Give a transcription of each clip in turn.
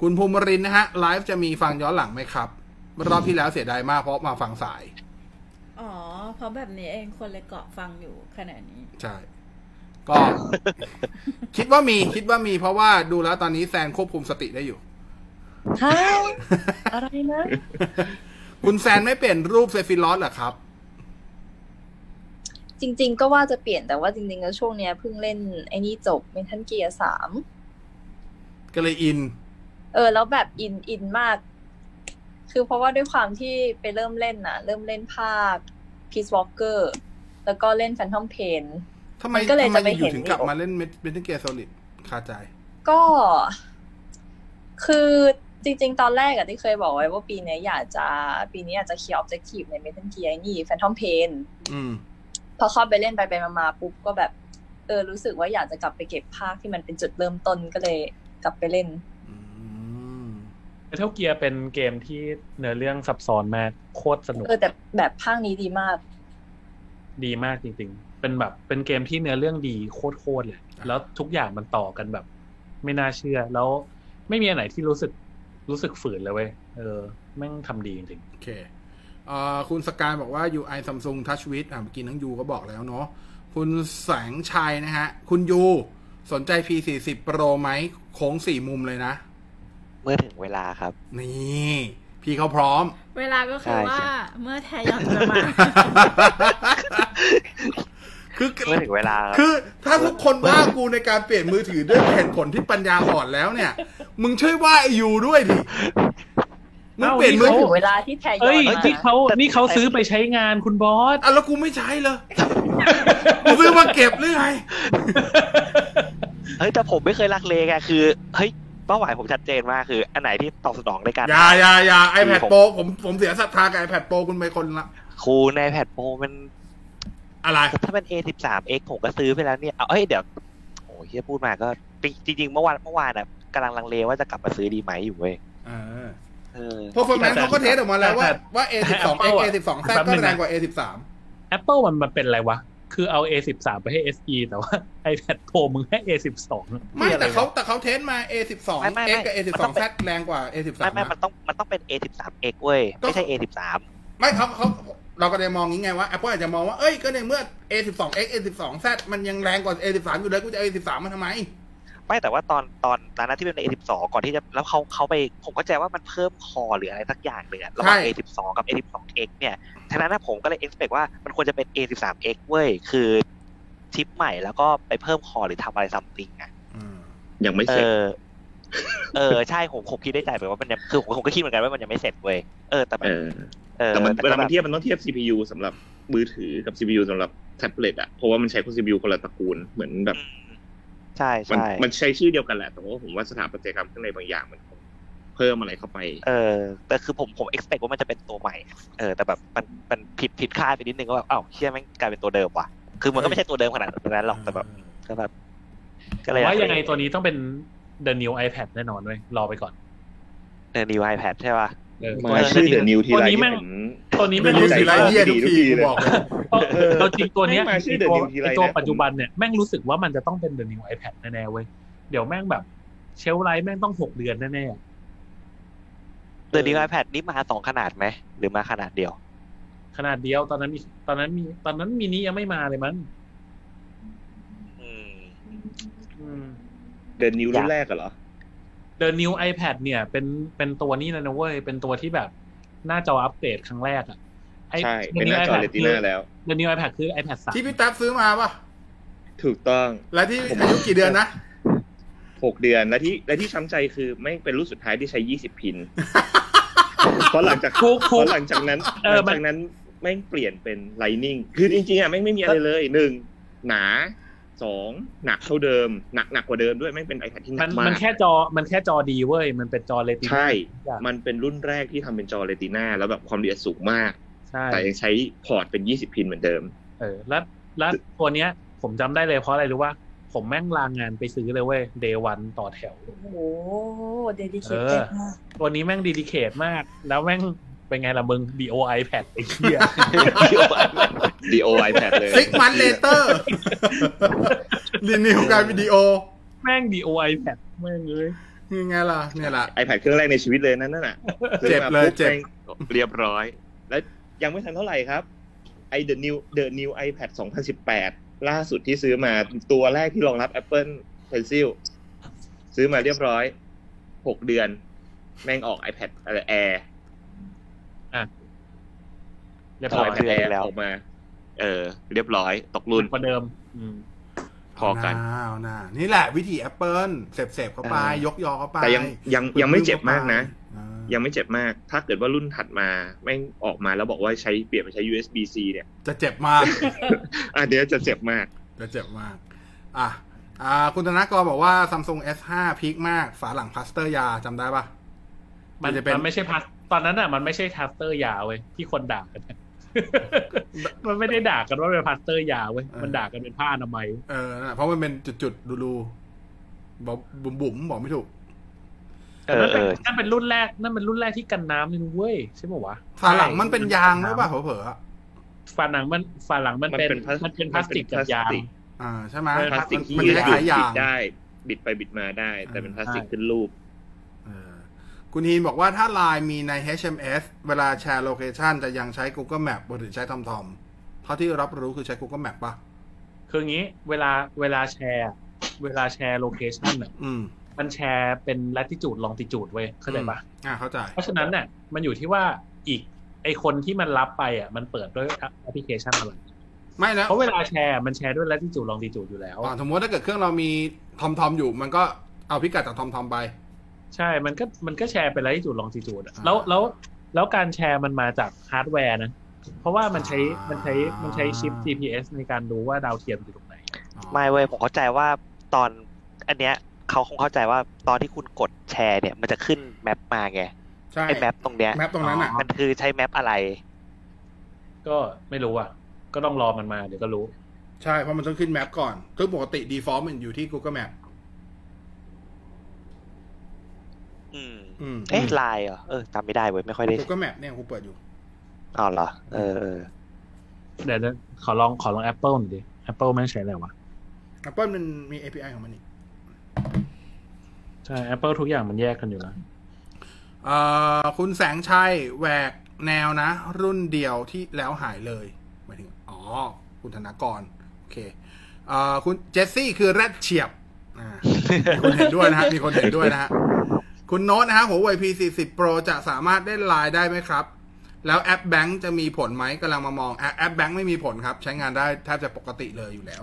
คุณภูมิรินทร์นะฮะไลฟ์จะมีฟังย้อนหลังไหมครับ รอบที่แล้วเสียดายมากเพราะมาฟังสาย อ๋อ เพราะแบบนี้เองคนเลยเกาะฟังอยู่ขนาดนี้ ใช่ ก็ คิดว่ามีคิดว่ามีเพราะว่าดูแล้วตอนนี้แซนควบคุมสติได้อยู่ ฮะ อะไรนะ คุณแซนไม่เปลี่ยนรูปเซฟิลอสเหรอครับ จริง ๆ ก็ว่าจะเปลี่ยนแต่ว่าจริงๆแล้วช่วงเนี้ยเพิ่งเล่นไอ้นี่จบเมทัลเกียร์สาม ก็เลยอิน เออ แล้วแบบอินอินมาก คือเพราะว่าด้วยความที่ไปเริ่มเล่นน่ะ เริ่มเล่นภาคพีซวอล์กเกอร์แล้วก็เล่นแฟนทอมเพน ทำไม มันก็เลย ทำไม จะไป อ เห็น ยู่ถึงกลับมาเล่นเบนเทนเกียร์โซลิดคาใจ ก็คือจริง ๆ ตอนแรกอะที่เคยบอกไว้ว่าปีเนี้ยอยากจะปีนี้อยากจะเคลียร์ออบเจกตีฟในเมทัลเกียร์นี่แฟนทอมเพน อืม พอเข้าไปเล่นไปไปมาๆปุ๊บก็แบบ เออรู้สึกว่าอยากจะกลับไปเก็บภาคที่มันเป็นจุดเริ่มต้นก็เลยกลับไปเล่น อืม เท่าเกียร์เป็นเกมที่เนื้อเรื่องซับซ้อนมากโคตรสนุก เออแต่แบบภาคนี้ดีมาก ดีมากจริงๆ เป็นแบบเป็นเกมที่เนื้อเรื่องดีโคตรๆเลย แล้วทุกอย่างมันต่อกันแบบ ไม่น่าเชื่อ แล้วไม่มีอันไหนที่รู้สึกรู้สึกฝืนเลยเว้ย เออ แม่งทำดีจริง โอเคเอ่อคุณสกายบอกว่า UI Samsung Touch w i t อ่ะเมื่อกี้น้องยูก็บอกแล้วเนาะ คุณแสงชัยนะฮะ คุณยูสนใจ P40 Pro ไหมโค้งสี่มุมเลยนะ เมื่อถึงเวลาครับ นี่ พี่เขาพร้อม เวลาก็คือว่า ใช่ใช่ เมื่อแทยอนจะมา คือ เมื่อถึงเวลาครับ คือถ้าทุกคนว่ากูในการเปลี่ยนมือถือด้วยเหตุผลที่ปัญญาอ่อนแล้วเนี่ย มึงช่วยว่าไอยูด้วยดิ มึงเปลี่ยนมือ ก็ ถื ถึ อง เวลาที่แทย ๆ อ เอ้ย นมา นี่เขานี่เขาซื้อไปใช้งานคุณบอส อ่ะแล้วกูไม่ใช้เลยกูซื้อมาเก็บหรือไง เฮ้ยแต่ผมไม่เคยลักเลไงคือเฮ้ยเป้าหมายผมชัดเจนมากคือ อันไหนที่ตอบสนองในการ อย่าอย่าอย่าไอแพด ผม โปรผมผมเสียศรัทธากับไอแพดโปรคุณไปคนละ ครูในแพดโปรมัน อะไร ถ้ามัน A13X ผมก็ซื้อไปแล้วเนี่ย เอาเอ้ยเดี๋ยวโอ้ยเฮียพูดมาก็จริงจริงๆเมื่อวานเมื่อวานอ่ะกำลังลังเลว่าจะกลับมาซื้อดีไหมอยู่เว้ย เออ เออ พอฟอร์แมนเขาก็เทสออกมาแล้วว่าว่า A12 Apple อะ A12 แซก็แรงกว่า A13 Apple มันมันเป็นอะไรวะ คือเอา A13 ไปให้ SE แต่ว่า iPad Pro มึงให้ A12 ไม่แต่เขา คืออะรวะ แต่เขาเทสมา A12 X กับ A12 Z แรงกว่า A13 ไม่ไม่ นะ มันต้องมันต้องเป็น A13X เว้ย ไม่ใช่ A13 ไม่เขาเขาเราก็เลยมองงี้ไงว่า Apple อาจจะมองว่า เอ้ยก็ในเมื่อ A12X A12Z มันยังแรงกว่า A13 อยู่เลยกูจะเอา A13 มาทำไม ไม่แต่ว่าตอนตอนตอนนั้นที่เป็น A12 ก่อนที่จะแล้วเขาเขาไปผมเข้าใจว่ามันเพิ่มคอหรืออะไรสักอย่างเลยอะระหว่าง ใช่ A12 กับ A12X เนี่ยฉะนั้นนะผมก็เลย expect ว่ามันควรจะเป็น A13X เว้ยคือชิปใหม่แล้วก็ไปเพิ่มคอหรือทำอะไรซัมติงอะ ยังไม่ เอ เสร็จ อ เออ ใช่ ผมผมคิดได้ใจไปว่ามันยังคือผมผมก็คิดเหมือนกันว่ามันยังไม่เสร็จเว้ย เออ แต่มัน เออ เออ แต่มันเว ก็ ลา แบ มัน บ เทียบมันต้องเทียบ CPU สำหรับมือถือกับ CPU สำหรับแท็บเล็ตอะเพราะว่ามันใช้คน CPU คนละตระกูลเหมือนแบบ อืมใช่ มัน ใช่ มันใช้ชื่อเดียวกันแหละ แต่ว่าผมว่าสถาปัตยกรรมข้างในบางอย่างมันคงเพิ่มอะไรเข้าไป เออ แต่คือผมผม expect ว่ามันจะเป็นตัวใหม่ เออ แต่แบบมันมันผิดผิดคาดไปนิดนึงว่าแบบอ้าวเชี่ยแม่งกลายเป็นตัวเดิมว่ะ คือมันก็ไม่ใช่ตัวเดิมขนาดนั้นหรอก แต่แบบก็แบบก็เลย ว่ายังไงตัวนี้ต้องเป็น The New iPad แน่นอนเว้ยรอไปก่อน เดินดีไอแพดใช่ป่ะ เออ มาชื่อเดอะนิวที ตัว ไร นี้แม่ง เห็น ตัวนี้ เป็ ไม่ น ง รูปรู้สึ สี ก ไร ว่า เยี่ยทุกทีกูบอกเลย เออ เราจริงตัวเนี้ย แม่งมาชื่อ ไอ้ตัว The New ทีไร ไอตัว เนี่ย ปัจจุบันเนี่ยแม่งรู้สึกว่ามันจะต้องเป็น The New iPad แน่ๆเว้ย เดี๋ยวแม่งแบบเชลฟ์ไลฟ์แม่งต้องหกเดือนแน่ เดินดีไอแพดนี่มาสองขนาดไหม หรือมาขนาดเดียว ๆขนาดเดียวตอนนั้นมีตอนนั้นมีตอนนั้นมินิยังไม่มาเลยมั้ง อืม อืม เดอะนิวรุ่นแรกเหรอ The New iPad เนี่ยเป็นเป็นตัวนี้แล้วนะเว้ย เป็นตัวที่แบบหน้าจออัปเดตครั้งแรกอะไอ้ ใช่ The เป็นห New น้าจอ iPad เรติ คือ น่าแล้ว The New iPad คือ iPad 3 ที่พี่แท็บซื้อมาป่ะ ถูกต้อง และที่อายุกี่เดือนนะ หกเดือนและที่และที่ช้ำใจคือไม่เป็นรุ่นสุดท้ายที่ใช้ยี่สิบ พิน เพราะหลังจาก ถูก เพ ถูก ราะหลังจากนั้น เอ ห อ ลัง มัน จากนั้นไม่งเปลี่ยนเป็นไลนิ่งคือจริงๆอ่ะไม่งไม่มีอะไรเลยหนึ่งหนาสองหนักเท่าเดิม หนักหนักกว่าเดิมด้วยไม่งเป็นไอแพดที่ห มั นั น กมา มัน ก แค่จอมันแค่จอดีเว้ย มันเป็นจอเลติ ใช่ มันเป็นรุ่นแรกที่ทำเป็นจอเรติน่าแล้วแบบความละเอียดสูงมาก ใช่ แต่ยังใช้พอร์ตเป็นยี่สิบพินเหมือนเดิ ม เออแล้วแล้วตัวเนี้ย ผมจำได้เลยเพราะอะไรรู้ว่า ผมแม่งลางงานไปซื้อเลยเว้ยเดวันต่อแถว โอ้โหเดดิเคทมาก ตัวนี้แม่งดีดีเคทมาก แล้วแม่งเป็นไงล่ะมึง DO iPad ไอ้เหี้ย DO iPad เลย Six months later รีนิวการวิดีโอ แม่ง DO iPad แม่งเลย ยังไงล่ะเนี่ยล่ะ iPad เครื่องแรกในชีวิตเลยนั่นน่ะซื้อมา เจ็บเลย ปุ๊ เจ็บ แม่งเรียบร้อย แล้วยังไม่ทันเท่าไหร่ครับไอ the new the new iPad 2018 ล่าสุดที่ซื้อมาตัวแรกที่รองรับ Apple Pencil ซื้อมาเรียบร้อย หกเดือน แม่งออก iPad อะไร Air เรียบ ต่ ร้อย ไป iPad เรื่อย Air แล้ว ออกมา เออ เรียบร้อย ตกรุ่น กว่าเดิม อืม พอกัน อ้าวน่านี่แหละวิธี Apple เสพเสพเข้าไป เออ ยกยอเข้าไป แต่ยังยังยังไม่เจ็บมากนะ อ่า ยังไม่เจ็บมาก ถ้าเกิดว่ารุ่นถัดมาแม่งออกมาแล้วบอกว่าใช้เปลี่ยนไปใช้ USB C เนี่ย จะเจ็บมาก อ่ะเดี๋ยวจะเจ็บมาก จะเจ็บมาก อ่ะ อ่า คุณธนากรบอกว่า Samsung S5 พีคมาก ฝาหลังพลาสเตอร์ยาจำได้ปะ มัน มันจะเป็น มันไม่ใช่พัสตอนนั้นอ่ะ มันไม่ใช่ทัสเตอร์ยาเว้ยที่คนด่ากัน มันไม่ได้ด่ากันว่าเป็นพัสเตอร์ยาเว้ยมันด่ากันเป็นผ้าอนามัย เออนั่นแหละเพราะมันเป็นจุดๆ ดูๆบอกบุ๋มๆ บอกไม่ถูก แต่นั่นเป็น เออเออ นั่นเป็นรุ่นแรกนั่นเป็นรุ่นแรกที่กันน้ำเลยนะเว้ยใช่ไหมวะ ฝาหลังมันเป็นยางหรือเปล่าเผลอๆอะ ฝาหลังมันฝาหลังมัน มัน เป็น เป็นพลาส มันเป็นพลาสติกกับยาง มันเป็นพลาสติก อ่า ใช่ไหม เออ พลาสติกที่ มัน ยื จะ ด ค หล้ายุ่ยๆนยา บิ ง ดได้ บิดไปบิดมาได้ แต่เป็นพลาสติกขึ้นรูป เออคุณฮีนบอกว่าถ้า Line มีใน HMS เวลาแชร์โลเคชันจะยังใช้ Google Map หรือใช้ทอมทอมเท่าที่รับรู้คือใช้ Google Map ปะ คืองี้เวลาเวลาแชร์ เวลาแชร์โลเคชันอ่ะ อืม มันแชร์เป็นล t ติจูดลองติจูดเว้ยเข้าใจปะ อ่าเข้าใจ เพราะฉะนั้นเนี่ยมันอยู่ที่ว่าอีกไอคนที่มันรับไปอ่ะมันเปิดด้วยแอปพลิเคชันอะไร ไม่นะ เพราะเวลาแชร์มันแชร์ด้วยล t ติจูดลองติจูดอยู่แล้ว อ่าสมมติถ้าเกิดเครื่องเรามีทอมทอมอยู่ มันก็เอาพิกัดจากทอมทอมไป ใช่ มันก็มันก็แชร์เป็นล t ติจูดลองติจูด อ่า แล้วแล้วแล้วการแชร์มันมาจากฮาร์ดแวร์นะ เพราะว่ามันใช้มันใช้มันใช้ชิป GPS ในการดูว่าดาวเทียมอยู่ตรงไหน อ๋อ ไม่เว้ยผมเข้าใจว่าตอนอันเนี้ยเขาคงเข้าใจว่าตอนที่คุณกดแชร์เนี่ยมันจะขึ้นแมปมาไง ใช่ ไอ้แมปตรงเนี้ย แมปตรงนั้นอ่ะ มันคือใช้แมปอะไร ก็ไม่รู้อ่ะ ก็ต้องรอมันมาเดี๋ยวก็รู้ ใช่ เพราะมันต้องขึ้นแมปก่อน คือปกติ default มันอยู่ที่ Google Map อืม อืม เอ๊ะไลน์เหรอเออจำไม่ได้เว้ยไม่ค่อยได้ Google Map เนี่ยกูเปิดอยู่ อ้าวเหรอเออเออ เดี๋ยวนะขอลองขอลอง Apple หน่อยดิ Apple ไม่งใช้อะไรวะ Apple มันมี API ของมันนี่ ใช่ Apple ทุกอย่างมันแยกกันอยู่แล้ว เอ่อคุณแสงชัยแหวกแนวนะ รุ่นเดียวที่แล้วหายเลยหมายถึง อ๋อ คุณธนากร โอเคเอ่อคุณเจสซี่คือแรดเฉียบอ่า มีคนเห็นด้วยนะฮะ มีคนเห็นด้วยนะฮะ คุณโน้ตนะฮะหัว w e i P40 Pro จะสามารถเล่นไลน์ได้ไหมครับ แล้วแอปแบงค์จะมีผลไหมกำลังมามองแอปแอปแบงค์ไม่มีผลครับ ใช้งานได้แทบจะปกติเลยอยู่แล้ว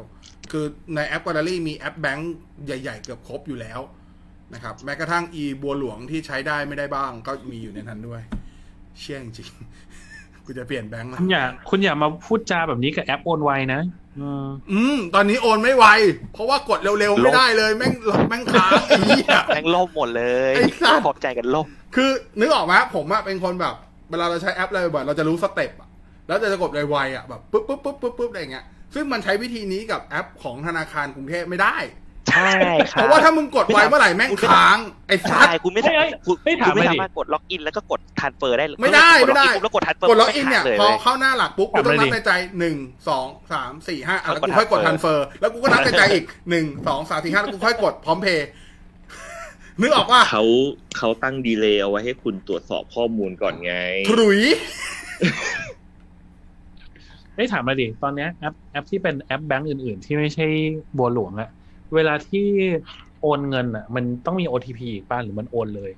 คือในแอป Gallery มีแอปแบงค์ใหญ่ ๆ เกือบครบอยู่แล้วนะครับ แม้กระทั่งอีบัวหลวงที่ใช้ได้ไม่ได้บ้าง ก็มีอยู่ในนั้นด้วย เชี่ยจริงๆ กูจะเปลี่ยนแบงค์ละ คุณอย่าคุณอย่ามาพูดจาแบบนี้กับแอปโอนไวนะเออ อืมตอนนี้โอนไม่ไหว เพราะว่ากดเร็วๆไม่ได้เลยแม่งแม่งค้างไอ้เหี้ย แม่งล่มหมดเลย ไอ้สัส ขอบใจกันล่ม คือนึกออกไหมผมอะเป็นคนแบบ เวลาเราใช้แอปอะไรบ่อยๆเราจะรู้สเต็ปอะแล้วจะจะกดไวๆอะแบบปุ๊บปุ๊บปุ๊บปุ๊บปุ๊บอะไรอย่างเงี้ยซึ่งมันใช้วิธีนี้กับแอปของธนาคารกรุงเทพไม่ได้ ใช่ครั เพ บ ราะว่าถ้ามึงกดไวเมื่อไหร่แม่ง คุณไม่ ค้างไอ้สั ใช่ ส คุณไม่สามารถคุณ ไม่ถาม คุณไม่ เลย สา ดิ มารถกดล็อกอินแล้วก็กดทานเฟอร์ได้เลย ไม่ได้ไม่ได้ กดล็อกอินปุ๊บแล้วกดทานเฟอร์ กดล็อกอินเนี่ยพไม่ขา อ ดล เข้าหน้าหลักปุ๊บกูต้องนับในใจหนึ่งสองสามสี่ห้าอ่ะแล้วกูค่อยกดทันเฟอร์แล้วกูก็นับในใจอีกหนึ่งสองสามสี่ห้าแล้วกูค่อยกดพร้อมเพย์ นึกออกว่า เขาเขาตั้งดีเลย์เอาไว้ให้คุณตรวจสอบข้อมูลก่อนไง ถรุย เอ้ยถามมาดิ ตอนเนี้ยแอปแอปที่เป็นแอปแบงก์อื่น ๆ ที่ไม่ใช่บัวหลวงอะเวลาที่โอนเงินอะมันต้องมี OTP อีกป้ะหรือมันโอนเลย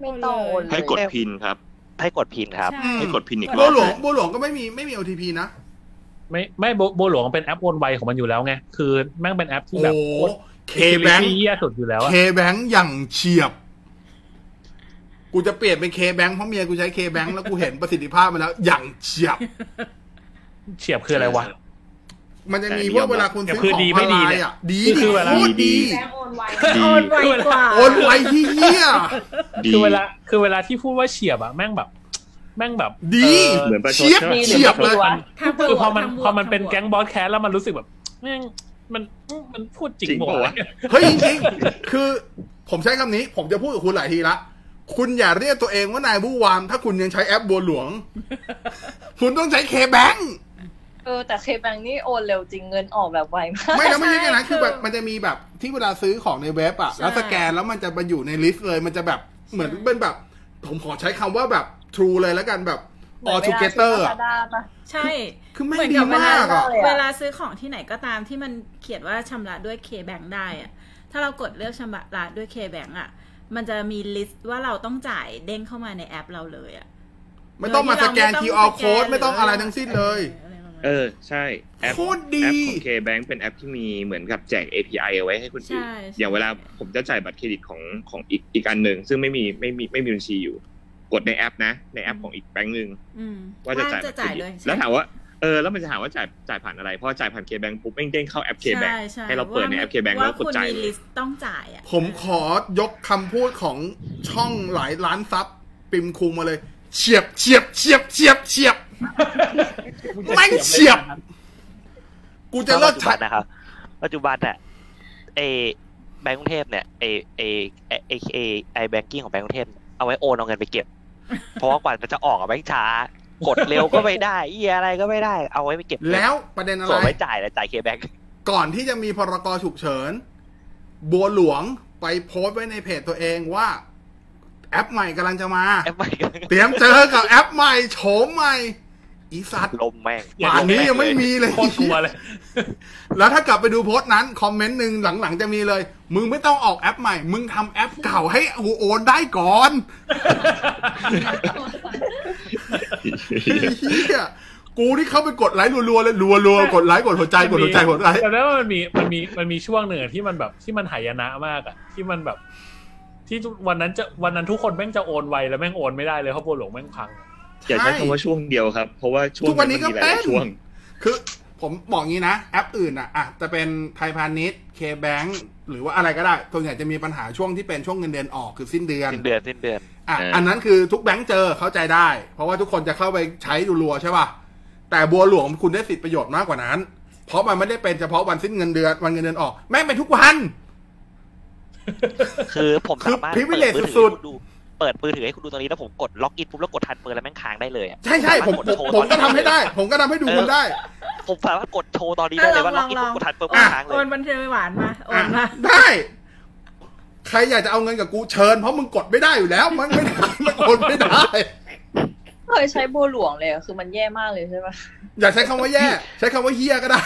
ไม่ต้องโอนเล ให้ ย กดพินครับ ให้กดพินครับ ใช่ ให้กดพินอีกร บั อ ว บ หลวงบัวหลวงก็ไม่มีไม่มี OTP นะ ไม่ไม่บัวบัวหลวงเป็นแอปโอนไวของมันอยู่แล้วไง คือแม่งเป็นแอปที่ โอ้ แบบ เค แบ แบ ง ง เยี่ยสุดอยู่แล้วอะ เคแบงค์อย่างเฉียบ กูจะเปลี่ยนเป็นเคแบงค์เพราะเมียกูใช้เคแบงค์แล้วกูเห็นประสิทธิภาพมันแล้ว อย่างเฉียบ เฉียบคืออะไรวะ มันจะมีพวกเวลาคุณซื้อของออนไลน์อ่ะ ดี คื ดี อเวลา โคตรดี แบงค์โอนไว ดี โอนไวกว่า โอนไวที่เยี่ย ดี คือเวลาคือเวลาที่พูดว่าเฉียบอะแม่งแบบ แม่งแบบ ดี เออ เหมือนประชด เชียบ ใช่ไหม เฉียบเลย ทางบวก คือพอมัน ทางบวก พอมันเป็น ทางบวก แก๊งบอสแคสแล้วมันรู้สึกแบบแม่งมันมันพูดจริง จริง บอก ปะวะ เฮ้ยจริงๆคือ ผมใช้คำนี้ ผมจะพูดกับคุณหลายทีละ คุณอย่าเรียกตัวเองว่านายบู้วาม ถ้าคุณยังใช้แอปบัวหลวง คุณต้องใช้เคแบงค์ เออ แต่เคแบงนี่โอนเร็วจริงเงินออกแบบไวมาก ไม่แล้วไม่ใช่แค่นั้น ใช่ คือแบบมันจะมีแบบที่เวลาซื้อของในเว็บอะ ใช่ แล้วสแกนแล้วมันจะมาอยู่ในลิสต์เลย มันจะแบบเหมือน ใช่ เป็นแบบ ผมขอใช้คำว่าแบบ True เลยแล้วกันแบบ all together อะ Lazada ปะ ใช่ คือแม่ง เหนบ ดีมากอะ เวลเวลาซื้อของที่ไหนก็ตามที่มันเขียนว่าชำระด้วยเคแบงได้อะถ้าเรากดเลือกชำระด้วยเคแบงอะมันจะมีลิสต์ว่าเราต้องจ่ายเด้งเข้ามาในแอปเราเลยอะ ไม่ต้องมาสแกน โดยที่เรา QR ไม่ต้ code สแกน ไม่ต้องอะไรทั้งสิ้นเลย อออะไรประมาณ เอ นั้น อ ใช่แอป โคตรดี แอปของ K-Bank เป็นแอปที่มีเหมือนกับแจก API เอาไว้ให้คนอื่น ใช่ใช่ อย่างเวลาผมจะจ่ายบัตรเครดิตของของอีกอีกอันหนึ่งซึ่งไม่มีไม่มีไม่มีบัญชีอยู่ กดในแอปนะ ในแอปของอีกแบงค์หนึ่ง อืม ว่าจะจ่าย จะ บัตรเคร จ่าย ดิต เลยใช่ แล้วถามว่าเออแล้วมันจะถามว่าจ่ายจ่ายผ่านอะไรพอจ่ายผ่าน K-Bank ปุ๊บแม่งเด้งเข้าแอป K-Bank ช่ช่ ให้เราเปิดในแอป K-Bank แล้วกดจ่าย ว่าคุณมีเลย ลิสต์ต้องจ่ายอะ ผมขอยกคำพูดของช่องหลายล้านซับปิมคุงมาเลยเฉียบเฉียบเฉียบเฉียบเฉียบ แม่งเฉียบ กูจะเลิก ปัจจุ ใช้ บันนะครับปัจจุบันเนี่ยเอแบงก์กรุงเทพเนี่ยเอเอเอเอเอไอแบงกิ้งของแบงก์กรุงเทพเอาไว้โอนเอาเงินไปเก็บ เพราะว่ากว่ามันจะออกอะแบงก์ช้ากดเร็วก็ไม่ได้เอียอะไรก็ไม่ได้เอาไว้ไปเก็บเงิน แล้วประเด็นอะไร ส่วนไว้จ่ายแล้วจ่ายเคแบงก์ ก่อนที่จะมีพรกฉุกเฉิน บัวหลวงไปโพสต์ไว้ในเพจตัวเองว่า แอปใหม่กำลังจะมา แอปใหม่ เตรียมเจอกับแอปใหม่โฉมใหม่ อีสัตว์ ลมแม่ง ป่านนี้ยังไม่มีเลย โคตรกลัวเลย แล้วถ้ากลับไปดูโพสต์นั้น คอมเมนต์หนึ่งหลังๆจะมีเลย มึงไม่ต้องออกแอปใหม่ มึงทำแอปเก่าให้อูโอนได้ก่อนไอ้เฮียกูนี่เข้าไปกดไลค์รัวๆเลยรัวๆกดไลค์กดหัวใจกดหัวใจกดไลค์ จำได้ว่ามันมีมันมีมันมีช่วงหนึ่งอะที่มันแบบที่มันหายนะมากอ่ะ ที่มันแบบ ที่วันนั้นจะวันนั้นทุกคนแม่งจะโอนไวแล้วแม่งโอนไม่ได้เลยเพราะบัวหลวงแม่งพัง อย่าใช้คำว่าช่วงเดียวครับ เพราะว่าช่วง ทุกวันนี้ มั ก็ มีห เป็ ลาย น ๆช่วง คือผมบอกงี้นะ แอปอื่นอ่ะอ่ะจะเป็นไทยพาณิชย์เคแบงหรือว่าอะไรก็ได้ส่วนใหญ่จะมีปัญหาช่วงที่เป็นช่วงเงินเดือนออกคือสิ้นเดือน สิ้นเดือนสิ้นเดือน อ่ะ เอออั อันนั้นคือทุกแบงค์เจอเข้าใจได้ เพราะว่าทุกคนจะเข้าไปใช้รัวๆใช่ป่ะแต่บัวหลวงคุณได้สิทธิประโยชน์มากกว่านั้น เพราะมันไม่ได้เป็นเฉพาะวันสิ้นเงินเดือนวันเงินเดือนออกแม่งเป็นทุกวัน คือผมสามารถ คือ privilege เปิดมือถือ สุดๆ ให้คุณดูเปิดมือถือให้คุณดูตอนนี้แล้วผมกดล็อกอินปุ๊บแล้วกดทันเปิดแล้วแม่งค้างได้เลยอะ ใช่ใช่ผมผมผมก็ทำให้ได้ ผมก็ทำให้ดูคุณได้ ผมสามารถกดโชว์ตอนนี้ได้เลยว่าล็อกอินปุ๊บกดทันเปิดแม่งค้างเล โอย นบัญชีหวานมาโอ อ่ะ นมา ได้ ใครอยากจะเอาเงินกับกูเชิญเพราะมึงกดไม่ได้อยู่แล้ว มันไม่ได้มันกดไม่ได้ เคยใช้บัวหลวงเลยอะคือมันแย่มากเลยใช่ปะ อย่าใช้คำว่าแย่ ใช้คำว่าเฮี้ย ก็ได้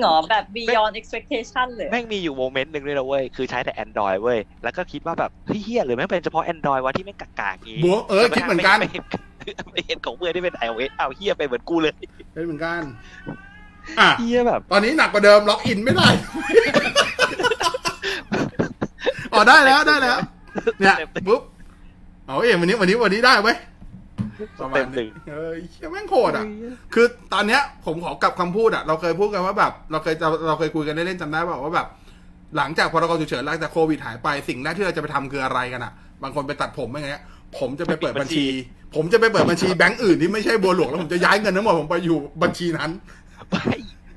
หงอแบบ beyond expectation เลยอะ แม่งมีอยู่โมเมนต์หนึ่งด้วยนะเว้ย คือใช้แต่ Android เว้ย แล้วก็คิดว่าแบบเฮยเหียหรือแม่งเป็นเฉพาะ Android วะที่แม่งกากๆนี้ บัวเออคิดเหมือนกัน ไม่ไม่เห็นของเพื่อนที่เป็น iOS เอาเฮียไปเหมือนกูเลย เป็นเหมือนกัน อ่ะ เฮียแบบ ตอนนี้หนักกว่าเดิมล็อกอินไม่ได้ อ๋อได้แล้วได้แล้ว เนี่ยปุ๊บเอาเองวันนี้วันนี้วันนี้ได้เว้ยประมาณ เต็มหนึ่ นี้ ง เฮ้ยแม่งโหดอ่ะ คือตอนเนี้ยผมขอกลับคำพูดอ่ะ เราเคยพูดกันว่าแบบ เราเคยจะเราเคยคุยกันเล่นๆจำได้ป่าวว่าแบบ หลังจากพรกฉุกเฉินหลังจากโควิดหายไปสิ่งแรกที่เราจะไปทำคืออะไรกันอ่ะ บางคนไปตัดผมไม่ไงยผมจะไปเปิดบัญชี ผมจะไปเปิดบัญชีแบงก์อื่นที่ไม่ใช่บัวหลวงแล้วผมจะย้ายเงินทั้งหมดผมไปอยู่บัญชีนั้น ไม่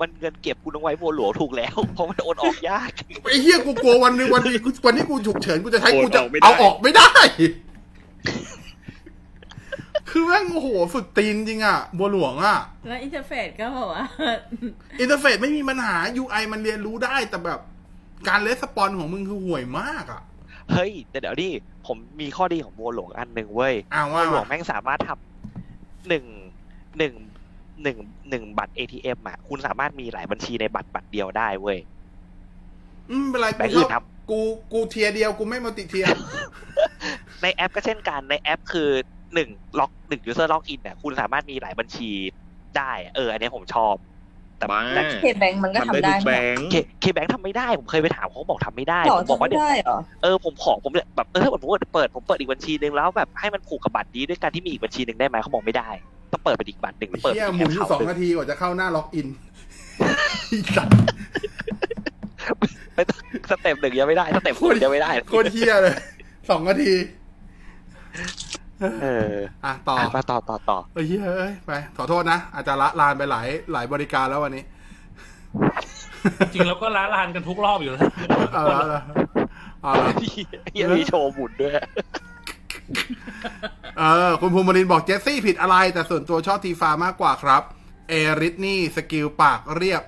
มันเงินเก็บกูต้องไว้บัวหลวงถูกแล้ว เพราะมันโอนออกยาก ไอ้เหี้ยกูกลัววันหนึงวันนี้กูวันนี้กูฉุกเฉินกูจะใช้ โอน กูจะ ออกไม่ได้ เอาออกไม่ได้ คือแม่งโอ้โหสุดตีนจริงอ่ะ บัวหลวงอ่ะ แล้วอินเทอร์เฟซก็บอกว่า อินเทอร์เฟซไม่มีปัญหา UI มันเรียนรู้ได้แต่แบบ การเลสปอนของมึงคือห่วยมากอ่ะ เฮ้ยแต่เดี๋ยวดิผมมีข้อดีของบัวหลวงอันหนึ่งเว้ย อ้าวว่า หลวง มา แม่งสามารถทำหนึ่งหนึ่งหนึ่งหนึ่งบัตร ATM อ่ะ คุณสามารถมีหลายบัญชีในบัตรบัตรเดียวได้เว้ย อืมเป็นไร แบ กู งค์ ชอบอื่นทำ กูกูเทียร์เดียวกูไม่มัลติเทียร์ ในแอปก็เช่นกันในแอปคือหนึ่งล็อกหนึ่งยูเซอร์ล็อกอินเนี่ยคุณสามารถมีหลายบัญชีได้อะเออ อันเนี้ยผมชอบ แต่ บ้า แต่ เคแบงมันก็ทำ ทำได้ได้ทุก ไหม แบงค์ เคเคแบงค์ทำไม่ได้ ผมเคยไปถามเขาบอกทำไม่ได้ หรอ ผมบอก ทำ ว่า ไม่ เนี่ได้ยเหรอ เออผมขอผมเนี่ยแบบเออถ้าผมเปิดผมเปิดอีกบัญชีหนึ่งแล้วแบบให้มันผูกกับบัตรนี้ด้วยการที่มีอีกบัญชีหนึ่งได้ไหมเขาบอกไม่ได้ต้องเปิดไปอีกบัตรหนึ่งแล้วเปิดไป เทียหอีกแอ มุน ป อยู่สเขาอง หนึ่ง นาทีกว่าจะเข้าหน้าล็อกอิน ไอ้สัตว์ สเต็ปหนึ่งยังไม่ได้สเต็ปหนึ่งยังไม่ได้ โคตรเทียเลย สองนาที เออ อ่ะต่อ อ่ะมาต่อต่อต่อ เอ้ยเฮ้ยเอ้ยไป ขอโทษนะ อาจจะละลานไปหลายหลายบริการแล้ววันนี้ จริงแล้วก็ล้าลานกันทุกรอบอยู่ แล้ว เอาละเอาละเอาละ ยังมีโชว์หมุนด้วย เออ คุณภูมิรินทร์บอกเจสซี่ผิดอะไร แต่ส่วนตัวชอบทีฟามากกว่าครับ เอริสนี่สกิลปากเรียบ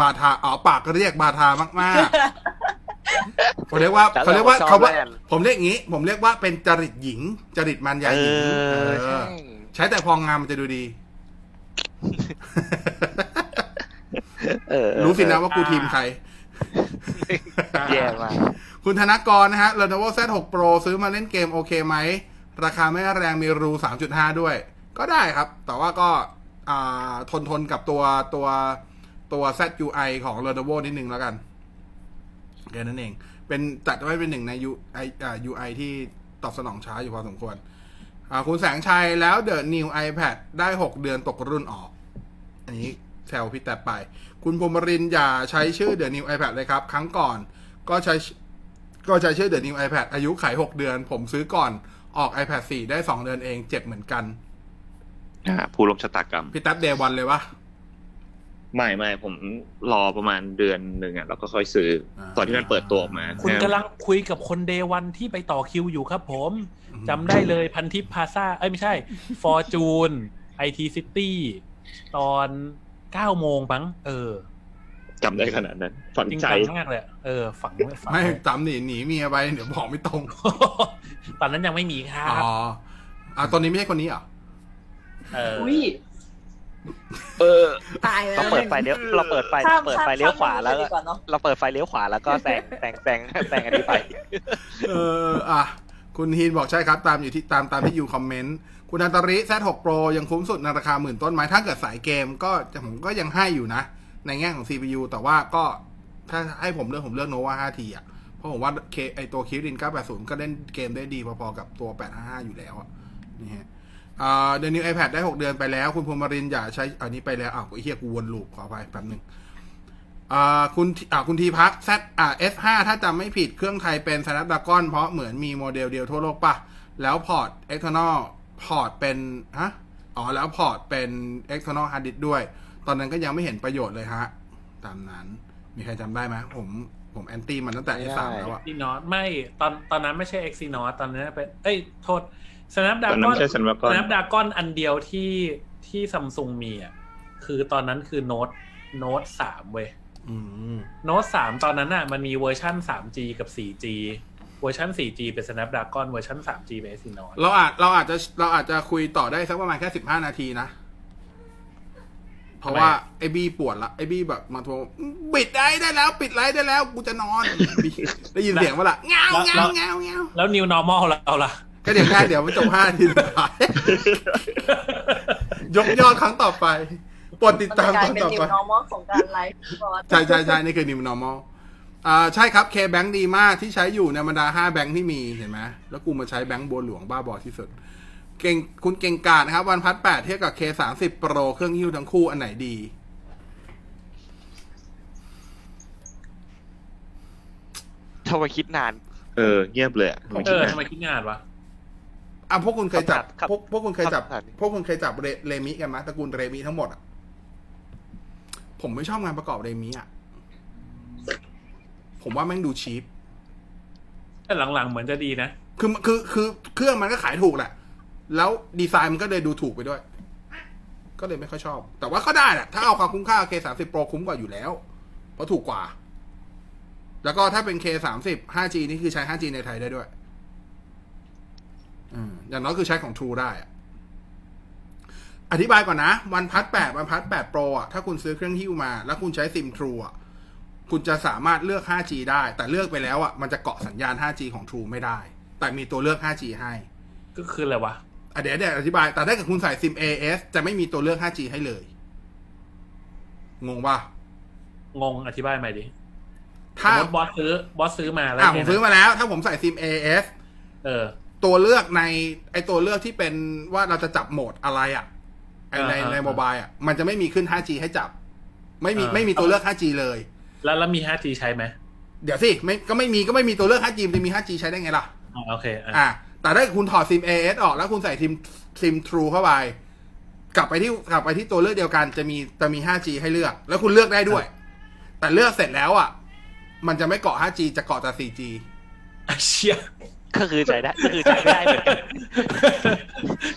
บาทาอ๋อปากเรียกบาทามาก ๆ ผมเรียกว่า แล้ว เขาเรียกว่า เราชอบ เขาว่า แม่น ผมเรียกอย่างนี้ ผมเรียกว่าเป็นจริตหญิง จริตมันยา เอ หญิง อ เอ ใช่ อ ใช้แต่พองงามมันจะ ดูดี เออเออ รู้สินะว่ากูทีมใคร แย่มาก คุณธนกรนะฮะ Lenovo Z6 Pro ซื้อมาเล่นเกมโอเคไหม ราคาไม่แรงมีรู 3.5 ด้วย ก็ได้ครับ แต่ว่าก็อ่าทนทนกับตัวตัวตัว ZUI ของ Lenovo นิดนึงแล้วกันแค่นั้นเอง เป็นจัดไว้เป็นหนึ่งใน UI อ่า UI ที่ตอบสนองช้าอยู่พอสมควร อ่า คุณแสงชัยแล้ว The New iPad ได้ 6 เดือนตกรุ่นออก อันนี้แซวพี่แต่ไป คุณพรหมรินทร์อย่าใช้ชื่อ The New iPad เลยครับ ครั้งก่อน ก็ใช้ ก็ใช้ชื่อ The New iPad อายุขาย 6 เดือน ผมซื้อก่อนออก iPad 4 ได้ 2 เดือนเองเจ็บเหมือนกัน อ่าผู้ลมชะตากรรม พี่แท็บเดวันเลยวะ ไม่ไม่ผมรอประมาณเดือนหนึ่งอ่ะแล้วก็ค่อยซื้ออา ตอนที่มันเปิดตัวออกมา คุณกำลังคุยกับคนเดวันที่ไปต่อคิวอยู่ครับผมจำได้เลยพันทิปพาซาเอ้ยไม่ใช่ฟอร์จูนไอทีซิตี้ตอนเก้าโมงมั้งเออ จำได้ขนาดนั้นฝัง จริง ใจ จังมากเลยอะเออ ฝังไว้ฝัง ไม่ ไว้ จำหนีหนีเมียไปเดี๋ยวบอกไม่ตรง ตอนนั้นยังไม่มีครั อ๋อบอ่ะตอนนี้ไม่ใช่คนนี้เหรอ เออ อุ้ย เออ ตายไป เรา แล้ว เปิดไฟเลี้ยวเราเปิดไฟ ข้าม เปิดไฟเลี้ยวขวาแล้วข้ามก็ข้ามข้ามไปดีกว่าเนอะ เราเปิดไฟเลี้ยวขวาแล้วก็แซงแซงแซงแซงอันนี้ไป เอออ่ะ คุณฮีนบอกใช่ครับ ตามอยู่ที่ตามตามที่อยู่คอมเมนต์ คุณอันตริ Z6 Pro ยังคุ้มสุดในราคาหมื่นต้นไหมถ้าเกิดสายเกมก็ผมก็ยังให้อยู่นะ ในแง่ของ CPU แต่ว่าก็ถ้าให้ผมเลือกผมเลือกโนวา 5T อ่ะ เพราะผมว่าเคไอตัวคิริน980 ก็เล่นเกมได้ดีพอๆกับตัว 855 อยู่แล้วอ่ะนี่ฮะอ่าเดือนนี้ iPad ได้ 6 เดือนไปแล้ว คุณพรหมรินทร์อย่าใช้อันนี้ไปแล้วอ้าวไอ้เฮียกูวนลูปขอไปแป๊บหนึง อ่าคุณอ่าคุณทีพัก Z อ่า S5 ถ้าจำไม่ผิดเครื่องไทยเป็น Snapdragon เพราะเหมือนมีโมเดลเดียวทั่วโลกปะแล้วพอร์ต external พอร์ตเป็นฮะอ๋อ แล้วพอร์ตเป็น external hard disk ด้วย ตอนนั้นก็ยังไม่เห็นประโยชน์เลยฮะ ตามนั้น มีใครจำได้ไหมผมผมแอนตี้มันตั้งแต่ ไม่ได้ S3 แล้วอะ ซีนอตไม่ตอนตอนนั้นไม่ใช่เอ็กซีนอตตอนนั้นเป็นเอ้ยโทษสแนปดา ตอน กอนนั้นไม่ใช่ Snapdragon สแนปดากอนอันเดียวที่ที่ซัมซุงมีอ่ะคือตอนนั้นคือโน้ตโน้ตสามเว้ย อืม โน้ตสามตอนนั้นอ่ะมันมีเวอร์ชั่น 3G กับ 4G เวอร์ชัน 4G เป็น Snapdragon เวอร์ชัน 3G เป็น Exynos เราอาจเราอาจจะเราอาจจะคุยต่อได้สักประมาณแค่สิบห้านาทีนะ เพราะว่าไอ้บี้ปวดละไอ้บี้แบบมาโทรปิดไลฟ์ได้แล้ว ปิดไลฟ์ได้แล้วกูจะนอน ได้ยินเสียงว่าล่ะเงาเงาเงาเงา แล้ว New Normal เราล่ะ ก็เดี๋ยวได้เดี๋ยวมันจบห้านาทีสุดท้าย ยกยอดครั้งต่อไปโปรดติด มัน ตาม กตลาย อน เป็น ต่อ new ไป normal ของการไล ฟ์ ใช่ใช่ใช่นี่คือ new normal อ่าใช่ครับ K-Bank ดีมากที่ใช้อยู่ในบรรดา 5 แบงค์ที่มีเห็นไหมแล้วกูมาใช้แบงค์บัวหลวงบ้าบอที่สุด เก่งคุณเก่งกาดนะครับ วันพัดแปดเทียบกับ K30 Pro เครื่องยิ้วทั้งคู่อันไหนดี ทำไมคิดนาน เออเงียบเลยอะผม เอ คิด อ นะ ทำไมคิดงานวะ อ่ะพวกคุณเคยจับ ครับครับ พวกพวกคุณเคยจับ ครับ พวกคุณเคยจับเรเรมิกันไหมตระกูลเรมิทั้งหมดอ่ะผมไม่ชอบงานประกอบเรมิอ่ะผมว่าแม่งดูชีพ แต่หลังๆเหมือนจะดีนะ คือคือคือเครื่องมันก็ขายถูกแหละ แล้วดีไซน์มันก็เลยดูถูกไปด้วย ก็เลยไม่ค่อยชอบ แต่ว่าก็ได้แหละถ้าเอาความคุ้มค่า K30 Pro คุ้มกว่าอยู่แล้ว เพราะถูกกว่า แล้วก็ถ้าเป็น K30 5G นี่คือใช้ 5G ในไทยได้ด้วยอืมอย่างน้อยคือใช้ของ True ได้อะอธิบายก่อนนะ วันพัด8วันพัด8 Pro อ่ะ ถ้าคุณซื้อเครื่องหิ้วมา แล้วคุณใช้ซิม True อ่ะ คุณจะสามารถเลือก 5G ได้ แต่เลือกไปแล้วอ่ะ มันจะเกาะสัญญาณ 5G ของ True ไม่ได้ แต่มีตัวเลือก 5G ให้ ก็คืออะไรวะ อ่ะเดี๋ยวเดี๋ยวอธิบาย แต่ถ้าเกิดคุณใส่ซิม AS จะไม่มีตัวเลือก 5G ให้เลย งงป่ะ งงอธิบายใหม่ดิ ถ้า สมมติบอสซื้อบอสซื้อมาแล้ว อ่ะผ ไง ม นะ ซื้อมาแล้ว ถ้าผมใส่ซิม AS เออ ตัวเลือกในไอตัวเลือกที่เป็นว่าเราจะจับโหมดอะไรอ่ะไอใน อ่าฮะ ในโมบายอ่ะ มันจะไม่มีขึ้น 5G ให้จับ ไม่มี อ่า ไม่มีตัวเลือก 5G เลย แล้วแล้วมี 5G ใช้ไหม เดี๋ยวสิไม่ก็ไม่มีก็ไม่มีตัวเลือก 5G มันจะมี 5G ใช้ได้ไงล่ะ อ๋อโอเคอ่ะ อ่ะแต่ถ้าคุณถอดซิม AS ออกแล้วคุณใส่ซิมซิม True เข้าไป กลับไปที่กลับไปที่ตัวเลือกเดียวกันจะมีจะมี 5G ให้เลือก แล้วคุณเลือกได้ด้วย แต่เลือกเสร็จแล้วอ่ะ มันจะไม่เกาะ 5G จะเกาะแต่ 4G อาเชีย ก็คือใช้ได้ก็คือใช้ไม่ได้เหมือนกัน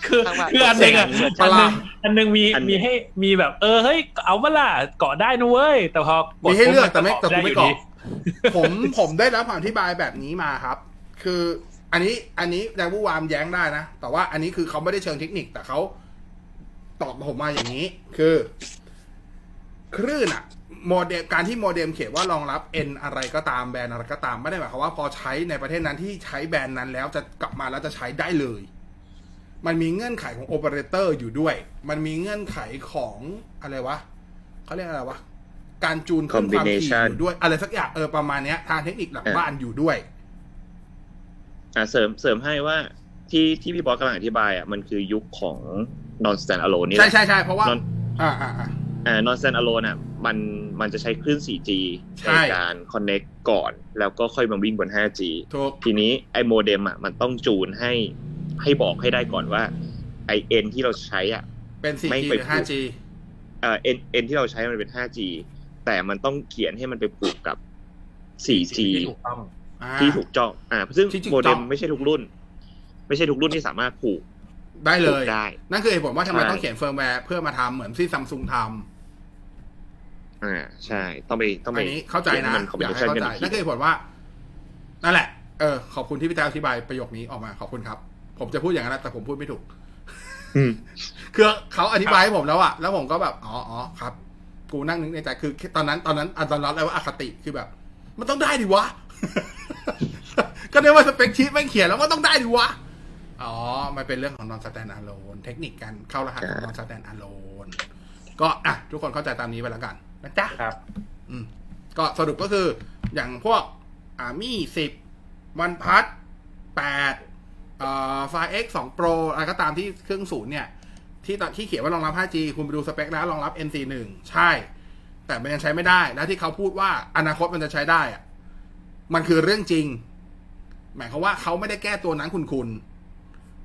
คือ ข้างหลัง คืออันหนึงอ่ะ ป อั ลาน ร้า หนึงไอ อันหนึงมี อันหนึ่ง มีให้มีแบบ เออเฮ้ยเอาเวล่ะเกาะได้นะเว้ย แต่พอกด มีให้เลือกแต่ไม่ ปุ๊บ แต่กูไม่ ด้ยู่ เกาะ ดี ผมผมได้รับคำอธิบายแบบนี้มาครับ คืออันนี้อันนี้นายผู้วามแย้งได้นะ แต่ว่าอันนี้คือเขาไม่ได้เชิงเทคนิคแต่เขาตอบผมมาอย่างนี้ คือ คลื่นอะโมเดมการที่โมเดมเขียนว่ารองรับ N อะไรก็ตามแบรนด์อะไรก็ตามไม่ได้หมายความว่าพอใช้ในประเทศนั้นที่ใช้แบรนด์นั้นแล้วจะกลับมาแล้วจะใช้ได้เลย มันมีเงื่อนไขของโอเปอเรเตอร์อยู่ด้วย มันมีเงื่อนไขของอะไรวะเขาเรียกอะไรวะ การจูนขึ้นความถี่ Combination อยู่ด้วย อะไรสักอย่างเออประมาณเนี้ยทางเทคนิคหลังบ้านอยู่ด้วย อ่ะเสริมเสริมให้ว่าที่ที่พี่บอสกำลังอธิบายอ่ะมันคือยุคของ non stand alone นี่แห ใช่ ละ ใช่ใช่เพราะว่า non อ่าอ่าอ่า อ่า non stand alone อ่ะมันมันจะใช้คลื่น 4G ใช่ ในการ connect ก่อน แล้วก็ค่อยมาวิ่งบน 5G ถูก ทีนี้ไอโมเด็มอ่ะมันต้องจูนให้ให้บอกให้ได้ก่อนว่าไอเอ็นที่เราใช้อ่ะ เป็น ไม่ 4G ไป หรือ 5G ถู เอ่อเอ็นเอ็นที่เราใช้มันเป็น 5G แต่มันต้องเขียนให้มันไปผูกกับ 4G ที่ถูกต้อง อ่า ที่ถูกจ้องอ่าซึ่ง ที่ถูก โมเด็ต้อมง ไม่ใช่ทุกรุ่น ไม่ใช่ทุกรุ่นที่สามารถผูก ได้เล ผูก ย ได้ นั่นคือเหตุผลว่าทำไม ใช่ ต้องเขียนเฟิร์มแวร์เพื่อมาทำเหมือนที่ซัมซุงทำ อ่าใช่ ต้องไปต้องไป อันนี้เข้าใจนะ มัคอม อ มิ ยาก ว ให้ ชั่น เข้า กัน ใจ อีก นั่นคือเหตุผลว่า นั่นแหละ เออ ขอบคุณที่พี่แต้วอธิบายประโยคนี้ออกมาขอบคุณครับ ผมจะพูดอย่างนั้นนะแต่ผมพูดไม่ถูก อืม คือเขาอธิบายให้ผมแล้วอะแล้วผมก็แบบ อ๋ออ๋อครับ กูนั่งนึกในใจคือตอนนั้นตอนนั้นอันตอนรับแล้วว่าอคติคือแบบ มันต้องได้ดิวะ ก็เนี่ยว่าสเปคชีตไม่งเขียนแล้วว่าต้องได้ดิวะ อ๋อ มันเป็นเรื่องของนอนสแตนอะโลนเทคนิคการเข้ารหัสของนอนสแตนอะโลนก็อ่ะทุกคนเข้าใจตามนี้ไปแล้วกันนะจ๊ะ ครับ อืมก็สรุปก็คืออย่างพวกอามี่สิบวันพัทแปดไฟเอ็กสองโปรอะไรก็ตามที่เครื่องศูนย์เนี่ย ที่ตอนที่เขียนว่ารองรับ 5G คุณไปดูสเปคแล้วรองรับ NC1 ใช่ แต่มันยังใช้ไม่ได้ แล้วที่เขาพูดว่าอนาคตมันจะใช้ได้อะมันคือเรื่องจริง หมายความว่าเขาไม่ได้แก้ตัวนั้นคุณคุณ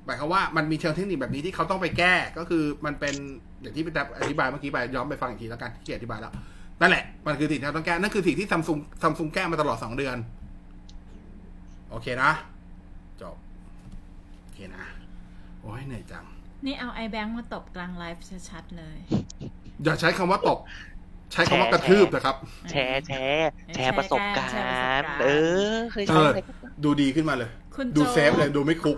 หมายความว่ามันมีเชิงเทคนิคแบบนี้ที่เขาต้องไปแก้ก็คือมันเป็นอย่างที่พี่แทบอธิบายเมื่อกี้ไปย้อนไปฟังอีกทีแล้วกันที่เกียรอธิบายแล้ว นั่นแหละ มันคือสิ่งที่เราต้องแก้ นั่นคือสิ่งที่ซัมซุงซัมซุงแก้มาตลอดสองเดือน โอเคนะ จบ โอเคนะ โอ้ยเหนื่อยจัง นี่เอาไอแบงค์มาตบกลางไลฟ์ชัดๆเลย อย่าใช้คำว่าตบ ใช้คำว่ากระทืบนะครับ แชร์แชร์แชร์ประสบการ แชร์ประสบการ ณ์ ณ์ เออเคย เอ ใช้ อ ไหม ดูดีขึ้นมาเลย คุณโจ ดูเซฟเลย ดูไม่คุก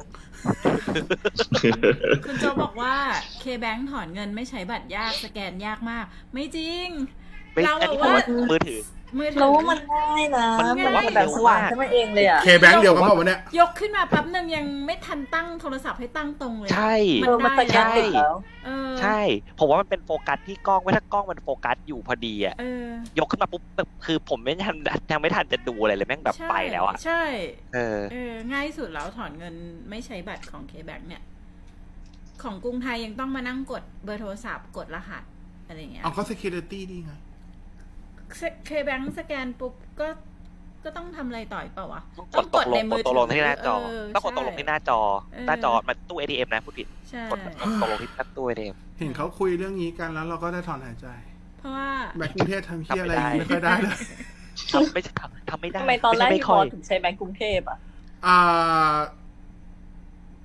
คุณโจบอกว่า K-Bank ถอนเงินไม่ใช้บัตรยากสแกนยากมาก ไม่จริง ไม่ เรา อันนี้ บอกว่า ผมมือถือ มือถื เราว่ามันง่ายนะ มัน มัน ง่าย แบบสว่างขึ้นมาเองเลยอ่ะ เคแบงค์เดียวกันเปล่าวะเนี่ย ยกขึ้นมาแปั๊บหนึ่งยังไม่ทันตั้งโทรศัพท์ให้ตั้งตรงเลย ใช่ เออมันสแกนติดแล้ว เออ ใช่ ผมว่ามันเป็นโฟกัสที่กล้องไว้ถ้ากล้องมันโฟกัสอยู่พอดีอะ เออย กขึ้นมาปุ๊บแบบคือผมไม่ทันยังไม่ทันจะดูอะไรเลยแม่งแบบ ใช่ ไปแล้วอะ ใช่ เออ เออง่ายสุดแล้วถอนเงินไม่ใช้บัตรของ K-Bank เนี่ย ของกรุงไทยยังต้องมานั่งกดเบอร์โทรศัพท์กดรหัสอะไรอย่างเงี้ย เอาเขา security ดีไง เคแบงสแกนปุ๊บก็ก็ต้องทำอะไรต่ออีกเปล่าวะ ต้องกดตกลงกดตกลงที่หน้าจอ เ ต้องกดตกลงที่หน้าจอ เออ หน้าจอมันตู้ ATM นะพูดผิด ใช่ กดกดตกลงที่หน้าตู้ ATM เห็นเขาคุยเรื่องนี้กันแล้วเราก็ได้ถอนหายใจ เพราะว่า แบงค์กรุงเทพทำเพี้ยอะไรอย่างนี้ไม่ค่อยได้เลย ทำไม่ใช่ทำทำไม่ได้ ทำไมตอนแรก ไม่ พี่ ค่ บ อ อย สถึงใช้แบงก์กรุงเทพอ่ะ อ่า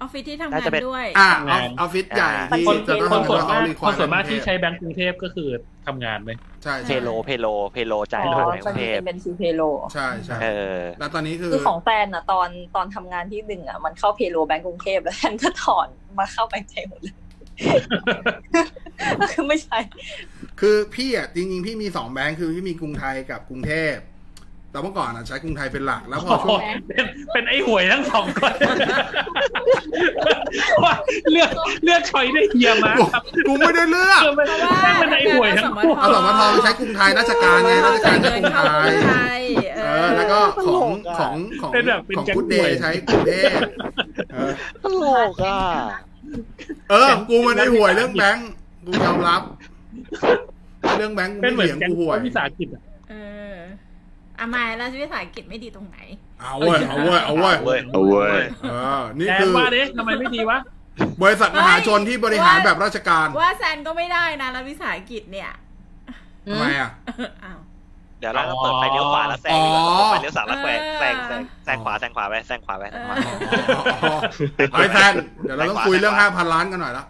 ออฟฟิศที่น่างทำานจะเป็น ด้วย อ่าออฟออฟฟิศใหญ่ที่ คน จะ ค ต้อน ง ส่วน เขา มาก รีค ค อร์ น ด ส่วนมากที่ใช้แบงก์กรุงเทพก็คือทำงานเลย ใช่ เพ ใช่ โลเพโลเพโลจ่าย อ๋ ด้ว อ ยก มั รุ น งเท มี พ เป็นซีเพโล ใช่ใช่ เออ แล้วตอนนี้คือ คือของแฟนอ่ะ ตอนตอนทำงานที่หนึ่งอ่ะ มันเข้าเพโลแบงก์กรุงเทพแล้วแฟนก็ถอนมาเข้าแบงก์ไทยหมด เลยคือไม่ใช่ คือพี่อ่ะจริงๆพี่มีสองแบงค์คือพี่มีกรุงไทยกับกรุงเทพแต่เมื่อก่อนอ่ะใช้กรุงไทยเป็นหลักแล้วพอช่วง เป็นเป็นไอ้หวยทั้งสองคนว่าเลือกเลือกชอยได้เฮียมากครับ กูไม่ได้เลือก เลือกไม่ เพราะว่าได้เป็นไอ้หวยทั้งคู่ เอาสมทใช้กรุงไทยราชการไงราชการใช้กรุงไทย เอ เอ อ อแล้วก็ของของของของพุทธเดย์ใช้กรุงเทพเออ ตลกอ่ะ เออกูไมันได้หวยเรื่องแบงค์กูยอมรับเรื่องแบงค์กู เป็นเหมื ไม่ อน เถียง แก๊ง กูหวย วิสาหกิจอะ เอออ่ะมาแล้ววิสาหกิจไม่ดีตรงไหน เอาเว้ยเอาเว้ยเอาเว้ย เว้ย เอาเว้ย เออนี่ แอ คื น อ ว่าดิทำไมไม่ดีวะ บริษัทมหาชนที่บริหารแบบราชการ ว่าแซนก็ไม่ได้นะแล้ววิสาหกิจเนี่ย ทำไมอ่ะ อ้าว เดี๋ยวเราต้องเปิดไฟเลี้ยวขวาแล้วแซง อ๋อ ดีกว่าเปิดไฟเลี้ยวสามแล้วแซงแซงแซงแซงขวาแซงขวาไปแซงขวาไปแซงขวา เฮ้ยแทนเดี๋ยวเราต้องคุยเรื่องห้าพันล้านกันหน่อยละ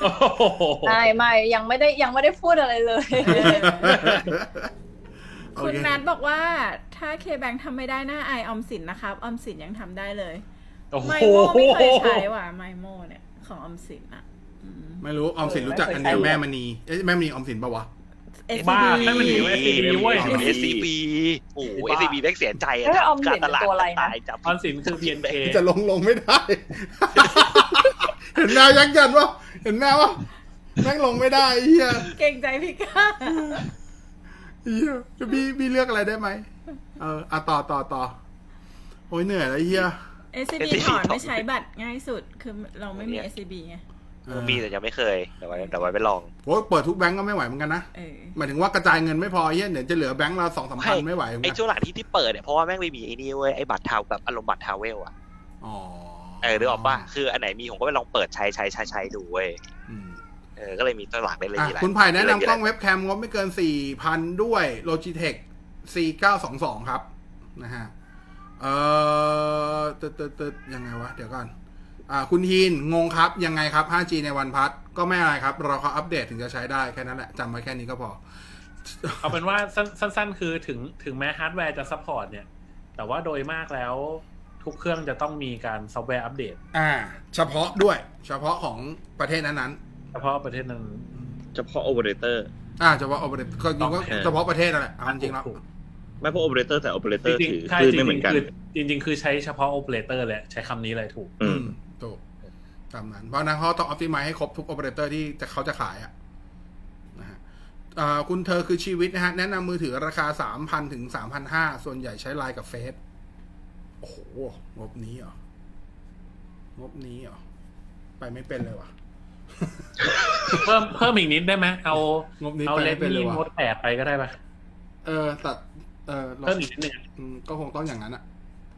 โอ้โห ไม่ไม่ยังไม่ได้ยังไม่ได้พูดอะไรเลย โอ คุณ เ แมทบอกว่าถ้าเคแบงทำไม่ได้หน้าไอายออมสินนะครับ ออมสินยังทำได้เลย โอ้โห ไมโมไม่เคยใช้ว่ะไมโมเนี่ย ของออมสินอะอืม ไม่รู้ออมสินรู้จักอันเดียวแม่มณีเอ๊ะแม่มณีออมสินปะวะ SCB บ้าไม่มันหนีไว้ SCB เว้ย SCB โอ้โห SCB ได้เสียใจอะ เอ้ยออมสิ การ น ตลาด เป็นตัวอะไรนะ ตายจับ ออนสินคือ BNK จะลงลงไม่ได้ เห็นแมวยักษ์ยันวะเห็นแมววะนั่งลงไม่ได้ไอ้เฮีย เก่งใจพี่ก้า ไอ้เฮียจะบีบีเลือกอะไรได้ไหมเอออ่ะต่อต่อต่อโอ้ยเหนื่อยแล้วไอ้เฮีย เอ b ถอนไม่ใช้บัตรง่ายสุด คือเราไม่มี SCB ไง เออ มีแต่ยังไม่เคยเดี๋ยวไว้เดี๋ยวไว้ไปลอง โอ้ยเปิดทุกแบงก์ก็ไม่ไหวเหมือนกันนะ เออ หมายถึงว่ากระจายเงินไม่พอไอ้เฮียเดี๋ยวจะเหลือแบงก์เราสองสามพันไม่ไหวเหมือน ไอ้ กัน ช่วงหลังที่ที่เปิดเนี่ยเพราะว่าแม่งไม่มีไอ้นี่เว้ยไอ้บัตรทาวแบบอารมณ์บัตรทาวเวลอะ อ๋อ เออหรือออกป่ะคืออันไหนมีผมก็ไปลองเปิดใช้ใช้ใช้ใช้ดูเว้ย อืม เออก็เลยมีตัวหลักได้เลย อ่ะ ทีไร คุณไผ่แนะนำกล้องเว็บแคมงบไม่เกิน 4,000 ด้วย Logitech C922 ครับ นะฮะ เอ่อตึ๊ดตึ๊ดตึ๊ดยังไงวะ เดี๋ยวก่อน อ่า คุณฮีน งงครับ ยังไงครับ 5G ในวันพัด ก็ไม่อะไรครับ เราเขาอัปเดตถึงจะใช้ได้ แค่นั้นแหละจำไว้แค่นี้ก็พอ เอาเป็นว่าสันสั้นๆ คือถึงถึงแม้ฮาร์ดแวร์จะซัพพอร์ตเนี่ย แต่ว่าโดยมากแล้วทุกเครื่องจะต้องมีการซอฟต์แวร์อัปเดต อ่า เฉพาะด้วย เฉพาะของประเทศนั้น เฉพาะประเทศนั้น เฉพาะโอเปอเรเตอร์ ๆ อ่า เฉพาะ operator ก็จริงๆก็ โอเค เฉพาะประเทศนั่นแหละเอาจริงๆแล้ว ไม่เพราะโอเปอเรเตอร์แต่โอเปอเรเต จ อร์ ริง ถือ ๆใช่ คลื่น จริ ไม่เหมื ง อน ๆ กัน คือจริง ๆ คือใช้เฉพาะโอเปอเรเตอร์แหละใช้คำนี้เลยถู ก อื อื ม มถูกตามนั้น เพราะฉะนั้นเขาต้อง optimize ให้ครบทุก operator ที่จะเขาจะขายอะนะฮะอ่าคุณเธอคือชีวิตนะฮะ แนะนำมือถือราคาสามพันถึงสามพันห้าส่วนใหญ่ใช้ไลน์กับเฟซโอ้โห งบนี้เหรอ งบนี้เหรอ ไปไม่เป็นเลยว่ะ เพิ่มเพิ่มอีกนิดได้ไหมเอา งบนี้ เอา ไป เล ไม่ น เป็นเลย นี่ ว่ะ มดแตกไปก็ได้ปะ เออแต่เออเรา เพิ่มอีกนิดนึงอะ อืมก็คงต้องอย่างนั้นอะ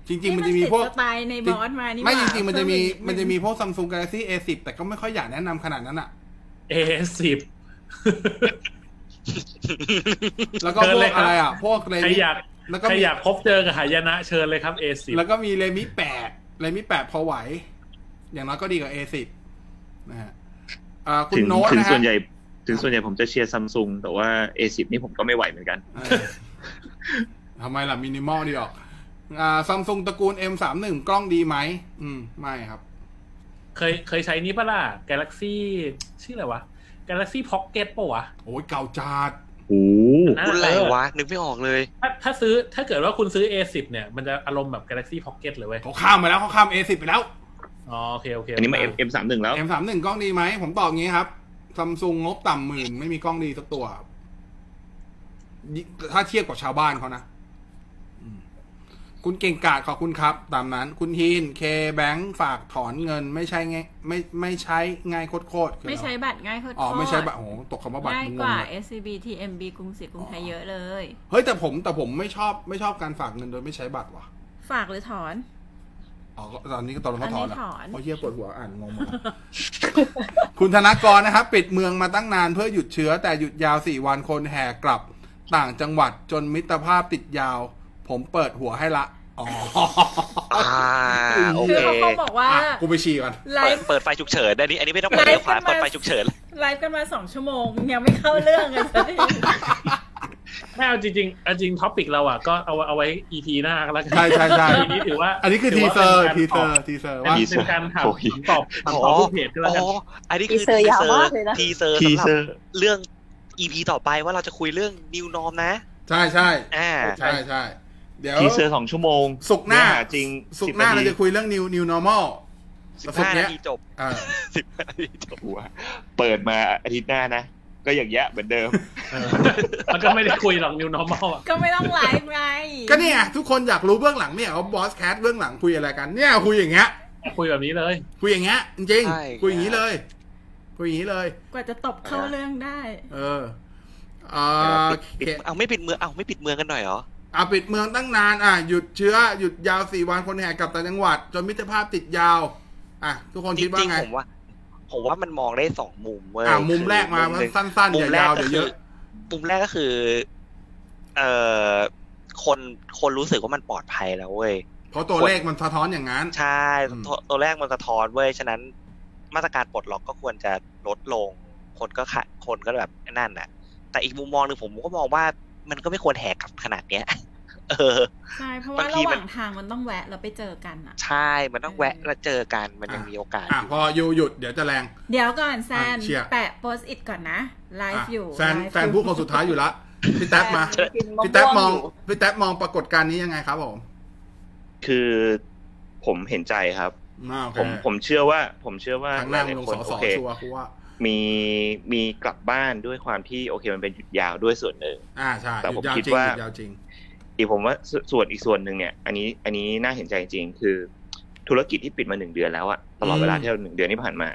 จริง ๆ มันจะมีพวก นี่นติดสไตล์ในบอสมานี่ ไม่ หว่า จริง ๆ มันจะมี เพิ่อีก มันจะมีพวก Samsung Galaxy A10 แต่ก็ไม่ค่อยอยากแนะนำขนาดนั้นอะ เอสิบ แล้วก็ เชิ พ ญ ว เล ก ยครับ อะไรอ่ะ พวกเล ใคร มิ อยาก แล้วก็ ใคร มี อยากพบเจอกับหายนะเชิญเลยครับเอสิบ แล้วก็มีเลมิแปดเลมิแปดพอไหว อย่างน้อยก็ดีกว่าเอสิบนะฮะอ่าคุณ ถึง โน้ต ถึง นะฮะส่วนใหญ่ ถึงส่วนใหญ่ผมจะเชียร์ซัมซุงแต่ว่า A10 นี่ผมก็ไม่ไหวเหมือนกัน เออทำไมล่ะ มินิมอลดีออกอ่าซัมซุงตระกูล M31 กล้องดีไหม อืม ไม่ครับ เคยเคยใช้นี้ปะล่ะกาแล็กซี่ชื่ออะไรวะกาแล็กซี่พ็อกเก็ตปะวะ โอ้ยเก่าจัด โอ้ นะ คุณอะไร เออ วะนึกไม่ออกเลย ถ้าถ้าซื้อถ้าเกิดว่าคุณซื้อ A10 เนี่ย มันจะอารมณ์แบบ Galaxy Pocket เลยเว้ย เขาข้ามไปแล้วเขาข้าม A10 ไปแล้ว อ๋อโอเคโอเค อันนี้มา เอ M M31 แล้ว M31 กล้องดีไหม ผมตอบงี้ครับซัมซุงงบต่ำหมื่น ไม่มีกล้องดีสักตัวครับยิ่งถ้าเทียบกับชาวบ้านเขานะอืมคุณเก่งกาดขอบคุณครับ ตามนั้น คุณฮีนเคแบงฝากถอนเงินไม่ใช่ไงไม่ไม่ใช้ง่ายโคตรๆคือ ไม่ใช้ อะร บัตรง่ายโคตร อ๋อไม่ใช้บัตรโอ้โหตกคำว่าบัตร ง่าย มึง ก งง ว่า เลย SCB TMB กรุงศรีกรุงไทยเยอะเลย เฮ้ยแต่ผมแต่ผมไม่ชอบไม่ชอบการฝากเงินโดยไม่ใช้บัตรว่ะ ฝากหรือถอน อ๋อตอนนี้ก็ตอนเขาถอน อันนี้ แล้ว ถอน โอ้ยเหี้ยปวดหัวอ่านงงหมด แล้ว คุณธนากรนะครับ ปิดเมืองมาตั้งนานเพื่อหยุดเชื้อ แต่หยุดยาวสี่วันคนแห่กลับ ต่างจังหวัดจนมิตรภาพติดยาว ผมเปิดหัวให้ละ อ๋อ อ่าโอ คือ เค เขาคงบอกว่า อ่ะกูไปฉี่ก่อน ไล เปิด ฟ์ เปิดไฟฉุกเฉินอันนี้อันนี้ไม่ต้องเปิดเลี้ยวขวา ไลฟ์ขึ้นมา เปิดไฟฉุกเฉิน ไลฟ์กันมาสองชั่วโมง ยังไม่เข้าเรื่องเลยสักที ไม่เอาจริงๆเอาจริงท็อปิกเราอ่ะ ก็เอาเอาไว้ EP หน้าก็แล้วกัน ใช่ใช่ใช่ อันนี้ถือว่า อันนี้คือทีเซอร์ ทีเซอร์ ทีเซอร์ว่า อั เป็นการถาม โอ้ย ตอบถามตอบผู้เพจก็แล้วกัน อ๋ออันนี้คือ ทีเซอร์ยาวมากเลยนะ ทีเซอร์ ที สำหรับ เซอร์ เรื่อง EP ต่อไปว่าเราจะคุยเรื่อง New Norm นะ ใช่ใช่ อ่า ใช่ใช่เดี๋ยว ทีเซอร์สองชั่วโมง สุกร์หน้า เอจริง สุกร์หน้า 10 เราจะคุยเรื่อง new new normal แต่ศุก 15 ร์ นา เนี้ย ทีจบ อ่า 15 นาทีจบ หัวเปิดมาอาทิตย์หน้านะ ก็อย่างเงี้ยเหมือนเดิม เออมันก็ไม่ได้คุยหรอก New Normal อ่ะ ก็ไม่ต้องไลฟ์ไง ก็เนี่ยทุกคนอยากรู้เบื้องหลังเนี่ยว่าบอสแคทเบื้องหลังคุยอะไรกันเนี่ยคุยอย่างเงี้ย คุยแบบนี้เลย คุยอย่างเงี้ยจริง ใช่ ๆคุยอย่างนี้เลยคุยอย่างนี้เลย กว่าจะตบเข้าเรื่องได้ เอออ่า ปิด เขต เอาไม่ปิดเมืองเอาไม่ปิดเมืองกันหน่อยเหรอ อ่าปิดเมืองตั้งนานอ่ะหยุดเชื้อหยุดยาวสี่วันคนแห่กลับต่างจังหวัด จนมิตรภาพติดยาว อ่ะ ทุกคน จ คิดว่า ริง ไง ๆผมว่า ผมว่ามันมองได้สองมุมเว้ย อ่ะมุม คือ แรกมา หนึ่ง สั้นๆ มุ อ ม ย่า แรก ยาว ก็ เดี๋ยวเยคือ อะ มุมแรกก็คือ เอ่อคนคนรู้สึกว่ามันปลอดภัยแล้วเว้ย เพราะตัวเลขมันสะท้อนอย่างนั้น ใช่ อืม ตัวตัวแรกมันสะท้อนเว้ย ฉะนั้นมาตรการปลดล็อกก็ควรจะลดลง คนก็ขะคนก็แบบนั่นน่ะ แต่อีกมุมมองหนึ่งผมก็มองว่ามันก็ไม่ควรแหกกลับขนาดเนี้ย เออ ใช่เพราะว่า บางที ระห มั ว่าน งทางมันต้องแวะแล้วไปเจอกันอ่ะ ใช่ มันต้องแวะแล้วเจอกันมันยังมีโอกาส อ่ะ ยู่ พอยูหยุดเดี๋ยวจะแรง เดี๋ยวก่อนแซน อ่ะเชียร์ แปะโพสต์อิทก่อนนะไล อ่ะ ฟ์อยู่ แซน ไลฟ์ แซนพูดคนสุดท้ายอยู่ละพี่แท็บมา แซนกินมะม่วง พี่แท็บมอง อยู่ พี่แท็บมองปรากฏการณ์นี้ยังไงครับผม คือผมเห็นใจครับ อ่าโอเค ผมผมเชื่อว่า ผมเชื่อว่า ทางหน้า ห มึ ลาง ย ลง ๆค ส น อส โอ อ เค ชัวร์กูว่า มีมีกลับบ้านด้วยความที่โอเคมันเป็นหยุดยาวด้วยส่วนหนึ่ง อ่าใช่ แต่ ห ผ ยุ ม ดยาว คิด จริง ว่า หยุดยาวจริง อีกผมว่าสส่วนอีกส่วนหนึ่งเนี่ย อันนี้อันนี้น่าเห็นใจจริงคือ ธุรกิจที่ปิดมาหนึ่งเดือนแล้วอะตลอดเวลา อืม ที่เราหนึ่งเดือนที่ผ่านมา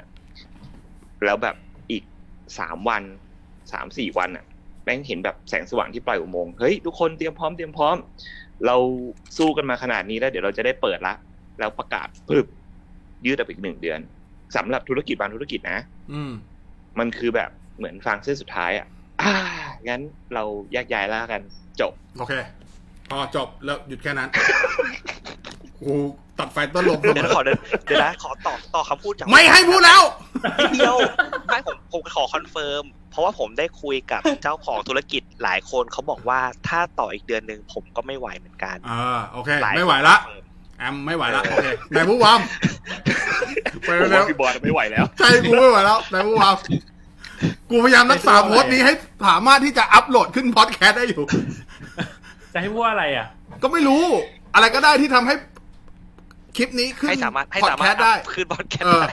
แล้วแบบอีกสามวันสามสี่วันอะแม่งเห็นแบบแสงสว่างที่ปลายอุโมงค์เฮ้ยทุกคนเตรียมพร้อมเตรียมพร้อม เราสู้กันมาขนาดนี้แล้วเดี๋ยวเราจะได้เปิดละ แล้วประกาศปึ๊บยืดออกไปอีกหนึ่งเดือนสำหรับธุรกิจบางธุรกิจนะ อืม มันคือแบบเหมือนฟังเส้นสุดท้ายอะอ่างั้นเราแยกย้ายล่ากันจบ โอเค พอจบแล้วหยุดแค่นั้น กูตัดไฟต้นลมเส เดี๋ย มอวนะขอเดี๋ยวเดี๋ยวนะขอต่อต่อคำพูดจาก ไม่ให้พูดแล้ว นิดเดียวไม่ผมผมขอคอนเฟิร์ม เพราะว่าผมได้คุยกับเจ้าของธุรกิจหลายคนเขาบอกว่าถ้าต่ออีกเดือนหนึ่งผมก็ไม่ไหวเหมือนกัน อ่าโอเค ายคน ไม่ไหวละ เออ แอมไม่ไหวละโอเคไหนผู้วามไป ผม แล้ว ว่าพี่บอลไม่ไหวแล้ว ใช่กูไม่ไหวแล้วไหนผู้วามกูพยายามรักษาโพสต์นี้ให้สามารถที่จะอัพโหลดขึ้นพอดแคสต์ได้อยู่ จะให้พูดว่าอะไรอ่ะ ก็ไม่รู้ อะไรก็ได้ที่ทำให้คลิปนี้ขึ้น ให้สามารถให้ พอด สา แค มาสรถ ต์ได้ ขึ้นบอดแคส เออต์ได้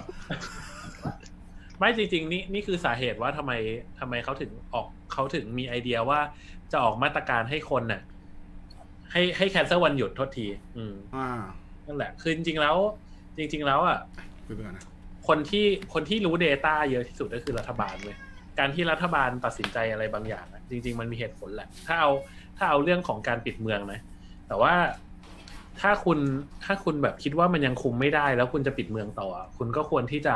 ไม่จริงๆนี่นี่คือสาเหตุว่าทำไมทำไมเขาถึงออกเขาถึงมีไอเดียว่าจะออกมาตรการให้คนน่ะ ให้ให้แคนเซอร์วันหยุดโทษที อืม อ่า นั่นแหละ คือจริงๆแล้ว จริง ๆ แล้วอ่ะ คุยไปก่อนนะ คนที่คนที่รู้ Data เยอะที่สุดก็คือรัฐบาลเลยการที่รัฐบาลตัดสินใจอะไรบางอย่างอะจริง ๆ มันมีเหตุผลแหละ ถ้าเอาถ้าเอาเรื่องของการปิดเมืองนะ แต่ว่าถ้าคุณถ้าคุณแบบคิดว่ามันยังคุมไม่ได้ แล้วคุณจะปิดเมืองต่ออะคุณก็ควรที่จะ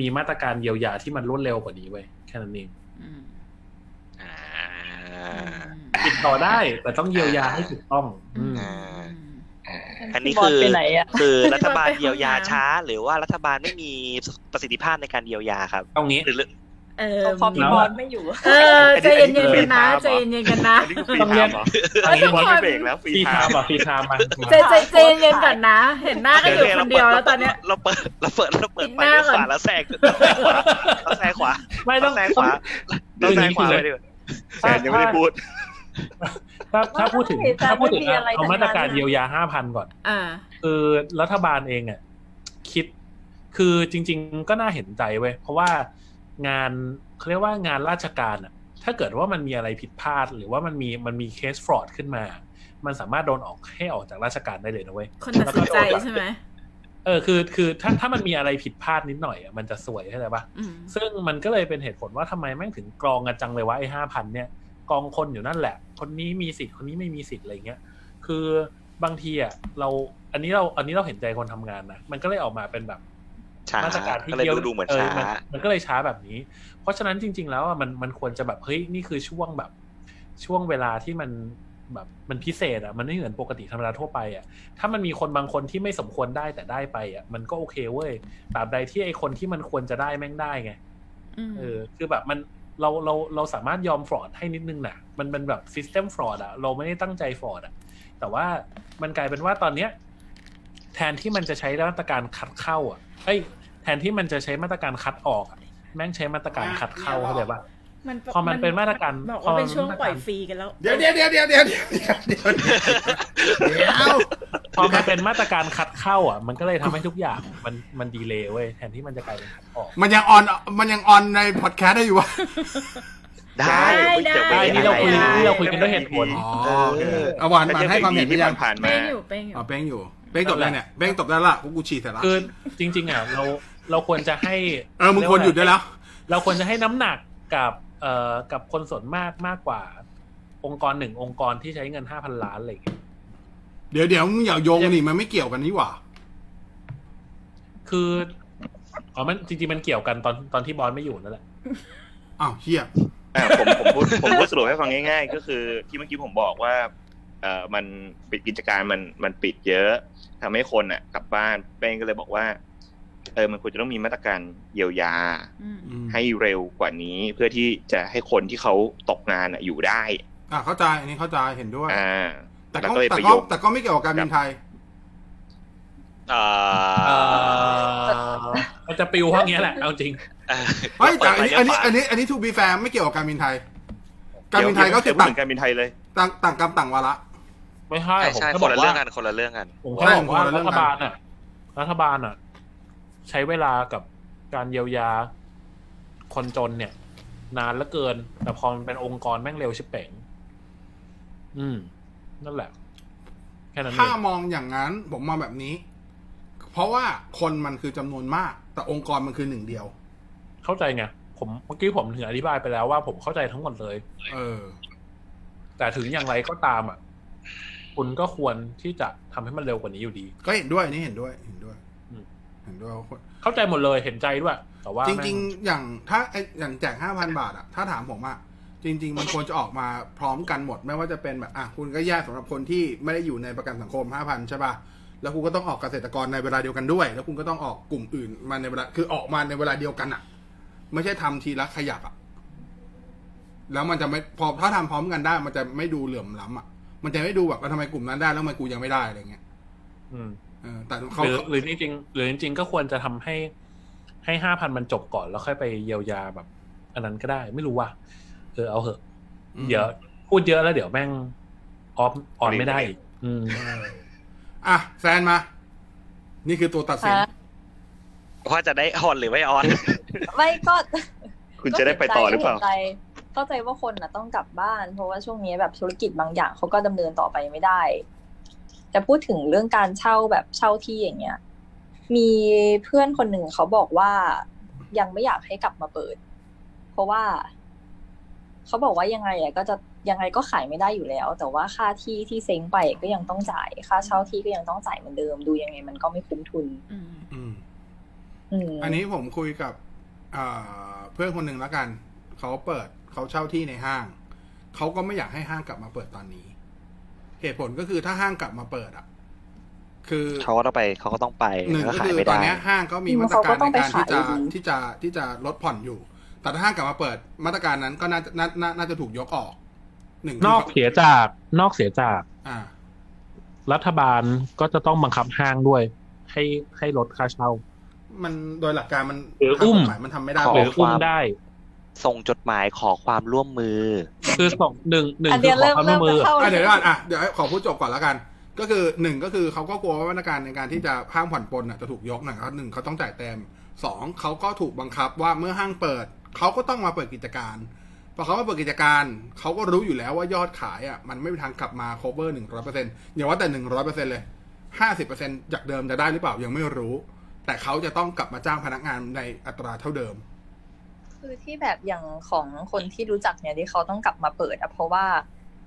มีมาตรการเยียวยาที่มันรวดเร็วกว่านี้ไว้ยแค่นั้นเอง อืม อ่า ปิดต่อได้ แต่ต้องเยียวยาให้ถูกต้อง อืม อ่า ม อันนี้ พี่บล คือ ไปไหนอะ คือ รั รัฐ ฐ บา บา ล ล เยียวยาช้า หรือว่ารัฐบาลไม่มีประสิทธิภาพในการเยียวยาครับ ตรงนี้ หรือ เออ เอาพอพี่บอลไม่อยู่ เออใจเย็นๆกันนะ อันนี้ ใจเย็นๆกันนะ อันนี้คือฟรีไทม์เหรอ อันนี้ พี่บอลไม่เบรกแล้วฟรี ฟี ไท ทาม ม์ อ่ะฟีทามมา ใจใจใจเย็นๆกันนะ เห็นหน้ากันอยู่คนเดียวแล้วตอนเนี้ย เราเปิดเราเปิดเราเปิด ปิด ไป หน้า เลี้ยวข ก่อนวาแล้วแซงเราแซงขวา ไม่ต้ เรา อง แซงขวาเราแซงขวาไปดีกว่า แซนยังไม่ได้พูด ถ้าถ้าพูดถึง ไม่ ถ้าพูดถึง ไม่มีอะไร เอามาตรการเยียวยาห้าพันก่อน อ่า คือรัฐบาลเองอ่ะคิดคือจริง ๆ ก็น่าเห็นใจเว้ยเพราะว่างานเขาเรียกว่างานราชการอ่ะ ถ้าเกิดว่ามันมีอะไรผิดพลาด หรือว่ามันมีมันมีเคสฟรอดขึ้นมา มันสามารถโดนออกให้ออกจากราชการได้เลยนะเว้ย คนตัดสินใจใช่ไหม เออคือคือถ้าถ้ามันมีอะไรผิดพลาดนิดหน่อยอ่ะมันจะสวยเข้าใจปะ อืม ซึ่งมันก็เลยเป็นเหตุผลว่าทำไมแม่งถึงกรองกันจังเลยว่าไอ้ห้าพันเนี่ยกรองคนอยู่นั่นแหละ คนนี้มีสิทธิ์คนนี้ไม่มีสิทธิ์อะไรเงี้ย คือบางทีอ่ะเราอันนี้เราอันนี้เราเห็นใจคนทำงานนะมันก็เลยออกมาเป็นแบบ ช้า มาตรการที่ ก็เลย ที่ยว ดูดูเหมือนช้า นมันก็เลยช้าแบบนี้ เพราะฉะนั้นจริง ๆ แล้วอ่ะมันมันควรจะแบบเฮ้ยนี่คือช่วงแบบช่วงเวลาที่มันแบบมันพิเศษอ่ะมันไม่เหมือนปกติธรรมดาทั่วไปอ่ะถ้ามันมีคนบางคนที่ไม่สมควรได้แต่ได้ไปอ่ะมันก็โอเคเว้ยตราบใดที่ไอคนที่มันควรจะได้แม่งได้ไง อืม เออคือแบบมันเราเราเราสามารถยอมฟรอดให้นิดนึงนะมันเป็นแบบซิสเต็มฟรอดอ่ะเราไม่ได้ตั้งใจฟรอดอ่ะ แต่ว่ามันกลายเป็นว่าตอนเนี้ยแทนที่มันจะใช้มาตรการคัดเข้าอ่ะเอ้ยแทนที่มันจะใช้มาตรการคัดออกอะแม่งใช้มาตรการคัดเข้าเข้าใจปะ พอมันเป็นมาตรการ บอก พอ ว่า มัน เป็นช่วงปล่อยฟรีกันแล้ว เดี๋ยวเดี๋ยวเดี๋ยวเดี๋ยวเดี๋ยวเดี๋ยวเดี๋ยวเดี๋ยว พอมันเป็นมาตรการคัดเข้าอ่ะ มันก็เลยทำให้ทุกอย่างมันมันดีเลยเว้ยแทนที่มันจะกลายเป็นคัดออก มันยังออนมันยังออนในพอดแคสต์ได้อยู่วะ ได้ ได้ ม่ ได้นี่เราคุย อะไร นี่เราคุยกันด้วยเหตุผล อ๋อ เออ โอเคเอาหวานหวานให้ความเห็นไปยัง ผ่านๆมา เป้งอยู่เป้งอยู่ อ๋อเป้งอยู่เป้งตบได้เนี่ยเป้งตบได้ละกูกูฉีดเสร็จละ คือจริง ๆอ่ะเราเราควรจะให้ เออมึงควรหยุดได้แล้ว เราควรจะให้น้ำหนักกับเอ่อกับคนส่วนมากมากกว่า องค์กรหนึ่งองค์กรที่ใช้เงินห้าพันล้านอะไรอย่างเงี้ย เดี๋ยวเดี๋ยวมึงอย่าโยงกันนี่มันไม่เกี่ยวกันนี่หว่า คืออ๋อมันจริงๆมันเกี่ยวกันตอนตอนที่บอสไม่อยู่นั่นแหละ อ้าวเฮีย อ่ะผมผมพูด ผมพูดสรุปให้ฟังง่าย ๆ ก็คือที่เมื่อกี้ผมบอกว่าเออมันปิดกิจการมันมันปิดเยอะทำให้คนอ่ะกลับบ้านเป้งก็เลยบอกว่าเออมันควรจะต้องมีมาตรการเยียวยา อืม อืม ให้เร็วกว่านี้เพื่อที่จะให้คนที่เขาตกงานอะอยู่ได้ อ่าเข้าใจอันนี้เข้าใจเห็นด้วย อ่า แต่ แล้ว ก็ ก็เลย แต่ ประ ก็ โยค แต่ก็ไม่เกี่ยวกับการบินไทย อ่า มันจะปิวห้องเนี้ยแหละ เอาจริง เอ่อ เฮ้ยแต่อันนี้อันนี้อันเปิดไปนี้อันนี้ทูบีแฟมไม่เกี่ยวกับการบินไทย การบินไทยก็ เดี๋ว คือ เดี๋วต่าพูดง ถึงการบินไทยเลย ต่างต่างกรรมต่างวาระ ไม่ใช่ ใช่ ผม ใช่ แค่ ค บอน ก ละเรื่อ ว่าง กันคนละเรื่องกัน ผมแค่บอกว่า ใช่ผมคนละเรื่ รั องกัฐน บาลอ่ะ รัฐบาลอ่ะ ใช้เวลากับการเยียวยาคนจนเนี่ย นานเหลือเกิน แต่พอมันเป็นองค์กรแม่งเร็วชิบเป๋งอืม นั่นแหละ แค่นั้นเอ ถ้าง มองอย่างนั้นผมมองแบบนี้ เพราะว่าคนมันคือจำนวนมาก แต่องค์กรมันคือหนึ่งเดียว เข้าใจไงผมเมื่อกี้ผมถึงอธิบายไปแล้วว่าผมเข้าใจทั้งหมดเลย เออ แต่ถึงอย่างไรก็ตามอ่ะ คุณก็ควรที่จะทำให้มันเร็วกว่านี้อยู่ดี ก็เห็นด้วยอันนี่เห็นด้วยเห็นด้วย อืม เห็นด้วยว่าคน เข้าใจหมดเลยเห็นใจด้วย แต่ว่า จ แม่ ริง ๆ อย่างถ้าไอ้อย่างแจกห้าพันบาทอะถ้าถามผมอะจริง ๆ มันควรจะออกมาพร้อมกันหมด ไม่ว่าจะเป็นแบบอ่ะคุณก็แยกสำหรับคนที่ไม่ได้อยู่ในประกันสังคมห้าพันใช่ป่ะแล้วคุณก็ต้องออกเกษตรกรในเวลาเดียวกันด้วย แล้วคุณก็ต้องออกกลุ่มอื่นมาในเวลาคือออกมาในเวลาเดียวกันอะไม่ใช่ทำทีละขยับอะแล้วมันจะไม่พอถ้าทำพร้อมกันได้ มันจะไม่ดูเหลื่อมล้ำอะมันจะไม่ดูแบบว่าทำไมกลุ่มนั้นได้แล้วทำไมกูยังไม่ได้อะไรเงี้ย อืม เออแต่ ห เขา รือหรือจริงๆหรือจริงๆก็ควรจะทำให้ให้ห้าพันมันจบก่อนแล้วค่อยไปเยียวยาแบบ อันนั้นก็ได้ไม่รู้ว่าเออเอาเหอะ อืม เดี๋ยวพูดเยอะแล้วเดี๋ยวแม่งออฟออนไม่ได้อีกอืม เอออ่ะแซนมา นี่คือตัวตัดสิน ฮะ ว่าจะได้ออนหรือไม่ออน ไม่ก็ คุณจะได้ไปต่อหรือเปล่า ก็นใจเข้าใจว่าคนนะต้องกลับบ้าน เพราะว่าช่วงนี้แบบธุรกิจบางอย่างเขาก็ดำเนินต่อไปไม่ได้ จะพูดถึงเรื่องการเช่าแบบเช่าที่อย่างเงี้ย มีเพื่อนคนหนึ่งเขาบอกว่ายังไม่อยากให้กลับมาเปิด เพราะว่าเขาบอกว่ายังไงอะก็จะยังไงก็ขายไม่ได้อยู่แล้ว แต่ว่าค่าที่ที่เซ้งไปก็ยังต้องจ่าย ค่าเช่าที่ก็ยังต้องจ่ายเหมือนเดิม ดูยังไงมันก็ไม่คุ้มทุน อืม อืม อืม อันนี้ผมคุยกับอ่าเพื่อนคนหนึ่งแล้วกัน เขาเปิดเขาเช่าที่ในห้าง เขาก็ไม่อยากให้ห้างกลับมาเปิดตอนนี้ เหตุผลก็คือถ้าห้างกลับมาเปิดอ่ะ คือ เขาก็ต้องไปเขาก็ต้องไป หนึ่ง ก็ ก็ ขาย คือ ไม่ ตอน ได้ เนี้ยห้างก็มี อืม มาตรการ เขาก็ต้ ใน องไป การที่จะ ขายอยู่ดี ที่จะที่จะลดผ่อนอยู่ แต่ถ้าห้างกลับมาเปิด มาตรการนั้นก็น่าจะน่าน่าน่าจะถูกยกออกหนึ่งคื นอกเสียจากนอกเสียจาก อ่า รัฐบาลก็จะต้องบังคับห้างด้วย ให้ให้ลดค่าเช่า มันโดยหลักการมัน หรืออุ้ม ทางกฎหายมันทำไม่ได้ ขอ หรืออุ้มได้ ส่งจดหมายขอความร่วมมือ คือสองหนึ่งหนึ่ง อัน คื เนี้ อย ขอ เริ่มเริ่มความร่วมมือ จะเข้า อ่ะเดี๋ยวก่อน เรื่อง อ่ะเดี๋ยวขอพูดจบก่อนแล้วกัน ก็คือหนึ่งก็คือเขาก็กลัวว่ามาตรการในการที่จะห้ามผ่อนปลนอ่ะจะถูกยกนะครับหนึ่งเขาต้องจ่ายเต็มสองเขาก็ถูกบังคับว่าเมื่อห้างเปิดเขาก็ต้องมาเปิดกิจการพอเขามาเปิดกิจการเขาก็รู้อยู่แล้วว่ายอดขายอ่ะมันไม่มีทางกลับมา cover หนึ่งร้อยเปอร์เซ็นต์อย่าว่าแต่หนึ่งร้อยเปอร์เซ็นต์เลยห้าสิบเปอร์เซ็นต์จากเดิมจะได้หรือเปล่ายังไม่รู้ แต่เขาจะต้องกลับมาจ้างพนักงานในอัตราเท่าเดิม คือที่แบบอย่างของคนที่รู้จักเนี่ยที่เขาต้องกลับมาเปิดอะเพราะว่า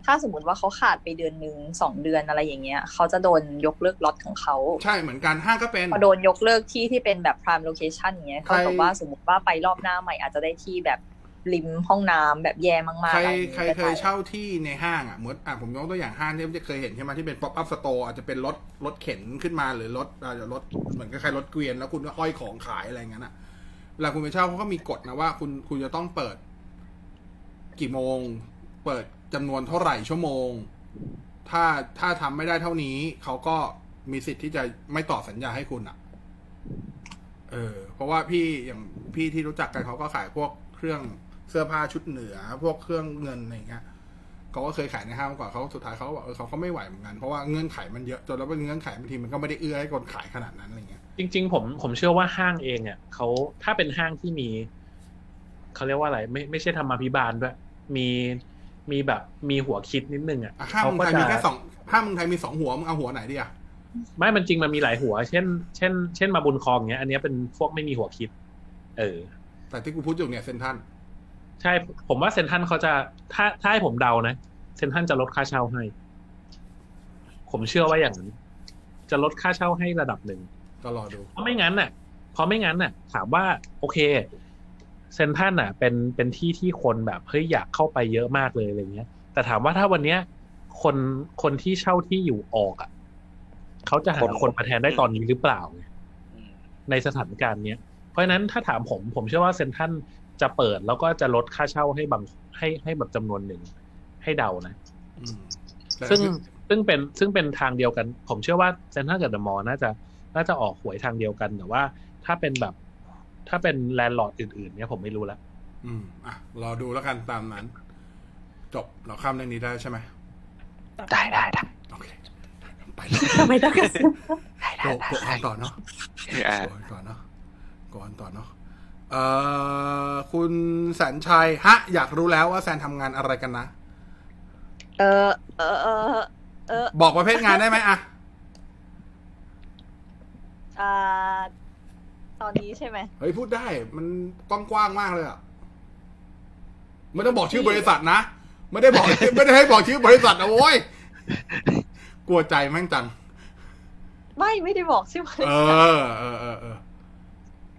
ถ้าสมมติว่าเขาขาดไปเดือนหนึ่งสองเดือนอะไรอย่างเงี้ยเขาจะโดนยกเลิกล็อตของเขา ใช่เหมือนกันห้างก็เป็น พอโดนยกเลิกที่ที่เป็นแบบ prime location เงี้ย ใคร เขาบอกว่าสมมติว่าไปรอบหน้าใหม่อาจจะได้ที่แบบริมห้องน้ำแบบแย่มากๆ ใคร อะไรอย่าง ใคร งี้ย เคยเช่าที่ในห้างอ่ะเหมือนอ่ะผมยกตัวอย่างห้างที่จะเคยเห็นใช่ไหมที่เป็น pop up store อาจจะเป็นรถรถเข็นขึ้นมาหรือรถอ่ารถเหมือนคล้ายๆรถเกวียนแล้วคุณก็ห้อยของขายอะไรอย่างนั้นอ่ะเวลาคุณไปเช่าเขาก็มีกฎนะว่า คุณคุณจะต้องเปิด กี่โมง เปิดจำนวนเท่าไหร่ชั่วโมง ถ้าถ้าทำไม่ได้เท่านี้เขาก็มีสิทธิ์ที่จะไม่ต่อสัญญาให้คุณอ่ะ เออเพราะว่าพี่อย่างพี่ที่รู้จักกันเขาก็ขายพวกเครื่องเสื้อผ้าชุดเหนือ พวกเครื่องเงินอะไรอย่างเงี้ยเขาก็เคยขายในห้างมาก่อนเขาสุดท้ายเขาก็บอกเออเขาก็ไม่ไหวเหมือนกันเพราะว่าเงื่อนไขมันเยอะจนแล้วเงื่อนไขบางทีมันก็ไม่ได้เอื้อให้คนขายขนาดนั้นอะไรเงี้ย จริง ๆ ผมผมเชื่อว่าห้างเองเนี่ยเขาถ้าเป็นห้างที่มีเขาเรียกว่าอะไร ไม่ไม่ใช่ธรรมาภิบาลด้วยมีมีแบบมีหัวคิดนิดนึงอ่ะ อ่ะห้าง เขา เมือง ก็ ไทย จะ มีแค่สองห้างเมืองไทยมีสองหัวมึงเอาหัวไหนดีอ่ะ ไม่มันจริงมันมีหลายหัว เช่น เช่น เช่นมาบุญคลองเนี้ย อันเนี้ยเป็นพวกไม่มีหัวคิด เออ แต่ที่กูพูดอยู่เนี่ยเซนทรัน ใช่ผมว่าเซนทรันเขาจะถ้าถ้าให้ผมเดานะเซนทรันจะลดค่าเช่าให้ ผมเชื่อว่าอย่างนั้นจะลดค่าเช่าให้ระดับหนึ่ง ก็รอดู เพราะไม่งั้นน่ะเพราะไม่งั้นน่ะ ถามว่าโอเค เซนท่านอ่ะ เป็นเป็นที่ที่คนแบบเฮ้ยอยากเข้าไปเยอะมากเลยอะไรเงี้ย แต่ถามว่าถ้าวันเนี้ย คนคนที่เช่าที่อยู่ออกอ่ะเขาจะหา คน คนมาแทนได้ตอนนี้หรือเปล่า อืม ในสถานการณ์เนี้ย เพราะฉะนั้นถ้าถามผมผมเชื่อว่าเซนทรันจะเปิดแล้วก็จะลดค่าเช่าให้บางให้ให้แบบจำนวนหนึ่งให้เดานะ อืมแต่ ซึ่งซึ่งเป็นซึ่งเป็นทางเดียวกัน ผมเชื่อว่าเซนทรันกับเดอะมอลล์น่าจะน่าจะออกหวยทางเดียวกันแต่ว่าถ้าเป็นแบบถ้าเป็นแลนด์ลอร์ดอื่นๆ เนี่ยผมไม่รู้ละ อืมอ่ะรอดูแล้วกันตามนั้น จบเราข้ามเรื่องนี้ได้ใช่ไหม ได้ได้ได้ โอเค ไปเลย ทำไมต้องกระซิบ ได้ โกโกะได้ได้ อ่านต่อเนาะ อ่า โกะอ่านต่อเนาะโกะอ่านต่อเนาะเอ่อคุณสันชัยฮะ อยากรู้แล้วว่าแซนทำงานอะไรกันนะ เออเออเออเออ บอกประเภทงานได้ไหมอะ อ่าตอนนี้ใช่ไหม เฮ้ยพูดได้มันกว้างๆมากเลยอะไม่ต้องบอกชื่อบริษัทนะ ไม่ได้บอก ไม่ได้ให้บอกชื่อบริษัทนะโว้ยกลัวใจแม่งจัง ไม่ไม่ได้บอกใช่ไหม เออเออเออเออ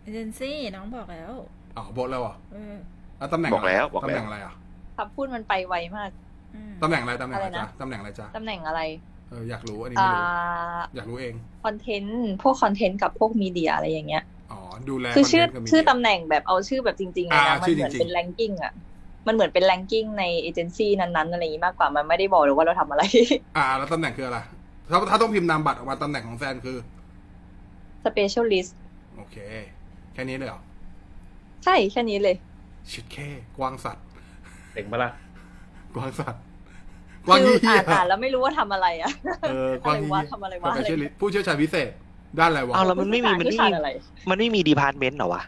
เอเจนซี่น้องบอกแล้ว อ๋อบอกแล้วเหรอ่ะ เออ แล้วตำแหน่งะ บอกแล้วบอก ตำ แล้ว แหน่งอะไรอ่ะ คำพูดมันไปไวมาก อืม ตำแหน่งอะไรตำแหน่งอะไร อะไรนะ จ๊ะตำแหน่งอะไรจ๊ะ ตำแหน่งอะไร เอออยากรู้อันนี้ อ่ ไม่รู้ า อยากรู้เอง คอนเทนต์พวกคอนเทนต์กับพวกมีเดียอะไรอย่างเงี้ย อ๋อดูแล คือชื่อ คอนเทนต์กับมี ชื่อ เดีย ตำแหน่งแบบเอาชื่อแบบจริงๆเลยนะ อ่า มั ชื่ น อ เหมือน จริงๆ เป็นแรงกิ้งอ่ะมันเหมือนเป็นแรงกิ้งในเอเจนซี่นั้นๆอะไรอย่างงี้มากกว่ามันไม่ได้บอกหรือว่าเราทำอะไร อ่าแล้วตำแหน่งคืออะไร ถ้าถ้าต้องพิมพ์นามบัตรออกมาตำแหน่งของแซนคือ สเปเชียลลิสต์ โอเค แค่นี้เลยเหรอ ใช่แค่นี้เลย ชิดแค่กวางสัตว์ เจ๋งปะล่ะ กวางสัตว์กวาง คื ยี่ อ เหี้ อ่าย นอ่านแล้วไม่รู้ว่าทำอะไรอ่ะ เออกวางยี่ อะเหี้ยวไระทำอะไรวะ ปเชียลิสต์ผู้เชี่ยวชาญพิเศษ ด้านอะไรวะ เอาแล้วมันไม่มีมัน ผู้ ไม่ ชาย มี อะไร มันไม่มีดีพาร์ตเมนต์เหรอวะ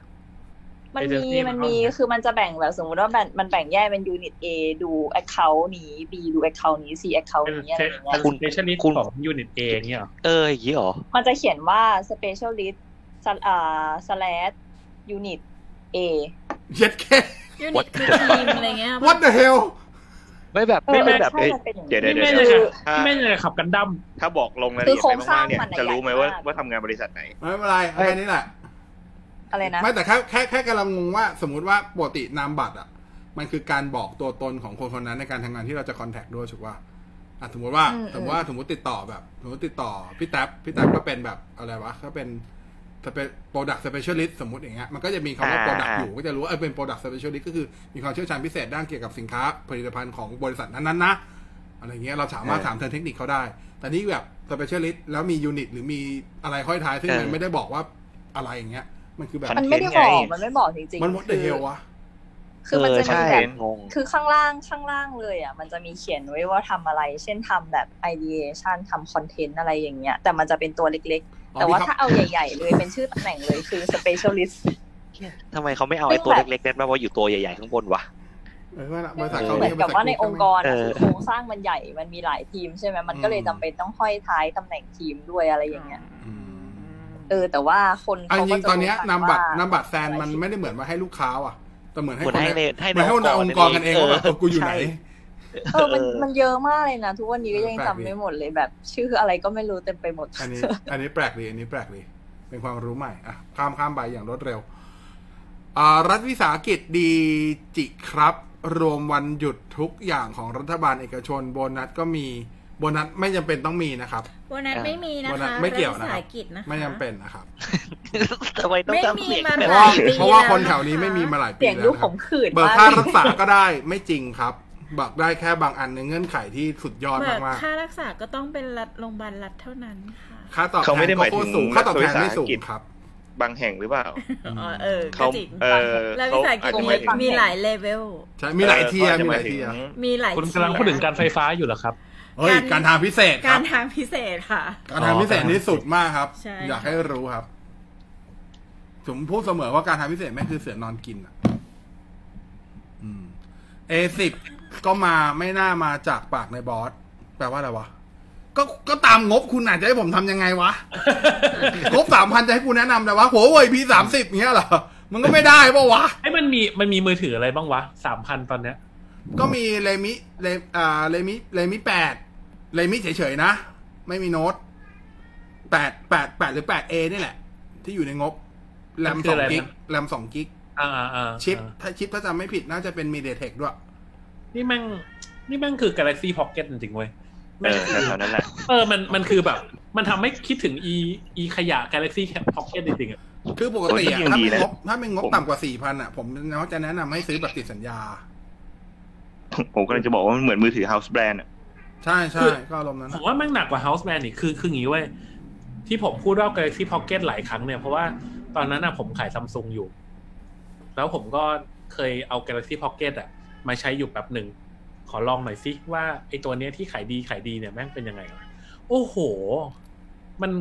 มันมี agency มันมี เข้าอย่างเงี้ย คือมันจะแบ่งแบบสมมติว่าแบ่งมันแบ่งแยกเป็นยูนิต A ดู Account นี้ B ดู Account นี้ C Account เป็น นี้อะไรอย่างเงี้ย คุณ เป็น specialist คุณ ของยูนิตเองเนี่ยเหรอ เอออย่างงี้เหรอ มันจะเขียนว่า Specialist สลอ่า slash unit A เย็ดแค่ ยูนิตคือทีมอะไรเงี้ย what the hell ไม่แบบ เออ ไม่แบบ ใช่มันเป็นอย่าง เดี๋ยว นี้ เดี๋ยว นี่ เดี๋ย ไม่ ว เลคือยไม่เดี๋ยวถ้าเลยขับกันดั้ม ถ้าบอกลงรายละเอียดไปมากๆเนี่ย คือโครงสร้างมันอะ จะรู้ไหมว่า ใหญ่มาก ว่าทำงานบริษัทไหน ไม่เป็นไรแค่นี้แหละ อะไรนะ ไม่แต่แค่แค่แค่กำลังงงว่า สมมติว่าปกตินามบัตรอ่ะ มันคือการบอกตัวตนของคนคนนั้นในการทำงานที่เราจะคอนแทคด้วยถูกว่าอ่ะสมมติว่า อืม สมมติว่าสมมติติดต่อแบบ สมมติติดต่อพี่แท็บพี่แท็บก็เป็นแบบอะไรวะก็เป็นจะเป็นโปรดักต์สเปเชียลิสต์สมมติอย่างเงี้ยมันก็จะมีคำว่า อ่า โปรดักต์ อ่า อยู่ก็จะรู้ว่าเออเป็นโปรดักต์สเปเชียลิสต์ก็คือมีความเชี่ยวชาญพิเศษด้านเกี่ยวกับสินค้าผลิตภัณฑ์ของบริษัทนั้นๆนะอะไรเงี้ยเราสามารถถามเทนเทคนิคเขาได้ แต่นี่แบบสเปเชียลิสต์แล้วมียูนิตหรือมีอะไรห้อยท้ายซึ่งมันไม่ได้บอกว่าอะไรอย่างเงี้ยมันคือแบบ มันไม่ได้บอก content ไง มันไม่บอกจริงๆ มันมดเด คือ เฮลวะ คือมันจะมีเออใช่ แบบ งง คือข้างล่างข้างล่างเลยอ่ะมันจะมีเขียนไว้ว่าทำอะไร เช่นทำแบบ ideation ทำ content อะไรอย่างเงี้ย แต่มันจะเป็นตัวเล็กๆ อ๋อ แต่ว่า มีครับ ถ้าเอาใหญ่ ๆ เลยเป็นชื่อตำแหน่งเลยคือ specialist ทำไมเขาไม่เอาไอ้ตัวเล็กๆนั้นมาไว้อยู่ตัวใหญ่ๆข้างบนวะ เออว่าน่ะบริษัทเขา เหมือนกับว่าในองค์กรอะ เออ คือโครงสร้างมันใหญ่มันมีหลายทีมใช่ไหมมันก็เลยจำเป็นต้องห้อยท้ายตำแหน่งทีมด้วยอะไรอย่างเงี้ย อืม เออแต่ว่าคน อัน เขา จ ก็ ริง จะ ๆตอนเนี้ย รู้ นามบัตร ว่ นามบัตรแซนมันไม่ได้เหมือนว่าให้ลูกค้าอ่ะ แต่เหมือนให้ เหมือน คน ให้ ใน ในให้ เหมือนให้คนในองค์กรกันเองว่าแบบเออกูอยู่ไหน เออ มัน เออ มันเยอะมากเลยนะ ทุกวันนี้ก็ยัง แปลก จำ ดิ ไม่หมดเลยแบบ ชื่ออะไรก็ไม่รู้เต็มไปหมด อันนี้ อันนี้แปลกดีอันนี้แปลกดีเป็นความรู้ใหม่อ่ะข้ามข้ามไปอย่างรวดเร็วอ่ารัฐวิสาหกิจดีจิครับ รวมวันหยุดทุกอย่างของรัฐบาลเอกชน โบนัสก็มีโบนัสไม่จำเป็นต้องมีนะครับ โบนัส อ่า ไม่มีนะ โบนัส คะ ไม่เกี่ยวนะ รัฐวิสาหกิจนะคะ ไม่จำเป็นนะครับ ทำไมต้องทำเสียง เพ แบบ ราะว่าหลปี เพราะว่า แล้ว คน นะคะ แถวนี้ไม่มีมาหลายปี เสียง แล้ว ลูก นะค ผ รับ มขืด เบิก มาก ค่ารักษาก็ได้ ไม่จริงครับบอกได้แค่บางอันในเงื่อนไขที่สุดยอด เบิก มาก ค่ารักษาก็ต้องเป็นรัฐโรงพยาบาลรัฐเท่านั้นค่ะ ๆค่าตอบแท เขาไม่ น ได้ห ก็ มาย โค ถึ ตรง สูงค่าตอบแทน รัฐ ไม่ วิสาห สูง กิจ ครับ บางแห่งหรือเปล่า อืม อ๋อเออก็ เขา จริง เออ รัฐ เข วิสาหกิ อ จ จจะ มี หมายถึง มีหลายเลเวล ใช่มีหลายเทียร์เขอจจะ มี ห ห มา ลาย ย ถึง เทียร์ มีหลาย คุณกำลังพูดถึงการไฟฟ้าอยู่เห รอครับ เฮ้ยการทางพิเศษคัการร บ ทางพิเศษค่ะ การทางพิเศษนี่สุดมากครับ ใช่ อยากให้รู้ครับผมพูดเสมอว่าการทางพิเศษแม่งคือเสือนอนกินอ่ะเอสิบก็มาไม่น่ามาจากปากในบอสแปลว่าอะไรวะก็ก็ตามงบคุณอาจจะให้ผมทำยังไงวะ งบสามพันจะให้กูแนะนำเลยวะโหเว่ยพีสามสิบเงี้ยเหรอมันก็ไม่ได้ปะวะ ไอ้ยมันมีมันมีมือถืออะไรบ้างวะสามพันตอนเนี้ย ก็มีเลมิเลอ่าเลมิเลมิแปดเลมิเฉยๆนะ ไม่มีโน้ตแปดแปดแปดหรือแปดเอนี่แหละ ที่อยู่ในงบแรม มันสคือ อง อะไร กิก นะ แรมสองกิก อ่าอ่าอ่า ชิปถ้าชิปถ้าจำไม่ผิดน่าจะเป็นมีเดียเทคด้วย นี่แม่งนี่แม่งคือ Galaxy Pocket จริงๆเว้ย เออแถวๆนั้นแหละ เออมันมันคือแบบ มันทำให้คิดถึงอีอีขยะ Galaxy Pocket จริงๆอะ คือปกติอะ โอ้ยยัง ถ้า ดี เป็น นะ งบถ้าเป็นงบ ผม ต่ำกว่าสี่พันอ่ะ ผมจะแนะนำให้ซื้อแบบติดสัญญา ผมกำลังจะบอกว่ามันเหมือนมือถือ house brand อะ ใช่ คื ใช่ อ ก็อารมณ์นั้น ผม อะ ว่าแม่งหนักกว่า House Man อีกคือคืออย่างนี้เว้ยที่ผมพูดว่า Galaxy Pocket หลายครั้งเนี่ย เพราะว่าตอนนั้นอะผมขายซัมซุงอยู่ แล้วผมก็เคยเอา Galaxy Pocket อะมาใช้อยู่แป๊บหนึ่ง ขอลองหน่อยสิว่าไอตัวเนี้ยที่ขายดีขายดีเนี่ยแม่งเป็นยังไง โอ้โห มัน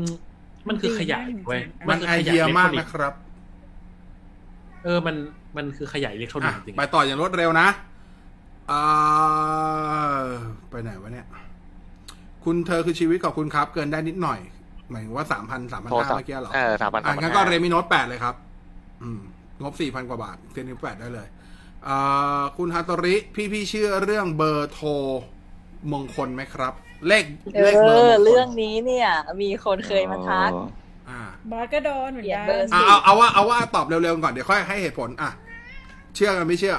มันคือขยะเว้ย มัน คื ไอ ขะ เดียมาก อิเล็ นะ ทรอนิกส์ ครับ เออมันมันคือขยะอิเล็กทรอนิ อ่ะ กส์จริง ไปต่ออย่างรวดเร็วนะอ่าไปไหนวะเนี่ย คุณเธอคือชีวิตขอบคุณครับ เกินได้นิดหน่อย หมายถึงว่าสามพันสามพัน โทร ห้า ศัพท์ เมื่อกี้เหรอ เออสามพัน อ่ะงั้นก็เรมิโนตแปดเลยครับ อืม งบสี่พันกว่าบาทเซนิวแปดได้เลยอ่าคุณฮาโตริ พี่พี่เชื่อเรื่องเบอร์โทรมงคลไหมครับ เลข เอ เลขเบอร์ม อ งคล เรื่องนี้เนี่ย มีคนเคยมาทัก อ่า บอสก็โดนเหมือนกัน เปลี่ยนเบอร์ อ่ะเอาเอาว่าเอาว่าตอบเร็วๆก่อนเดี๋ยวค่อยให้เหตุผลอ่ะเชื่อกันไม่เชื่อ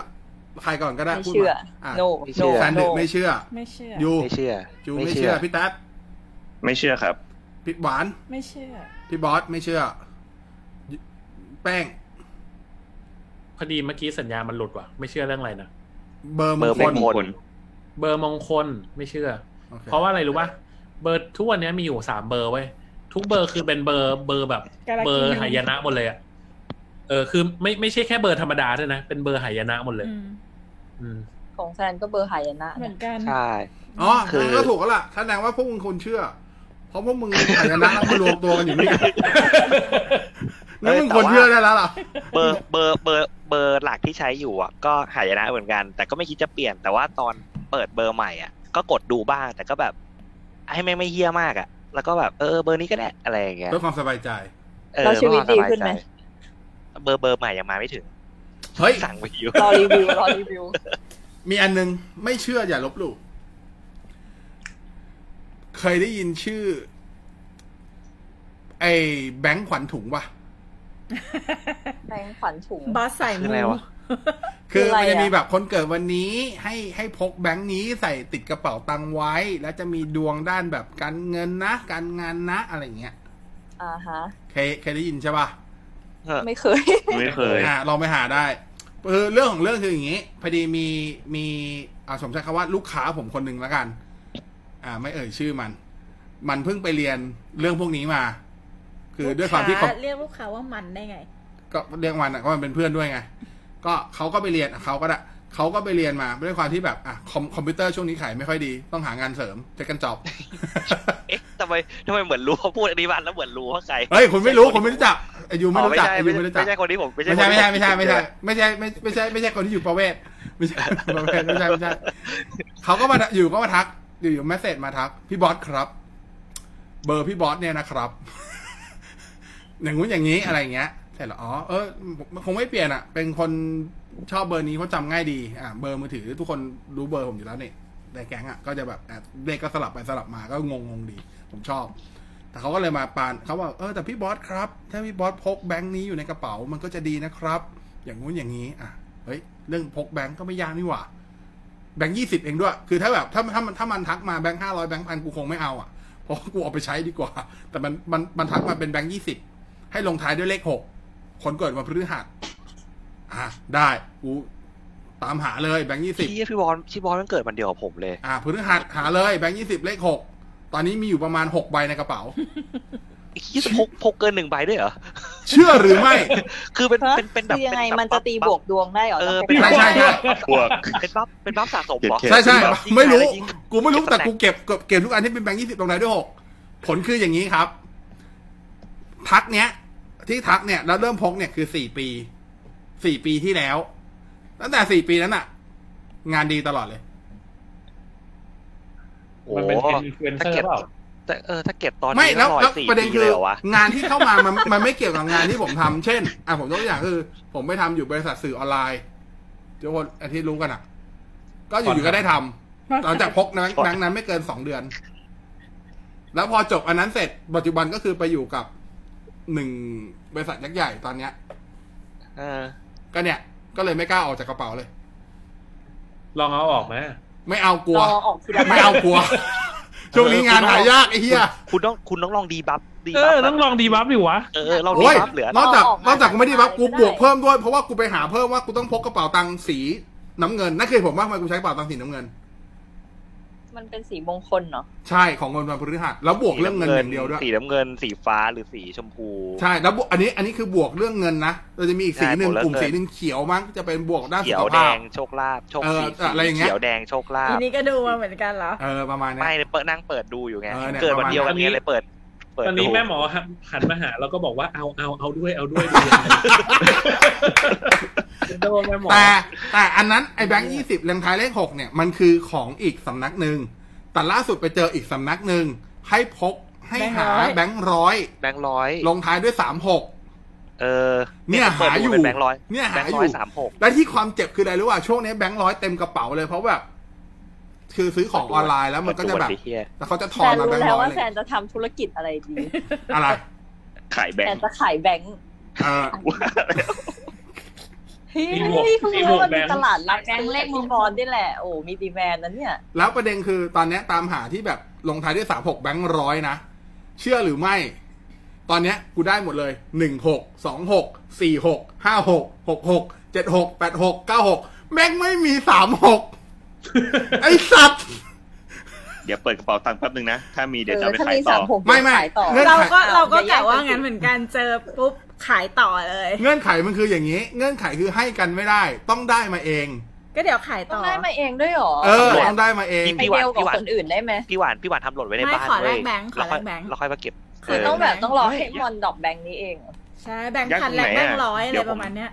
ใครก่อนก็ได้ ไม่ พูด เชื่อ มาอ่ะ no ไม่เชื่ no อ แซนดึ no กไม่เชื่อ ไม่เชื่อ ยู ไม่เชื่อ ยูไม่เชื่อพี่แท็บ ไม่เชื่อครับ พี่หวาน ไม่เชื่อ พี่บอสไม่เชื่อยูแป้ง ๆพอดีเมื่อกี้สัญญามันหลุดว่ะไม่เชื่อเรื่องอะไรนะ เบอร์ม เบอง ร์ม ค ง ล คล เบอร์มงคลไม่เชื่อ โอค เพราะว่าอะไรรู้ป่ะเบอร์ทุกวันนี้มีอยู่สามเบอร์เว้ยทุกเบอร์คือเป็นเบอร์เบอร์แบบ Galaxy เบอร์หายนะหมดเลยอะเออคือไม่ไม่ใช่แค่เบอร์ธรรมดาด้วยนะ เป็นเบอร์หายนะหมดเลย อืม อืม ของแซนก็เบอร์หายนะ เหมื นะ อนกัน ใช่ อ๋อ คือ งั้นก็ถูกแล้วล่ะแสดงว่าพวกมึงคนเชื่อ เพราะพวกมึงหาย นะมารวมตัวกันอยู่นี่งั้นมึงคนเชื่อได้แล้วล่ะ เบอร์เบอร์เบอร์เบอร์หลักที่ใช้อยู่อ่ะ ก็หายนะเหมือนกัน แต่ก็ไม่คิดจะเปลี่ยนแต่ว่าตอนเปิดเบอร์ใหม่อ่ะ ก็กดดูบ้าง แต่ก็แบบ ให้แม่งไม่เฮี้ยมากอ่ะ แล้วก็แบบเออเบอร์นี้ก็ได้อะไรอย่างเงี้ย เพื่อความสบายใจ เออ แล้วชีวิตดีขึ้นไหม เบอร์เบอร์ใหม่ยังมาไม่ถึง เฮ้ย สั่งไปอยู่ รอรีวิวรอรีวิว มีอันนึง ไม่เชื่ออย่าลบหลู่เคยได้ยินชื่อ ไอ้แบงค์ขวัญถุงปะ แบงค์ขวัญถุง บอสใส่ คืมูออะไรวะ คือ คืออะไร มันจะ อะ มีแบบคนเกิดวันนี้ ให้ให้พกแบงค์นี้ใส่ติดกระเป๋าตังค์ไว้ แล้วจะมีดวงด้านแบบการเงินนะ การงานนะ อะไรเงี้ย อ่าฮะ เคยเคยได้ยินใช่ปะ ไม่เคย ไม่เคย อ่ะลองไปหาได้เออเรื่องของเรื่องคืออย่างนี้พอดีมีมีอ่าสมใช้คำว่าลูกค้าผมคนหนึ่งแล้วกัน อ่า ไม่เอ่ยชื่อมัน มันเพิ่งไปเรียนเรื่องพวกนี้มา คือด้วยความที่เขา เรียกลูกค้าว่ามันได้ไง ก็เรียกมันอ่ะก็มันเป็นเพื่อนด้วยไง ก็เขาก็ไปเรียนอ่ะเขาก็ได้เขาก็ไปเรียนมาด้วยความที่แบบอ่ะคอมคอมพิวเตอร์ช่วงนี้ขายไม่ค่อยดี ต้องหางานเสริมเจอกันจอบ เอ๊ะทำไมทำไมเหมือนรู้เขาพูดอันนี้มาแล้วเหมือนรู้ว่าใคร เฮ้ยคุณไม่รู้คุณไม่รู้จักอายุไม่รู้จัก อ๋อ อายุ ไม่ใช่ ไม่รู้จัก ไม่ใช่คนที่ผมไม่ ไม่ใช่ไม่ คน ใช่ ที่ ไม่ใช่ไม่ใช่ไม่ใช่ไม่ไม่ใช่ไม่ใช่คนที่อยู่ประเวศไม่ใช่ประเวศไม่ใช่ไม่ใช่เขาก็มาอยู่ก็มาทัก อยู่อยู่แมสเซจมาทัก พี่บอสครับ เบอร์พี่บอสเนี่ยนะครับ อย่างงู้นอย่างนี้อะไรอย่างเงี้ยเสร็จแล้วอ๋อเออคงไม่เปลี่ยนอ่ะ เป็นคนชอบเบอร์นี้เพราะจำง่ายดีอ่ะเบอร์มือถือ ทุกคนรู้เบอร์ผมอยู่แล้วนี่ในแก๊งอ่ะก็จะแบบอ่ะเลขก็สลับไปสลับมาก็งงงๆดี ผมชอบ แต่เขาก็เลยมาปานเขาว่าเออแต่พี่บอสครับ ถ้าพี่บอสพกแบงค์นี้อยู่ในกระเป๋ามันก็จะดีนะครับ อย่างงู้นอย่างนี้อ่ะเฮ้ยเรื่องพกแบงค์ก็ไม่ยากนี่หว่าแบงค์ยี่สิบเองด้วย คือถ้าแบบถ้าถ้ามันถ้ามันทักมาแบงค์ห้าร้อยแบงค์พันกูคงไม่เอาอ่ะเพราะกูเอาไปใช้ดีกว่า แต่มันมันมันทักมาเป็นแบงค์ยี่สิบให้ลงท้ายด้วยเลขหกคนเกิดวันพฤหัสอ่ะได้กูตามหาเลยแบงค์ยี่สิบ พี่พี่บอลพี่บอลมันเกิดวันเดียวกับผมเลย อ่าพฤหัสหาเลยแบงค์ยี่สิบเลขหกตอนนี้มีอยู่ประมาณหกใบในกระเป๋า ไอ้ยี่สิบพกพกเกินหนึ่งใบด้วยเหรอ เชื่อหรือไม่ คือเป็น ฮะ เป็นเป็นแบบ คือยังไง เป็แบบ มันจะตีบวกดวงได้เหรอ เออ แล้ว เป็น ใช่ใช่ใช่ บวก เป็นบัฟเป็นบัฟสะสมเหรอ ใช่ใช่ เป็นบัฟ ไม่รู้ ยิ่ง กูไม่รู้แต่กูเก็บเก็บเก็บทุกอันที่เป็นแบงค์ยี่สิบตรงไหนด้วยหกผลคืออย่างนี้ครับ ทักเนี้ย ที่ทักเนี่ยแล้วเริ่มพกเนี่ยคือสี่ปีสี่ปีที่แล้ว ตั้งแต่สี่ปีนั้นอะงานดีตลอดเลย โอ้ มัน โห เป็นอินฟลูเอนเซอร์เปล่า แต่เออถ้าเก็บตอน ไม่ นี้ แล้ว ร้อย แล้ว สี่ ประเด็น ปี คื เล อย เหรอวะ งานที่เข้ามามันมันไม่เกี่ยวกับงานที่ผมทำเช่น อ่ะผมยกตัวอย่างคือ ผมไปทำอยู่บริษัทสื่อออนไลน์ทุกคนอาทิตย์รู้กันอ่ะ ก็อยู่ๆก็ได้ทำหลังจากพก นั้นครั้งนั้นไม่เกินสองเดือน แล้วพอจบอันนั้นเสร็จปัจจุบันก็คือไปอยู่กับหนึ่งบริษัทยักษ์ใหญ่ตอนเนี้ย เออ ก็เนี่ย ก็เลยไม่กล้าออกจากกระเป๋าเลย ลองเอาออกไหม ไม่เอากลัว รอออกทีละใบ ไม่เอากลัว ช่วงนี้งานหายากไอ้เหี้ย คุณต้องคุณต้องลองดีบัฟดี เอ บัฟ อต้องลองดีบัฟดิวะ เออลองดี โอ้ย บัฟเหลือน อกจากนอกจากกูไม่ได้บัฟกูบวกเพิ่มด้วยเพราะว่ากูไปหาเพิ่มว่ากูต้องพกกระเป๋าตังค์สีน้ำเงินนั่นคือผมว่าทำไมกูใช้กระเป๋าตังค์สีน้ำเงิน มันเป็นสีมงคลเนาะ ใช่ของเงินวันพฤหัสแล้วบวกเรื่องเงินอย่างเดียวด้วย สีน้ำเงินสีฟ้าหรือสีชมพู ใช่แล้วบวกอันนี้อันนี้คือบวกเรื่องเงินนะเราจะมีอีกสีหนึ่ง ใช่บวกกเรื่องลุ่ม เงิน สีหนึ่งเขียวมั้งจะเป็นบวกด้านสุ เขีย ข วแด ภาพ งโชคลาภโชค เออ สีสี อะไรอย่างเงี้ย เขียวแดงโชคลา อั ภ นนี้ก็ดูมาเหมือนกันเหรอ เออประมาณเนี้ ไม่ ย เปิดนั่งเปิดดูอยู่ไง เออเนี่ย เกิดวัน ประมาณ เดียวกัน นี้ นี้เลยเปิด เปิด ตอนนี้ ดู แม่หมอหันมาหาแล้วก็บอกว่าเอาเอาเอาด้วยเอาด้วย โดนแม่หมอ แต่แต่อันนั้นไอ้แบงค์ยี่สิบเลงท้ายเลขหกเนี่ยมันคือของอีกสำนักหนึ่งแต่ล่าสุดไปเจออีกสำนักหนึ่งให้พกให้หา แบงค์ร้อย แบงค์ร้อย แบงค์ร้อย ลงท้ายด้วยสามหก เออ เนี่ย ปิ หา ดดู อยู่ เป็นแบงค์ร้อย เนี่ย แบ หางอ ค์ร้ ยู่ อยสามหก และที่ความเจ็บคืออะไรรู้ป่ะช่วงนี้แบงค์ร้อยเต็มกระเป๋าเลยเพราะแบบคือซื้อของออนไลน์แล้วมันก็จะแบบ เปิดดูก่อนดิเหี้ย แล้วเขาจะถอ แต่ นมา รู้ แบงค์ แล้ร้อวย ว่า เลย แซนจะทำธุรกิจอะไรดี อะไร ขายแบง แซน ค์ จะขายแบงค์ เออ เฮ้ย มีหมวก เพิ่ง มีหม รู้ วก ว่า แบ มี งค์ ตลาดรับแบงค์เลขมงคลนี่แหละ โอ้มีดีแมนนั้นเนี่ย แล้วประเด็นคือตอนเนี้ยตามหาที่แบบลงท้ายด้วยสามหกแบงค์ร้อยนะ เชื่อหรือไม่ ตอนเนี้ยกูได้หมดเลยหนึ่งหกสองหกสี่หกห้าหกหกหกเจ็ดหกแปดหกเก้าหกแม่งไม่มีสามหกไอสัตว์ เดี๋ยวเปิดกระเป๋าตังค์แป๊บนึงนะ ถ้ามีเดี๋ยว เอ จะ อ เอาไป ถ้า ขาย มี ต่ สา อ มหก ไม่ไม่ ขายต่อ เงื่อน เราก็เราก็ เดี๋ยว กะว่า แยกกัน งั้นเหมือนกันเจอปุ๊บขายต่อเลย เงื่อนไขมันคืออย่างนี้ เงื่อนไขคือให้กันไม่ได้ ต้องได้มาเอง ก็เดี๋ยวขาย ต้ ต่ อง อ ได้มาเองด้วยเหรอ เออ ตำรวจ ต้องได้มาเอง ไปเดลกับคนอื่นได้ไหม พี่หวานพี่หวานทำหล่นไว้ใน ไม่ บ้าน ขอ เว้ย แลกแบงค์ขอ ล้วค่ย แลกแบงค์ ล้วค่อยมาเก็บ คือ ต้องแบบ เ ต้องรอ ไม่ ให้มอนดอกแบงค์นี้เอง ใช่แบงค์ ยักษ์ พันแลก ไหแบนงอะค์ร้อยอะ เดี๋ ไร ยวผม ประมาณเนี้ย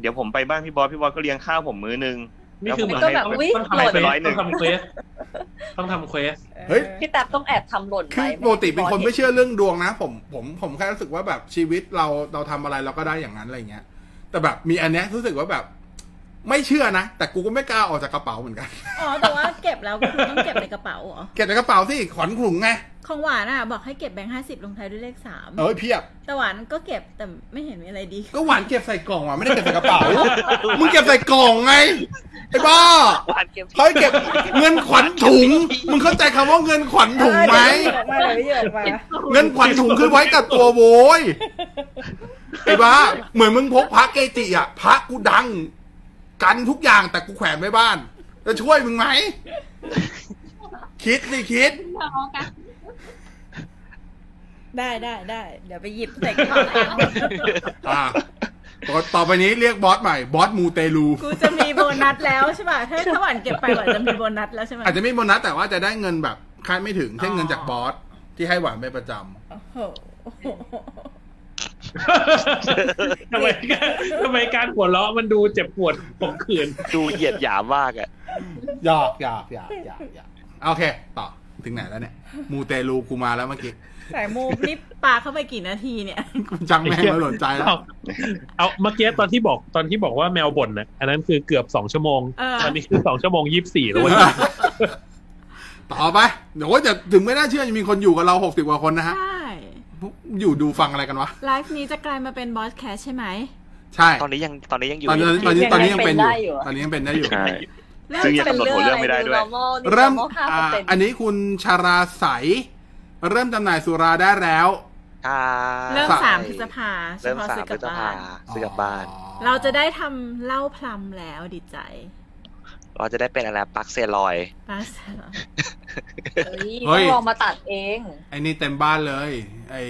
เดี๋ยวผมไปบ้านพี่บอสพี่บอสก็เลี้ยงข้าวผมมื้อนึง นี่คือเหมือน มันก็แบบ ต้อง อุ๊ย ต้อง หล่ ทำ น ไปร้อย ห ห นึ่ นึ่งงต้องทำเคว สต้องทำเควส เฮ้ย พี่แต๊บต้องแอบทำหล่น คือ ไว้ ปกติเป็นคนไม่เชื่อเรื่องดวงนะ ผมผมผมแค่รู้สึกว่าแบบชีวิตเราเราทำอะไรเราก็ได้อย่างนั้นอะไรเงี้ย แต่แบบมีอันเนี้ยรู้สึกว่าแบบ ไม่เชื่อนะ แต่กูก็ไม่กล้าออกจากกระเป๋าเหมือนกัน อ๋อแต่ว่าเก็บแล้วก็คือต้องเก็บในกระเป๋าเหรอ เก็บในกระเป๋าสิขวัญขลุ่งไง ของหวานอ่ะ บอกให้เก็บแบงค์ห้าสิบลงท้ายด้วยเลขสาม เอ้ยเพียบ แต่หวานก็เก็บแต่ไม่เห็นมีอะไรดี ก็หวานเก็บใส่กล่องอ่ะไม่ได้เก็บใส่กระเป๋า มึงเก็บใส่กล่องไงไอ้บ้า หวานเก็บ เขาให้เก็บเงินขวัญถุง มึงเข้าใจคำว่าเงินขวัญถุงไหม มาเลยเยอะมา เงินขวัญถุงคือไว้กับตัวโว้ ยไอ้บ้า เหมือนมึงพกพระเกจิอ่ะพระกูดัง กันทุกอย่างแต่กูแขวนไว้บ้านจะช่วยมึงไหมคิดสิคิด ได้ได้ได้เดี๋ยวไปหยิบใส่กระเป๋า อ่าต่อไปนี้เรียกบอสใหม่บอสมูเตลู กูจะมีโบนัสแล้วใช่ป่ะถ้าถ้าหวานเก็บไปหวานจะมีโบนัสแล้วใช่ไหม อาจจะไม่โบนัสแต่ว่าจะได้เงินแบบคาดไม่ถึงเช่น อ๋อ เงินจากบอสที่ให้หวานไปประจำ โอ้โห ทำไมการทำไมการหัวเราะมันดูเจ็บปวดผมขืน ดูเหยียดหยามมากอ่ะ หยอกหยอกหยอกหยอกหยอกโอเค ต่อถึงไหนแล้วเนี่ย มูเตลูกูมาแล้วเมื่อกี้ สายมูนี่ปาเข้าไปกี่นาทีเนี่ย จังแม่งไม่สนใจแล้ว เอาเอาเมื่อกี้ตอนที่บอกตอนที่บอกว่าแมวบ่นนะอันนั้นคือเกือบสองชั่วโมง เออ ตอนนี้คือสองชั่วโมงยี่สิบสี่แล้วเว้ย ต่อไปเดี๋ยวว่าจะถึงไม่น่าเชื่อจะมีคนอยู่กับเราหกสิบกว่าคนนะฮะ ใช่ อยู่ดูฟังอะไรกันวะ ไลฟ์นี้จะกลายมาเป็นบอสแคชใช่ไหม ใช่ ตอนนี้ยังตอนนี้ยังอยู่ ตอนนี้ตอนนี้ตอนนี้ยังเป็นอยู่ ยังเป็นได้อยู่อะ ตอนนี้ยังเป็นได้อยู่ ใช่ เริ่ม ซึ่งยัง จาก กำหนดหัวเรื่องไม่ได้ด้วย เริ่ม ห้า อ่า เปอร์เซ็นต์ อันนี้คุณชาราใสเริ่มจำหน่ายสุราได้แล้ว ใช่ เริ่มสามพฤษภาเฉ เริ่ม พาะ สาม ซื้อ พ กลั ฤ บ ษภา บ้าน ซื้อกลับบ้าน เราจะได้ทำเหล้าพลัมแล้วดีใจ เราจะได้เป็นอะไรปักเซลอย ปาส เฮ้ เฮ้ ย ยต้องลองมาตัดเอง ไอ้นี่เต็มบ้านเลย ไอ้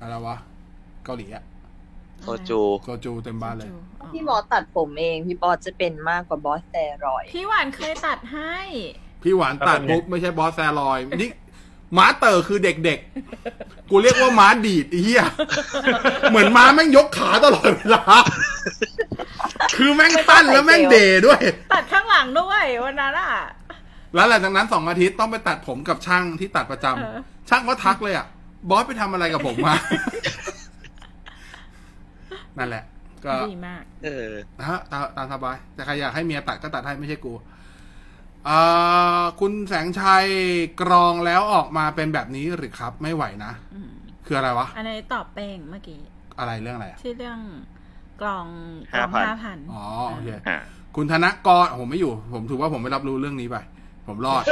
อะไรวะเกาหลีอะ โซจู โซจูเต็มบ้านเลย พี่บอสตัดผมเอง พี่บอสจะเป็นมากกว่าบอสแต่รอยด์ พี่หวานเคยตัดให้ พี่หวานตัดปุ๊บไม่ใช่บอสแซลอยนี่ม้าเต๋อคือเด็กๆ กูเรียกว่าม้าดีดไอ้เหี้ยเหมือนม้าแม่งยกขาตลอดเวลา คือแม่งตั้นแล้วแม่งเดด้วย ตัดข้างหลังด้วยวันนั้นอ่ะ แล้วหลังจากนั้นสองอาทิตย์ต้องไปตัดผมกับช่างที่ตัดประจำ เออ ช่างก็ทักเลยอ่ะ บอสไปทำอะไรกับผมมา นั่นแหละ ก็ ดีมาก เออ นะฮะตามตามสบาย แต่ใครอยากให้เมียตัดก็ตัดให้ไม่ใช่กูเอ่อคุณแสงชัยกรองแล้วออกมาเป็นแบบนี้หรือครับ ไม่ไหวนะ อืม คืออะไรวะ อันนี้ตอบเป้งเมื่อกี้ อะไรเรื่องอะไรอะ ที่เรื่อง กล่องกล่อง 5,000 ห้าพัน อ๋อโอเค อ่า คุณธนกรผมไม่อยู่ ผมถือว่าผมไม่รับรู้เรื่องนี้ไป ผมรอด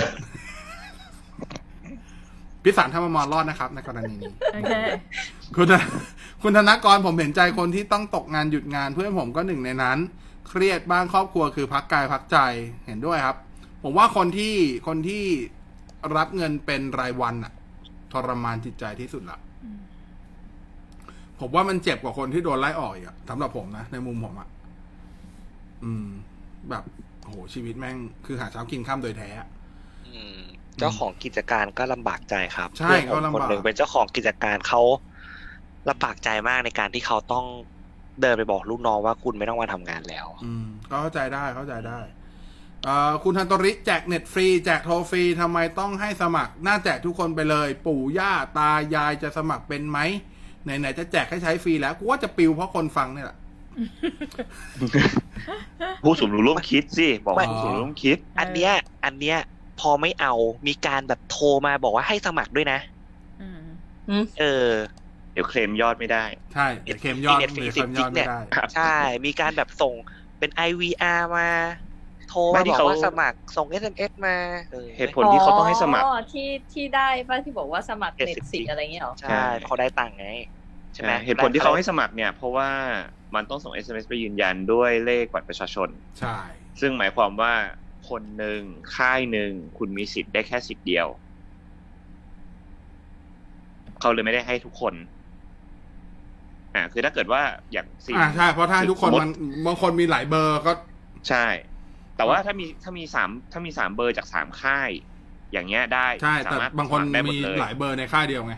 พิสารธรรมมรรอดนะครับ ในกรณีนี้ โอเค คุณธนคุณธนกรผมเห็นใจคนที่ต้องตกงานหยุดงานเพื่อนผมก็หนึ่งในนั้น เครียดบ้างครอบครัวคือพักกายพักใจเห็นด้วยครับ ผมว่าคนที่คนที่รับเงินเป็นรายวันอะทรมานจิตใจที่สุดละ อืม ผมว่ามันเจ็บกว่าคนที่โดนไล่ออกอีกอะสำหรับผมนะ ในมุมผมอะอืม แบบโหชีวิตแม่ง คือหาเช้ากินข้ามโดยแท้อะ อืมเจ้าของกิจการก็ลำบากใจครับ ใช่ เพื่อนผม เขาลำบาก คนหนึ่งเป็นเจ้าของกิจการเขาลำบากใจมากในการที่เขาต้องเดินไปบอกลูกน้องว่าคุณไม่ต้องมาทำงานแล้ว อืมก็เข้าใจได้เข้าใจได้เอ่อคุณทันโตริแจกเน็ตฟรี แจกโทรฟรีทำไมต้องให้สมัคร น่าแจกทุกคนไปเลย ปู่ย่าตายายจะสมัครเป็นไหมไหนๆจะแจกให้ใช้ฟรีแล้วกูว่าจะปิวเพราะคนฟังเนี่ยแหละ ผู้สมรู้ร่วมคิดสิบอก ไม่ ผู้สมรู้ร่วมคิด อันเนี้ย อันเนี้ยพอไม่เอามีการแบบโทรมาบอกว่าให้สมัครด้วยนะ อืม เออ เดี๋ยวเคลมยอดไม่ได้ ใช่เดี๋ยวเคมยอด เน็ตฟ ห รี รือ สิ เค บ มย จิ อก ด เนี่ ไม่ ย ได้ ครับ ใช่ มีการแบบส่งเป็น IVR มา โทรมา ไม่ที่ บอก เขา ว่าสมัครส่ง SMS มาออ เหตุผลที่เขาต้องให้สมัคร ที่ที่ได้ป่ะที่บอกว่าสมัครเน็ต 70 สิอะไรเงี้ยเหรอ ใช่เขาได้ตังค์ไง ใช่ไหม เหตุผลที่เขาให้สมัครเนี่ย เพราะว่ามันต้องส่ง SMS ไปยืนยันด้วยเลขบัตรประชาชน ใช่ ซึ่งหมายความว่าคนหนึ่งค่ายหนึ่งคุณมีสิทธิ์ได้แค่สิทธิ์เดียว เขาเลยไม่ได้ให้ทุกคน อ่า คือถ้าเกิดว่าอย่างสี่ อ่าใช่เพราะถ้าทุกคน สมมุติ มันบางคนมีหลายเบอร์ก็ ใช่ แต่ว่าถ้ามีถ้ามีสามถ้ามีสามเบอร์จากสามค่าย อย่างเงี้ยได้ ใช่ แต่ สมรถ บางคน สมัรได้ห มี ดเล หลายเบอร์ในค่ายเดียวไง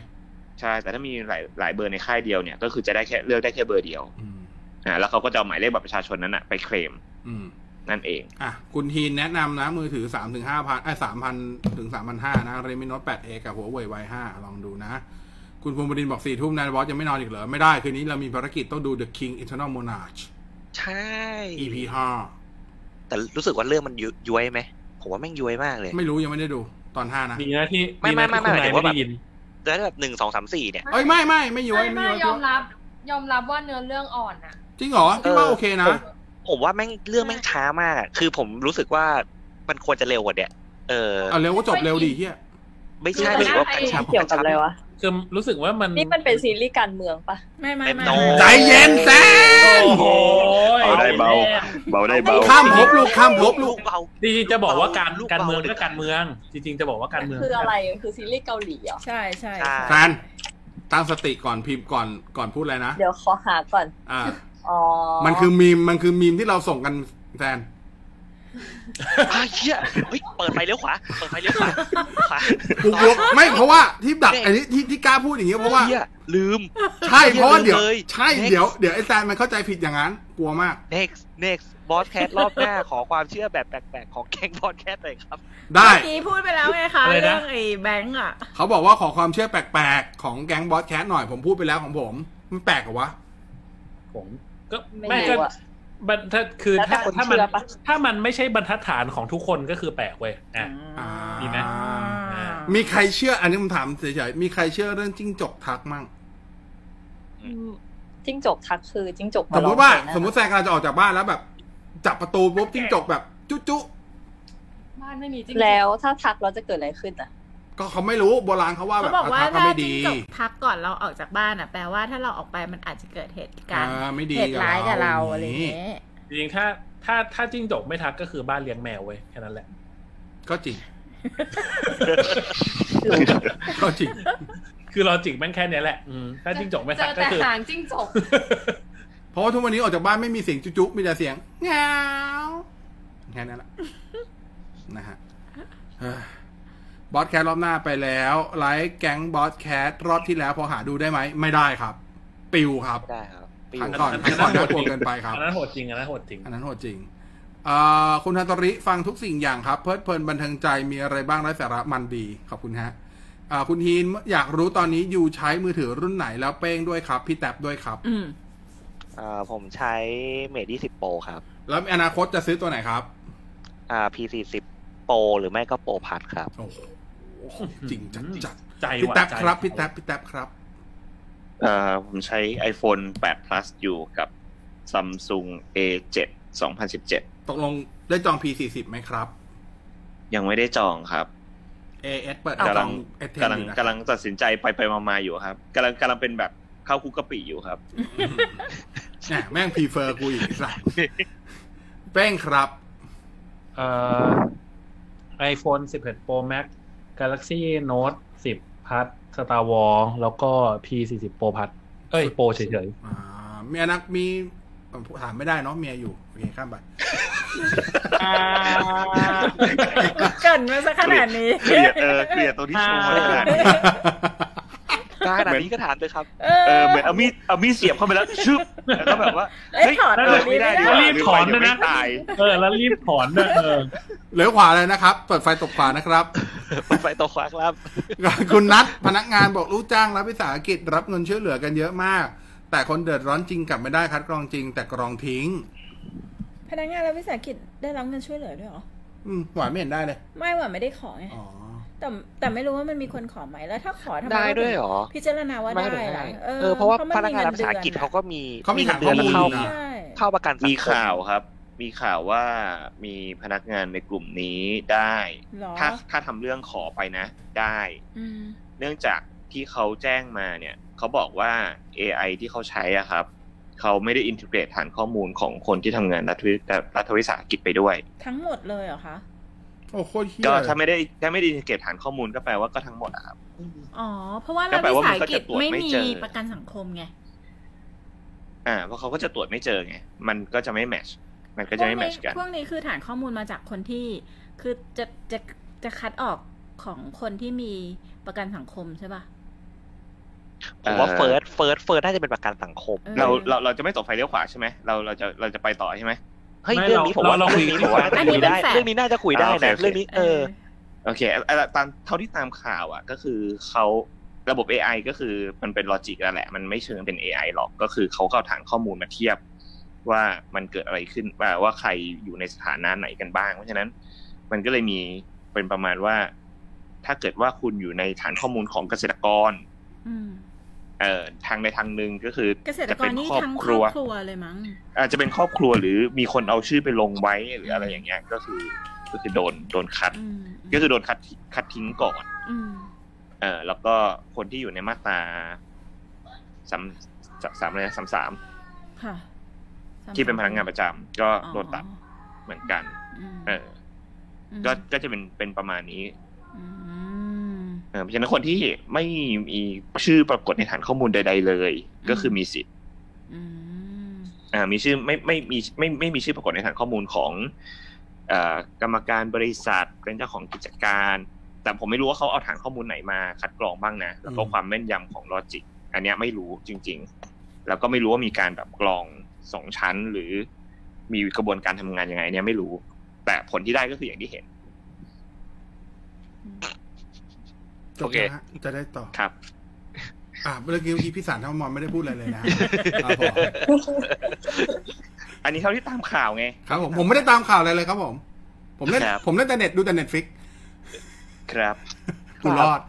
ใช่ แต่ถ้ามีหลายหลายเบอร์ในค่ายเดียวเนี่ย ก็คือจะได้แค่เลือกได้แค่เบอร์เดียว อืม อ่า แล้วเขาก็จะเอาหมายเลขบัตรประชาชนนั้นอ่ะไปเคลม อืม นั่นเอง อ่ะ คุณทีนแนะนำนะ มือถือสามถึงห้าพันไอ้สามพันถึงสามพันห้านะเรมิโนตแปดเอกับหัวเว่ยไวห้าลองดูนะ คุณภูมิบดินทร์บอกสี่ทุ่มนายบอสยังไม่นอนอีกเหรอ ไม่ได้ คืนนี้เรามีภารกิจต้องดู The King Eternal Monarch ใช่ EP ห้า แต่รู้สึกว่าเรื่องมันยุย้วยไหม ผมว่าแม่งย้วยมากเลย ไม่รู้ยังไม่ได้ดูตอนห้านะ ดีนะที่ ไม่ ดีนะที่คุณนายไม่ไม่ไม่ ไม่ ไม่ ได้ยิน แล้วแบบหนึ่งสองสามสี่เนี่ย เอ้ย ไม่ไม่ไม่ย้วย ไม่ ไม่ ไม่ ย้วย ยอมรับ ยอมรับว่าเนื้อเรื่องอ่อนอะ จริงเหรอพี่ว่าโอเคนะ ผมว่าแม่งเรื่องแม่งช้ามากอะคือผมรู้สึกว่ามันควรจะเร็วกว่าเนี้ยเออ เอาเร็วก็จบเร็วดีเฮีย ไม่ใช่ คือ หรือว่าการชับ เกี่ยวกับอะไรวะ คือรู้สึกว่ามัน นี่มันเป็นซีรีส์การเมืองปะ ไม่ไม่ เต็ม ไม่ โต ใจเย็นแซม โอ้โห เอาได้เบา เบาได้เบา ข้ามภพลูกข้ามภพลูก เบา จริงๆจะบอกว่าการ ลูกเบา การเมือง หรือ ก็การเมือง จริงๆจะบอกว่าการเมือง คืออะไรคือซีรีส์เกาหลีเหรอ ใช่ใช่ ใช่ ใช่ แฟนตั้งสติก่อนพิมพ์ก่อนก่อนพูดอะไรนะ เดี๋ยวขอหาก่อน อ่า อ๋อ มันคือมีมมันคือมีมที่เราส่งกันแฟน อ้าวเฮียเฮ้ยเปิดไฟเลี้ยวขวา เปิดไฟเลี้ยวขวาขวา กูกลัวไม่เพราะว่าที่ดักอันนี้ที่ที่กล้าพูดอย่างเงี้ยเพราะว่า เฮียลืม ใช่เพราะว่าเดี๋ยว เยอะเลย ใช่ Next เดี๋ยวเดี๋ยวไอ้แซนมันเข้าใจผิดอย่างนั้น กลัวมาก next next บอสแคทรอบหน้า ขอความเชื่อแบบแปลกๆ ของแก๊งบอสแคทหน่อยครับ ได้ เมื่อกี้พูดไปแล้วไงคะเรื่องไอ้แบงก์อ่ะ เขาบอกว่าขอความเชื่อแปลกๆ ของแก๊งบอสแคทหน่อยผมพูดไปแล้วของผม มันแปลกเหรอวะ ผมก็ ไม่ ไม่ก็ รู้อะ บรรทัดคือ แล้วแต่ ถ้า คน ถ้ามัน เชื่อปะ ถ้ามันไม่ใช่บรรทัดฐานของทุกคนก็คือแปลกเว้ยอ่ะ อ่า ดีไหม อ่า มีใครเชื่อ อันนี้ผมถามเฉยๆมีใครเชื่อเรื่องจิ้งจกทักมั่ง อืมจิ้งจกทักคือจิ้งจก ส มา มมติว่า ร้องเพลงนะ สมมติแซนกำลังจะออกจากบ้านแล้วแบบ จับประตูปุ๊บจิ้งจกแบบจุ๊จุ๊ บ้านไม่มีจริง แล้วถ้าทักเราจะเกิดอะไรขึ้นอ่ะ ก็เขาไม่รู้โบราณเขาว่าแบ เขา บ บอกว่า ทักก็ ถ้า ไม่ จิ้ ดี งจกทักก่อนเราออกจากบ้านอ่ะ แปลว่าถ้าเราออกไปมันอาจจะเกิดเหตุการณ์ อ่าไม่ดี เหตุร้ายกับเราอะไรอย่าง นี้ เงี้ย จริงๆถ้าถ้าถ้าจิ้งจกไม่ทักก็คือบ้านเลี้ยงแมวเว้ยแค่นั้นแหละ ก็จริง ก็จริง คือลอจิกแม่งแค่เนี้ยแหละอืมถ้าจิ้งจกไม่ เจ ทัก อ ก็ แต่ คือ หางจิ้งจก เพราะว่าทุกวันนี้ออกจากบ้านไม่มีเสียงจุ๊บมีแต่เสียงเงาแค่นั้นแหละ นะฮะเอ้ยบอสแคทรอบหน้าไปแล้วไลฟ์แก๊งบอสแคทรอบที่แล้วพอหาดูได้ไหม ไม่ได้ครับ ปิวครับ ได้ครับ ครั้งก่อนครั้งก่อนน่ากลัวเกินไปครับ อันนั้นโหดจริงอันนั้นโหดจริง อันนั้นโหดจริงเอ่อคุณฮันตริฟังทุกสิ่งอย่างครับ เพลิดเพลินบันเทิงใจมีอะไรบ้างไร้สาระมันดี ขอบคุณฮะอ่าคุณฮีนอยากรู้ตอนนี้ยูใช้มือถือรุ่นไหนแล้วเป้งด้วยครับ พี่แท็บด้วยครับ อืม เอ่อผมใช้เมดยี่สิบโปรครับ แล้วอนาคตจะซื้อตัวไหนครับ อ่า P สี่สิบโปรหรือไม่ก็โปรพัดครับ โอ้โหจริงจัดจัด ใจ พี่ ว่ะ แท็บ ใจ ครับ พี่แท็บพี่แท็บครับ เอ่อผมใช้ iPhone 8 plus อยู่กับ Samsung A7 2017 ตกลงได้จอง P40 ไหมครับ ยังไม่ได้จองครับ AS เปิดจ กำลั อง ง S10 กำลัง อยู่นะ กำลังตัดสินใจไปไปมามาอยู่ครับกำลังกำลังเป็นแบบเข้าคุกกะปิอยู่ครับ เนี่ยแม่งพีเฟอร์กูอีกไอ้ สัสแป้งครับ เอ่อ iPhone 11 Pro Max Galaxy Note 10 Plus Star Wars แล้วก็ P40 Pro Plus เอ้ย Pro เฉย อ่าเมียนักมีผมถามไม่ได้เนาะเมียอยู่โอเคข้ามไป เกรินมาซะขนาดนี้ เกลียดเออเกลียดตรงที่โชว์ไว้ขนาดนี้ ได้ขนาดนี้ก็ถามเลยครับ เอ เออเหมือนเอามีดเอามีดเสียบเข้าไปแล้วชึบแล้วก็แบบว่า เอ้ยถอด เอ ออ อก ไม่ได้ดีก ๆ ว่า รีบถอนด้วยนะ เดี๋ยวไม่ตาย เออ แล้วรีบถอนด้วยเออ เลี้ยวขวาเลยนะครับ เปิดไฟตกขวานะครับ ไปต่อควักครับ คุณนัทพนักงานบอกลูกจ้างรับวิสาหกิจรับเงินช่วยเหลือกันเยอะมาก แต่คนเดือดร้อนจริงกลับไม่ได้คัดกรองจริง แต่กรองทิ้ง พนักงานรัฐวิสาหกิจได้รับเงินช่วยเหลือด้วยเหรอ อืมหวานไม่เห็นได้เลย ไม่ว่าไม่ได้ขอไง อ๋อ แต่แต่ไม่รู้ว่ามันมีคนขอไหมแล้วถ้าขอทำม ได้ด้วยเหรอ พิจารณาว่า ไม่ ได้ ได้ ล่ะ เออเพราะว่า มัน พนักงาน มี รัฐวิสาหกิจเขาก็มี เขามี เงินเดือน ฐานข้อมูล เข้า มี ใช่ เข้าประกันสัง มี ค ข่าวครับ มีข่าวว่ามีพนักงานในกลุ่มนี้ได้ เหรอ ถ้าถ้าทำเรื่องขอไปนะ ได้ อืม เนื่องจากที่เขาแจ้งมาเนี่ย เขาบอกว่า AI ที่เขาใช้อ่ะครับ เขาไม่ได้อินทิเกรตฐานข้อมูลของคนที่ทำงานรัฐวิรัฐวิสาหกิจไปด้วย ทั้งหมดเลยเหรอคะ โอ้โคตรเฮี้ย ก็ถ้าไม่ได้ถ้าไม่ได้อินทิเกรตฐานข้อมูลก็แปลว่าก็ทั้งหมดอะครับ อ๋อเพราะว่า ก็ รัฐ แปล วิ ว่ามั สาน ห ก็ กิ จะ จ ตรวจ ไม่ ไม่ มี เจอ ประกันสังคมไง อ่าเพราะเขาก็จะตรวจไม่เจอไง มันก็จะไม่แมชมันก็จะไม่แมชกัน พวกนี้คือฐานข้อมูลมาจากคนที่ คือจะจะจะคัดออกของคนที่มีประกันสังคมใช่ป่ะ มผมว่าเฟิร์สเฟิร์สเฟิร์สน่าจะเป็นประกันสังคม เออ เราเราเราจะไม่ตกไฟเลี้ยวขวาใช่ไหมเราเราจะเราจะไปต่อใช่ไหม เฮ้ย ไม่ เรื่องนี้ผม เรา ว่า เรา เรื่องนี้ผมว่า คุ น่าย จะคุยได้ อันนี้เป็นแฟกต์ เรื่องนี้น่าจะคุยได้นะเรื่ออ่าโอเคงนี้เออ โอเคเอ่อตามเท่าที่ตามข่าวอ่ะ ก็คือเขาระบบ AI ก็คือมันเป็นลอจิกนั่นแหละ มันไม่เชิงเป็น AI หรอก ก็คือเขาก็เอาฐานข้อมูลมาเทียบ ว่ามันเกิดอะไรขึ้นว่าว่าใครอยู่ในสถานะไหนกันบ้าง เพราะฉะนั้นมันก็เลยมีเป็นประมาณว่า ถ้าเกิดว่าคุณอยู่ในฐานข้อมูลของเกษตรกร อืม เอ่อทางในทางหนึ่งก็คือ เกษตร จะ ก เป็ ร น นี่ ครอบ ทั้ง ค คร รั อ ว บครัวเลยมั้ง อาจจะเป็นครอบครัวหรือมีคนเอาชื่อไปลงไว้หรืออะไรอย่างเงี้ยก็คือก็คือโดนโดนคัด อืม ก็คือโดนคัดทิ้งคัดทิ้งก่อน อืม เออแล้วก็คนที่อยู่ในมาตราสามสามสามอะไรนะสามสาม ค่ะ ที่เป็นพนักงานประจำก็ อ๋อ โดนตัดเหมือนกัน ม เออ ม ก็ก็จะเป็นเป็นประมาณนี้ อืม เออเพราะฉะนั้นคนที่ไม่มีชื่อปรากฏในฐานข้อมูลใด ๆ เลย อืม ก็คือมีสิทธิ์ อืม อ่ามีชื่อไม่ไม่มีไม่ไม่มีชื่อปรากฏในฐานข้อมูลของเอ่อกรรมการบริษัทเป็นเจ้าของกิจการ แต่ผมไม่รู้ว่าเขาเอาฐานข้อมูลไหนมาคัดกรองบ้างนะแล้วก็ อืม ความแม่นยำของลอจิกอันเนี้ยไม่รู้จริง ๆ แล้วก็ไม่รู้ว่ามีการแบบกรองสองชั้นหรือมีกระบวนการทำงานยังไงอันเนี้ยไม่รู้ แต่ผลที่ได้ก็คืออย่างที่เห็น จบนะฮะจะได้ต่อ ครับ อ่าเมื่อกี้เมื่อกี้พี่สารเท่ามอนไม่ได้พูดอะไรเลยนะฮะ ครับผม อันนี้เท่าที่ตามข่าวไง ครับผมผมไม่ได้ตามข่าวอะไรเลยครับผม ผมเล่น ครับ ผมเล่นแต่เน็ตดูแต่เน็ตฟิก ครับ กูรอด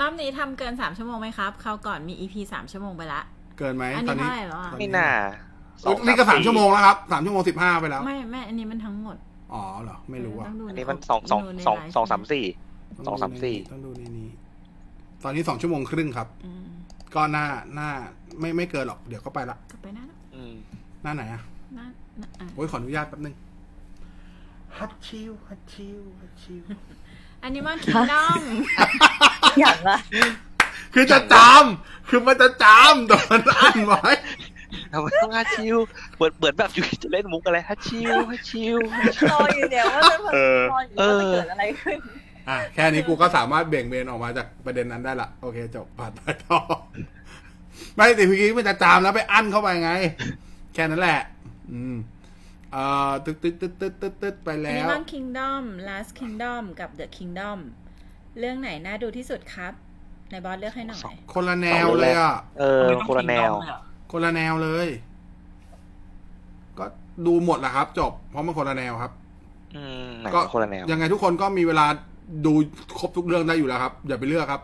รอบนี้ทำเกินสามชั่วโมงไหมครับคราวก่อนมี EP สามชั่วโมงไปละ เกินไหม อัน ตอ นี้ นนี้ เท่าไหร่แล้วอะ ไม่น่าสอง นี่ก็สาม ปี ชั่วโมงแล้วครับสามชั่วโมงสิบห้าไปแล้ว ไม่ไม่อันนี้มันทั้งหมด อ๋อเหรอ ไม่รู้อ่ะ ต้งดู อัน ใ นี้มันสองสอง ดูใน สอง ไลฟ์ สองสามสี่ ต้ สองสามสี่ ต้องดูในนี้ ตอนนี้สองชั่วโมงครึ่งครับ อืม ก็หน้าหน้าไม่ไม่เกินหรอก เดี๋ยวก็ไปละ กลับไปหน้า อืม หน้าไหนอ่ะ หน้าหน้าอ่ะ โอ้ยขออนุญาตแป๊บนึง ฮัตชิว ฮัตชิว ฮัตชิว อันนี้มัน คิดน้อง อย่างอะ คือจะจำคือมันจะจำโดนอันไว้ ทำไมต้องฮัชิวเหมือนเหมือนแบบอยู่จะเล่นมุกอะไรฮัชิวฮัชิวฮัชิว รออยู่เนี่ยว่าจะ เออ รออยู่ว่าจะเกิดอะไรขึ้น อ่ะแค่นี้กูก็สามารถเบี่ยงเบนออกมาจากประเด็นนั้นได้ละ โอเค จบผ่านไปต่อ ไม่แต่พี่อกี้มันจะจามแล้วไปอั้นเข้าไปไง แค่นั้นแหละ อืมเอ่อตึ๊ดตึ๊ดตึ๊ดตึ๊ดตึ๊ดตึ๊ดไป อัน แล้ นี้ ว มัง Kingdom Last Kingdom กับ The Kingdom เรื่องไหนน่าดูที่สุดครับนายบอสเลือกให้หน่อย สอง คนละแนวเลยอ่ะ เออคนละแนว คนละแนวเลย ก็ดูหมดแหละครับ จบ เพราะมันคนละแนวครับ อืมหนัง ก็ คนละแนว ยังไงทุกคนก็มีเวลาดูครบทุกเรื่องได้อยู่แล้วครับ อย่าไปเลือกครับ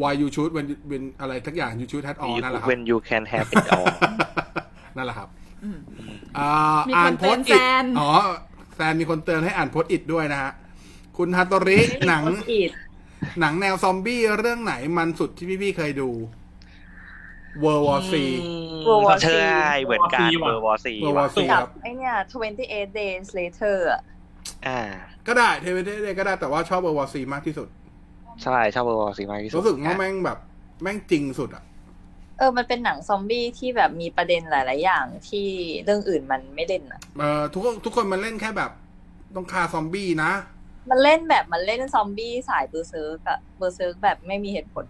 why you choose when when อะไรทักอย่าง you choose hat all นั่นแหละครับ when you can have it all นั่นแหละครับ อืม อ่า มี อ่า คน นโพสต์เตือนอิด แซน อ๋อแซนมีคนเตือนให้อ่านโพสต์อิดด้วยนะฮะ คุณฮัตโตริหนัง อีด หนังแนวซอมบี้เรื่องไหนมันสุดที่พี่ๆเคยดู World War C เชื่อเหมือนกันเบอร์วอซี World War C กับ ครับ ไอเนี่ย28 days later อะ อ่า ก็ได้เทเวเดก็ได้แต่ว่าชอบ World War C มากที่สุด ใช่ชอบเบอร์วอซีมากที่สุด รู้สึกว่าแม่งแบบแม่งจริงสุดอ่ะ เออ มันเป็นหนังซอมบี้ที่แบบมีประเด็นหลาย ๆ อย่างที่เรื่องอื่นมันไม่เล่นอ่ะ เอ่อทุกคนทุกคนมันเล่นแค่แบบต้องฆ่าซอมบี้นะ มันเล่นแบบมันเล่นซอมบี้สายเบอร์เซิร์กอะเบอร์เซิร์กแบบไม่มีเหตุผล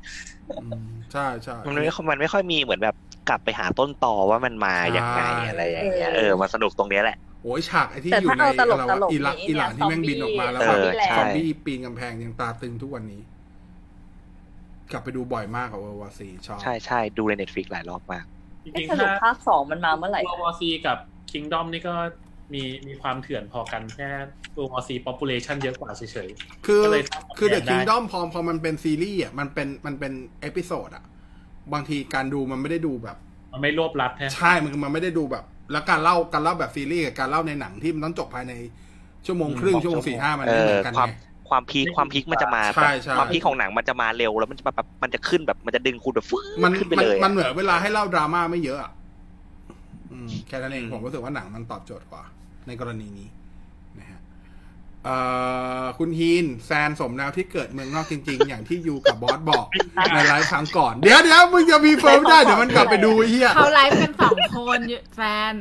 อืมใช่ใช่ มันไม่มันไม่ค่อยมีเหมือนแบบกลับไปหาต้นต่อว่ามันมาอย่างไง ใช่ อะไรอย่างเงี้เอยอ เออมันสนุกตรงเนี้ยแหละ โอ้ยฉากไอ้ที่ แต่ อยู่ ถ้า ใน เอาตลก เรา ตล อะ ก อิรัก นี้ อิหร่าน เนี่ย ที่แม่ง ซอมบี้ บินออกมาแล้ว เอ แบบ อใช่ ซอมบี้ปีนกำแพงยังตาตึงทุกวันนี้ กลับไปดูบ่อยมากกับเวอร์วาซีชอบ ใช่ใช่ดูในเน็ตฟลิกหลายรอบมาก จ เอ๊ะ ริง ส ๆ รุ ถ้า ปภาคสองมันมาเมื่อไหร่ World War C กับ Kingdom นี่ก็มีมีความเถื่อนพอกันแค่ World War C population เยอะกว่าเฉย คือ ก็เลยทำ คือเดอะ แบรนด์ได้ คิงดอมพอพอมันเป็นซีรีส์อ่ะมันเป็นมันเป็นเอพิโซดอ่ะ บางทีการดูมันไม่ได้ดูแบบ ๆ มันไม่รวบรัดแฮะ ใช่ มันมันไม่ได้ดูแบบ แล้วการเล่าการเล่าแบบซีรีส์กับการเล่าในหนังที่มันต้องจบภายในชั่วโมงครึ่งชั่วโมงสี่ห้ามัน เอ ไม่เหมื อ อนกัน ความ ไง ความพีคความพีคมันจะมา ใช่ใช่ ความพีคของหนังมันจะมาเร็วแล้วมันจะแบบมันจะขึ้นแบบมันจะดึงคุณแบบฟื้ มัน นขึ้นไป มัน เลยอะ มันเหมือนเวลาให้เล่าดราม่าไม่เยอะอะอืมแค่นั้นเอง อืม ผมรู้สึกว่าหนังมันตอบโจทย์กว่า ในกรณีนี้นะฮะเอ่อคุณฮีนแซนสมแล้วที่เกิดเมืองนอกจริง ๆ อย่างที่ยูกับบอสบอกในไลฟ์ครั้งก่อน เดี๋ยวเดี๋ยวมึงจะมีเฟิร์มได้ เดี๋ยวมันกลับไปดูไอ้เฮีย เขาไลฟ์กันสองคน แฟน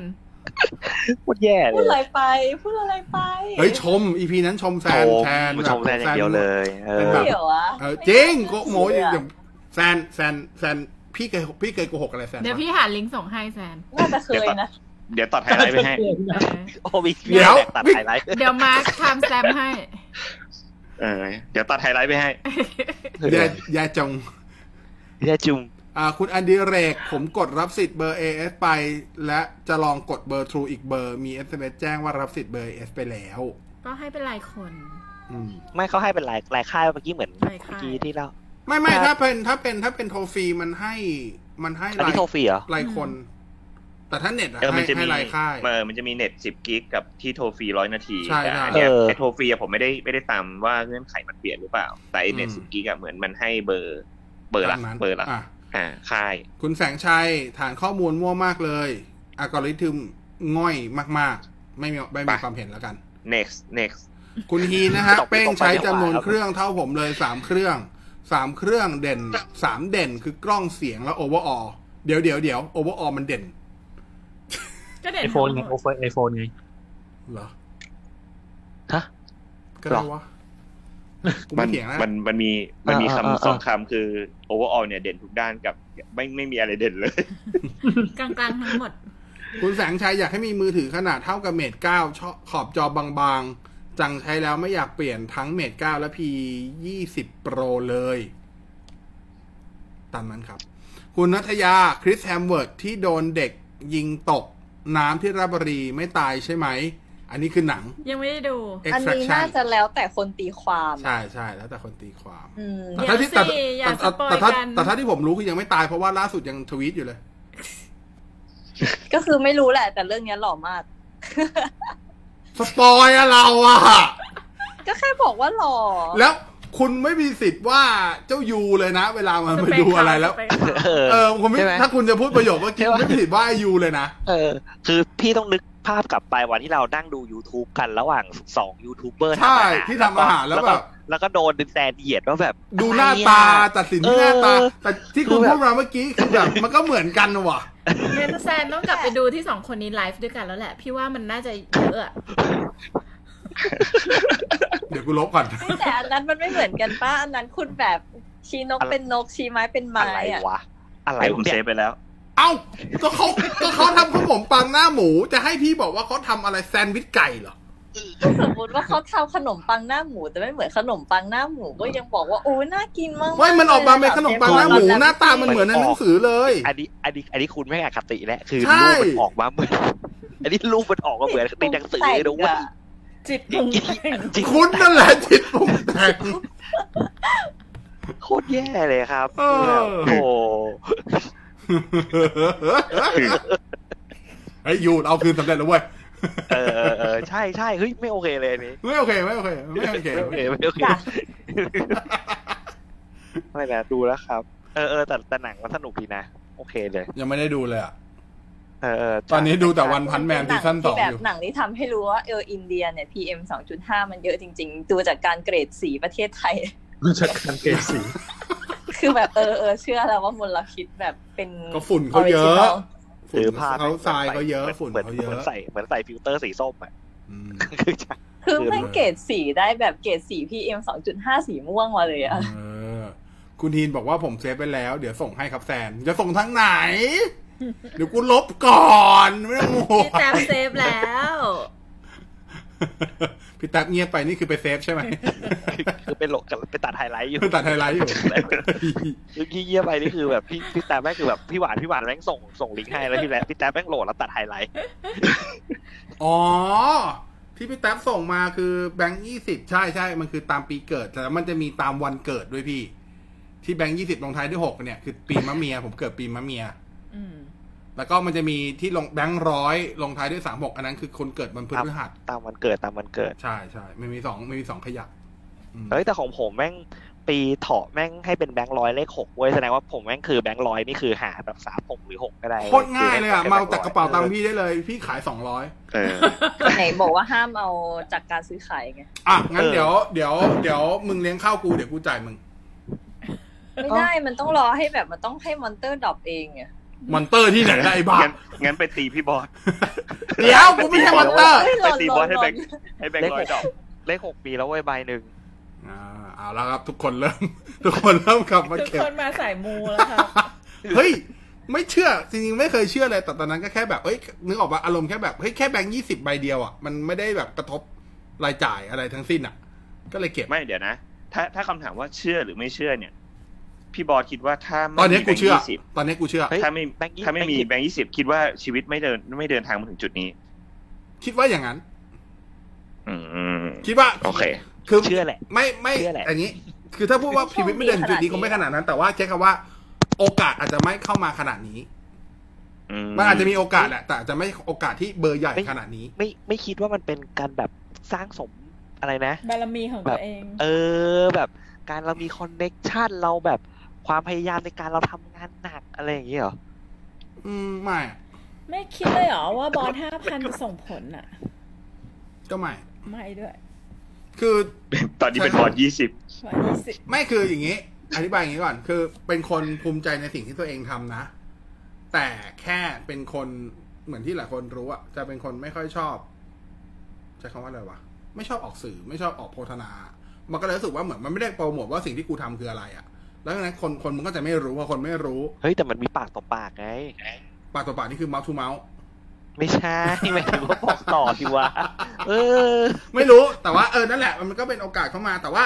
โคตรแย่ พูดเลอะไร ย ไป พูดอะไรไป เฮ้ยชมอีพีนั้นชมแซ ช น ม แซน ชมแซนอย่างเดียวเลยเอ เป็น อ แบบ เดี๋ยวอะ เออจริงโกโม เชื่ อย่างแซนแซนแซนพี่เคยพี่เคยโกหกอะไรแซนปะ เดี๋ยวพี่หาลิงก์ส่งให้แซน น่าจะเคยนะ เดี๋ยวตัดไฮไลท์ไปให้ โอ้มี เดี๋ยว ตัดไฮไลท์ เดี๋ยวมาร์คไทม์สแตมป์ให้ เออ เดี๋ยวตัดไฮไลท์ไปให้ ยายยายจง แย่จุ่ม อ่าคุณอันดิเรก ผมกดรับสิทธิ์เบอร์ AS ไป และจะลองกดเบอร์ True อีกเบอร์ มี SMS แจ้งว่ารับสิทธิ์เบอร์ AS ไปแล้ว ก็ให้เป็นรายคน อืม ไม่เขาให้เป็นลายลายค่ายเมื่อกี้เหมือนเ ลายค่าย มื่อกี้ที่เรา ไม่ไม่ถ้าเป็นถ้าเป็นถ้าเป็นโทรฟรีมันให้มันให้ อัน ราย นี้โทฟี่เหรอ รายคน แต่ถ้าเน็ตอะ เออ มั ให้ นจะ ให้ มี รายค่าย เออมันจะมีเน็ตสิบกิกกับที่โทรฟรีร้อยนาที ใช่ แต่ ใช่ อันเนี้ย เออ ไอ้โทรฟรีอะผมไม่ได้ไม่ได้ตามว่าเงื่อนไขมันเปลี่ยนหรือเปล่า แต่ไอ้เน็ต อืม สิบกิกอะเหมือนมันให้เบอร์ เบอร์หลั ตาก มนั้น เบอร์หลัก อ่ะ อ่าค่าย คุณแสงชัย ฐานข้อมูลมั่วมากเลยอัลกอริทึมง่อยมาก ๆ ไม่มีไม่มี ไป ความเห็นแล้วกัน next next คุณฮีนะฮะ ตกไป เป้ง ตกไป ใช้ ดีกว่า จำนวน ครับ เครื่องเท่าผมเลยสามเครื่องสามเครื่องเด่นสามเด่นคือกล้องเสียงและโอเวอร์ออเดี๋ยวเดี๋ยวเดี๋ยวโอเวอร์ออมันเด่น ก็เด่น ไอโฟนไงโอเฟอร์ไอโฟนไง เหรอ ฮะ ก็ได้วะกู มั ไม่เถียงนะ มันมันมีมันมี อ่าอ่าอ่า คำสองคำคือ overall เนี่ยเด่นทุกด้านกับไม่ไม่มีอะไรเด่นเลย กลางๆทั้งหมด คุณแสงชัยอยากให้มีมือถือขนาดเท่ากับเมดเก้าชอบขอบจอบางๆ จังใช้แล้วไม่อยากเปลี่ยนทั้งเมดเก้าและพียี่สิบโปรเลยตามนั้นครับ คุณนัทยาคริสแฮมเวิร์ดที่โดนเด็กยิงตก น้ำที่ราชบุรีไม่ตายใช่ไหม อันนี้คือหนัง ยังไม่ได้ดู อันนี้ Extraction น่าจะแล้วแต่คนตีความอะ ใช่ใช่แล้วแต่คนตีความ อืม แต่ถ้าที่แต่ อย่าสิอย่า แต่ สปอย แต่ถ้า กัน แต่ถ้าที่ผมรู้คือยังไม่ตายเพราะว่าล่าสุดยังทวีตอยู่เลย ก็คือไม่รู้แหละ แต่เรื่องเนี้ยหล่อมาก สปอยอะเราอะ ก็แค่บอกว่า หล่อ แล้วคุณไม่มีสิทธิ์ว่าเจ้ายูเลยนะ เวลามันไปดูอะไรแล้ว สเปคเขาสเปคเขา เออ เออคุณไม่ ใช่ไหม ถ้าคุณจะพูดประโยคว่ากิ ใช่ น ปะ ไม่ผิดว่าไอ้ยูเลยนะ เออ คือพี่ต้องนึกภาพกลับไปวันที่เรานั่งดู YouTube กันระหว่างสองยูทูบเบอร์ ใช่ที่ทำอาหารแล้วแบบ แล้วก็โดนดินแดนเหยียดว่าแบบ ดูหน้า อะไรเย ตาตัดสินที่หน้าตา เออ แต่ที่คุณ คือพูดแบบมาเมื่อกี้คือแบบมันก็เหมือนกันนะว่ะ งั้นแซนต้องกลับไปดูที่สองคนนี้ไลฟ์ด้วยกันแล้วแหละ พี่ว่ามันน่าจะเยอะ อะ เดี๋ยวกูลบก่อน แต่อันนั้นมันไม่เหมือนกันป้าอันนั้นคุณแบบชี้นกเป็นนกชี้ไม้เป็น อะ ไม้ ไร อะ วะ อะไร ไอผม เนี่ เซ ย ฟไปแล้ว เอ้าก็เขาก็เขาทำขนมปังหน้าหมู จะให้พี่บอกว่าเขาทำอะไรแซนด์วิชไก่เหรอ ก็สมมติว่าเขาทำขนมปังหน้าหมู แต่ไม่เหมือนขนมปังหน้าหมูก็ยังบอกว่าโอ้ยน่ากินมากๆ ไม่มันออกมาเป็นขนมปังหน้าหมู หน้าตามันเหมือนในหนังสือเลย อันนี้อันนี้อันนี้คุณไม่อคติแล้วคือ ใช่ รูปมันออกมาเหมือน อันนี้รูปมันออกมาเหมือนในหนังสือเลยนะเว่า จิตปรุงแต่ง จริง คุณนั่นแหละจิตผมแตก โคตรแย่เลยครับ เออ แบบโอ้โห ไอ้ยยู เอาคืนสำเร็จแล้วเว้ย เออเออเออใช่ใช่เฮ้ยไม่โอเคเลยอันนี้ ไม่โอเคไม่โอเคไม่โอเค ไม่โอเคไม่โอเคไม่นะดูแล้วครับ เออเออแต่แต่หนังมันสนุกดีนะ โอเคเลย ยังไม่ได้ดูเลยอ่ะ เออเออ ตอนนี้ดูแต่วันพันแมนซีซั่นสอง ที่แบ อบ ยู่ หนังที่ทำให้รู้ว่าเอออินเดียเนี่ย PM 2.5 มันเยอะจริง ๆ ดูจากการเกรดสีประเทศไทย รู้จักการเกมสี คือแบบเออเออเชื่อแล้วว่ามลพิษแบบเป็น ก็ฝุ่นเขาเยอะ original ฝุ่น ซื้อผ้า เขาทรายเขาเยอะ หมืน ฝุ่น เหมือน เขาเย เหมือน อะ ใส่เหมือนใส่ฟิลเตอร์สีส้มอ่ะ อืม คือจะ คือแม่งเกรดสีได้แบบเกรดสี PM 2.5 สีม่วงมาเลยอะ เออ คุณทีนบอกว่าผมเซฟไปแล้ว เดี๋ยวส่งให้ครับแซน จะส่งทั้ง ไหน เดี๋ยวกูลบก่อนไม่ต้องห่ว พี่ ง แตมเซฟแล้ว พี่แท็บเงียบไปนี่คือไปเซฟใช่ไหม คือเป็นโลกไปตัดไฮไลท์อยู่ ไปตัดไฮไลท์อยู่ คือพี่เยี่ยมไปนี่คือแบบพี่พี่แต้มแม่งคือแบบพี่หวานพี่หวานแม่งส่งส่งลิงก์ให้แล้วพี่แต้มพี่แต้มแม่งโหลดแล้วตัดไฮไลท์ อ๋อ ที่พี่แท็บส่งมาคือแบงค์ยี่สิบใช่ใช่มันคือตามปีเกิด แต่มันจะมีตามวันเกิดด้วยพี่ ที่แบงค์ยี่สิบลงท้ายด้วยหกเนี่ยคือปีมะเมีย ผมเกิดปีมะเมีย อืม แล้วก็มันจะมีที่ลงแบงค์ร้อยลงท้ายด้วยสามหกอันนั้นคือคนเกิดวันพฤหัส ตามวันเกิดตามวันเกิด ใช่ใช่ไม่มีสองไม่มีสองขยักอืม เฮ้ยแต่ของผมแม่งปีเถาะแม่งให้เป็นแบงค์ร้อยเลขหกเว้ยแสดงว่าผมแม่งคือแบงค์ร้อยนี่คือหาแบบสามหกหรือหกก็ได้ โคตรง่ายเลยอ่ะมาเอาจากกระเป๋าตังค์พี่ได้เลย พี่ขายสองร้อย เออ ไหนบอกว่าห้ามเอาจากการซื้อขายไง อ่ะ งั้นเดี๋ยวเดี๋ยวเดี๋ยวมึงเลี้ยงข้าวกูเดี๋ยวกูจ่ายมึง ไม่ได้มันต้องรอให้แบบมันต้องให้มอนเตอร์ดรอปเองไง มอนเตอร์ที่ไหนล่ะไอ้บ้า งั้นงั้นไปตีพี่บอส เดี๋ยวกูไม่ใช่มอนเตอร์ เฮ้ยหลอน ไปตี หล บอสอน ให้ หลอ แบ น งค์ ให้แบง เล ค์ร้ขห อย ก ดอก เลขหกปีแล้วเว้ยใบหนึ่ง อ่าเอาละครับ ทุกคนเริ่ม ทุกคนเริ่มกลับมา ทุก เก็บ คนมาสายมูแล้วค่ะ เฮ้ย ไม่เชื่อ จริงๆ ไม่เคยเชื่อเลยแต่ตอนนั้นก็แค่แบบเอ้ยนึกออกปะอารมณ์แค่แบบเฮ้ยแค่แบงค์ยี่สิบใบเดียวอ่ะมันไม่ได้แบบกระทบรายจ่ายอะไรทั้งสิ้นอ่ะ ก็เลยเก็บ ไม่เดี๋ยวนะ ถ้าถ้าคำถามว่าเชื่อหรือไม่เชื่อเนี่ย พี่บอสคิดว่าถ้าไม่ ตอนนี้ มีแบ กู งค์ เชื่อ ยี่สิบ ตอนนี้กูเชื่อ เฮ้ย ถ้าไม่ แบงค์ยี่ ถ้าไม่มี แบงค์แบงค์ยี่ยี่สิบคิดว่าชีวิตไม่เดินไม่เดินทางมาถึงจุดนี้ คิดว่าอย่างนั้น อืม คิดว่า โอเค คือ เชื่อแหละ ไม่ไม่ เชื่อแหละ อันนี้ คือถ้าพูดว่าชีวิตไม่เดินถึงจุดนี้คงไม่ขนาดนั้น แต่ว่าใช้คำว่า โอกาสอาจจะไม่เข้ามาขนาดนี้ มันอาจจะมีโอกาสแหละแต่อาจจะไม่โอกาสที่เบอร์ใหญ่ขนาดนี้ ไม่ไม่คิดว่ามันเป็นการแบบสร้างสมอะไรนะ บารมีของตัวเอง เออแบบการเรามีคอนเน็กชันเราแบบความพยายามในการเราทำงานหนักอะไรอย่างนี้เหรอ อืมไม่อะ ไม่คิดเลยเหรอว่าบอลห้าพันจะส่งผลอ่ะ ก็ไม่ ไม่ด้วย คือ ตอนนี้เป็นบอสยี่สิบ วันที่สิบ ไม่คืออย่างนี้ อธิบายอย่างนี้ก่อน คือเป็นคนภูมิใจในสิ่งที่ตัวเองทำนะ แต่แค่เป็นคนเหมือนที่หลายคนรู้อะจะเป็นคนไม่ค่อยชอบใช้คำว่าอะไรวะไม่ชอบออกสื่อไม่ชอบออกโฆษณา มันก็เลยรู้สึกว่าเหมือนมันไม่ได้โปรโมทว่าสิ่งที่กูทำคืออะไรอะแล้วดังนั้นคนคนมันก็จะไม่รู้พอคนไม่รู้ เฮ้ยแต่มันมีปากต่อปากไง ปากต่อปากนี่คือ mouth to mouth ไม่ใช่ ไม่ถึงว่าบอกต่อสิวะเออ ไม่รู้แต่ว่าเออนั่นแหละมันก็เป็นโอกาสเข้ามาแต่ว่า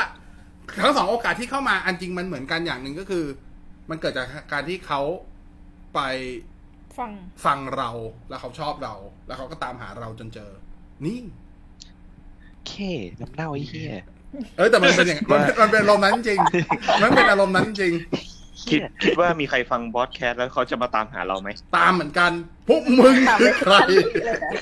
ทั้งสองโอกาสที่เข้ามาอันจริงมันเหมือนกันอย่างหนึ่งก็คือ มันเกิดจากการที่เขาไป ฟัง ฟังเราแล้วเขาชอบเรา แล้วเขาก็ตามหาเราจนเจอ นี่ เคน้ำเน่าไอ้เหี้ย เอ้ยแต่มันเป็นอย่างมันมันเป็นอารมณ์นั้นจริง มันเป็นอารมณ์นั้นจริง คิดคิดว่ามีใครฟังบอสแคสแล้วเขาจะมาตามหาเราไหม ตามเหมือนกัน พวกมึงคือใคร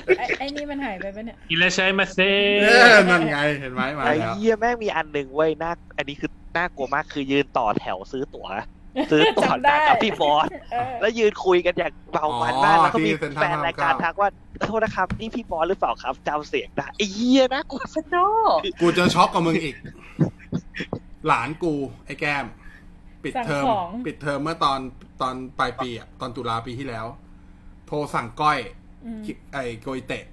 ไอ้ไอ้นี่มันหายไปปะเนี่ย อิเลชัยมาเซ เออนั่นไงเห็นไหมมา ไอ้ แล้ว เหี้ยแม่งมีอันหนึ่งไว้ยน่าอันนี้คือน่ากลัวมากคือยืนต่อแถวซื้อตั๋ว ซื้อตั๋ว จำได้ กับพี่บอส เออ แล้วยืนคุยกันอย่างเบามันมากแล้วก็มีแฟนรายการทักว่าโทษนะครับนี่พี่บอสหรือเปล่าครับจำเสียงได้ไอ้เหี้ยน่ากลัว สโน กูเจอช็อกกับมึงอีก หลานกู ไอ้แก้ม ปิดเทอมปิดเทอมเมื่อตอนตอนปลายปีอะตอนตุลาปีที่แล้ว โทรสั่งก้อย อืม ไอ้โกยเตะ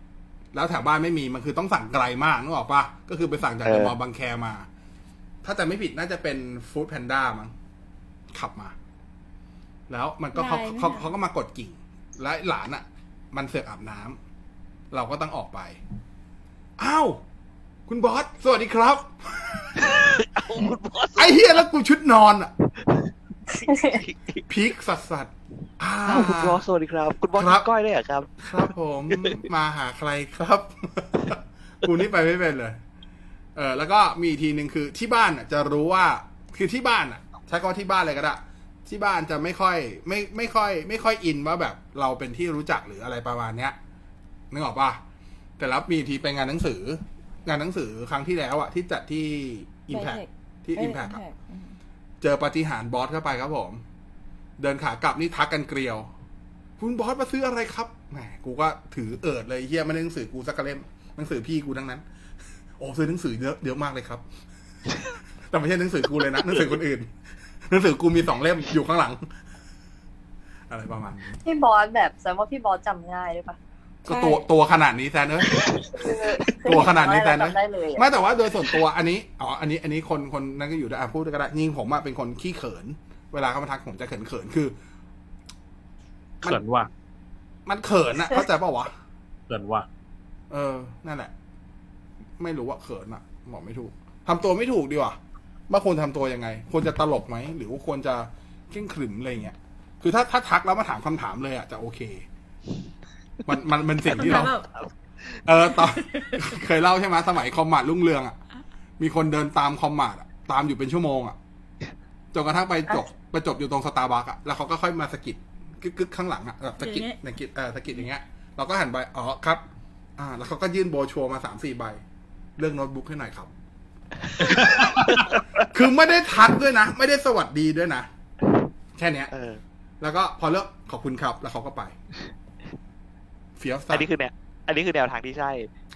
แล้วแถวบ้านไม่มีมันคือต้องสั่งไกลมากนึกออกปะก็คือไปสั่งจาก เออ เดอะมอลล์บางแคมา ถ้าจะไม่ผิดน่าจะเป็นฟู้ดแพนด้ามั้งขับมา แล้วมันก็เขาเขาเขาก็มากดกิ่ง แล้วหลานอ่ะ มันเสือกอาบน้ำเราก็ต้องออกไป อ้าว คุณบอส สวัสดีครับ เอาคุณบอส ไอ้เฮียแล้วกูชุดนอนอ่ะพีคสัสสัสๆอ้า อ้าว วคุณบอสสวัสดีครับ คุณบอส ครับ ก้อยด้วยเหรอครับ ครับผมมาหาใครครับ กูนี่ไปไม่เป็นเลย เออแล้วก็มีอีกทีหนึ่งคือที่บ้านอ่ะ จะรู้ว่าคือที่บ้านอ่ะ ช้คำว่าที่บ้านเลยก็ได้ ที่บ้านจะไม่ค่อย ไม่ไม่ค่อย ไม่ค่อยอินว่าแบบเราเป็นที่รู้จักหรืออะไรประมาณเนี้ยนึกออกปะแต่รับมีทีไปงานหนังสือ งานหนังสือครั้งที่แล้วอะที่จัดที่ Impact ที่ Impact อะ เจอปาฏิหารย์บอสเข้าไปครับผม เดินขากลับนี่ทักกันเกลียว คุณบอสมาซื้ออะไรครับแหมกูก็ถือเอิดเลยเฮียไม่ได้หนังสือกูสักเล่มหนังสือพี่กูทั้งนั้น โอ้ซื้อหนังสือเยอะเยอะมากเลยครับ แต่ไม่ใช่หนังสือกูเลยนะหนังสือคนอื่น หนังสือกูมีสองเล่มอยู่ข้างหลัง อะไรประมาณนี้ พี่บอสแบบแสดงว่าพี่บอสจำง่ายด้วยปะ ก็ตัวตัวขนาดนี้แซนเอ้ย ตัวขนาดนี้แซนนะ จำได้เลยอะ ไม่แต่ว่าโดยส่วนตัวอันนี้อ๋ออันนี้อันนี้คนคนนั้นก็อยู่ด้วยอ่ะพูดก็ได้ยิงผมอะเป็นคนขี้เขิน เวลาเขามาทักผมจะเขินเขินๆคือ เขินว่ะ มันเขินอะเข้าใจป่าวะ เขินว่ะ เออ นั่นแหละ ไม่รู้ว่าเขินอะบอกไม่ถูกทำตัวไม่ถูกดีว่ะว่าควรทำตัวยังไง ควรจะตลกไหม หรือว่าควรจะเข่งขรึมอะไรเงี้ย คือถ้าถ้าทักแล้วมาถามคำถามเลยอะจะโอเค มันมันมันสิ่งที่เรา แบบ เออตอน เคยเล่าใช่ไหมสมัยคอมมาดรุ่งเรืองอ่ะ มีคนเดินตามคอมมาดอ่ะ ตามอยู่เป็นชั่วโมงอ่ะจนกระทั่งไปจบไปจบอยู่ตรงสตาร์บัคอ่ะแล้วเขาก็ค่อยมาสะกิดกึกกึกข้างหลังอ่ะแบบสะกิด อย่างเงี้ย สะกิดเออสะกิดอย่างเงี้ยเราก็หันไปอ๋อครับ อ่า แล้วเขาก็ยื่นโบรชัวร์มาสามสี่ใบ เรื่องโน้ตบุ๊กให้หน่ อยครับ คือไม่ได้ทักด้วยนะ ไม่ได้สวัสดีด้วยนะแค่เนี้ย เออ แล้วก็พอเลิกขอบคุณครับ แล้วเขาก็ไปเฟี้ยวสั อันนี้คือแนวอันนี้คือแนวทางที่ใช่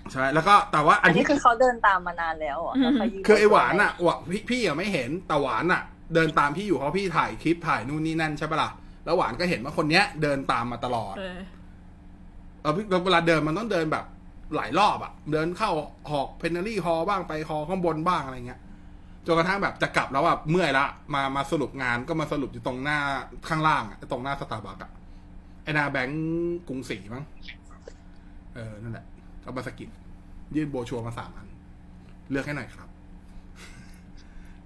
ใช่ไหมแล้วก็แต่ว่าอั อั น น นี้ นี้คือเขาเดินตามมานานแล้วเหรอแล้วเขายืน คือไอหวานอ่ะหวะพี่พี่อะไม่เห็นแต่หวานอ่ะ เดินตามพี่อยู่เพราะพี่ถ่ายคลิปถ่ายนู่นนี่นั่นใช่ปะล่ะแล้วหวานก็เห็นว่าคนเนี้ย เดินตามมาตลอด เออ แล้วพี่เวลาเดินมันต้องเดินแบบหลายรอบอ่ะ เดินเข้าหอกเพนนารี่ฮอบ้างไปฮอข้างบนบ้างอะไรเงี้ยจนกระทั่งแบบจะกลับแล้วแบบเมื่อยละมามาสรุปงานก็มาสรุปอยู่ตรงหน้าข้างล่างอะตรงหน้าสตาร์บัคอะไอหนาแบงก์กรุงศรีมั้งเออนั่นแหละเอามาสะกิดยื่นโบรชัวร์มาสามอันเลือกให้หน่อยครับ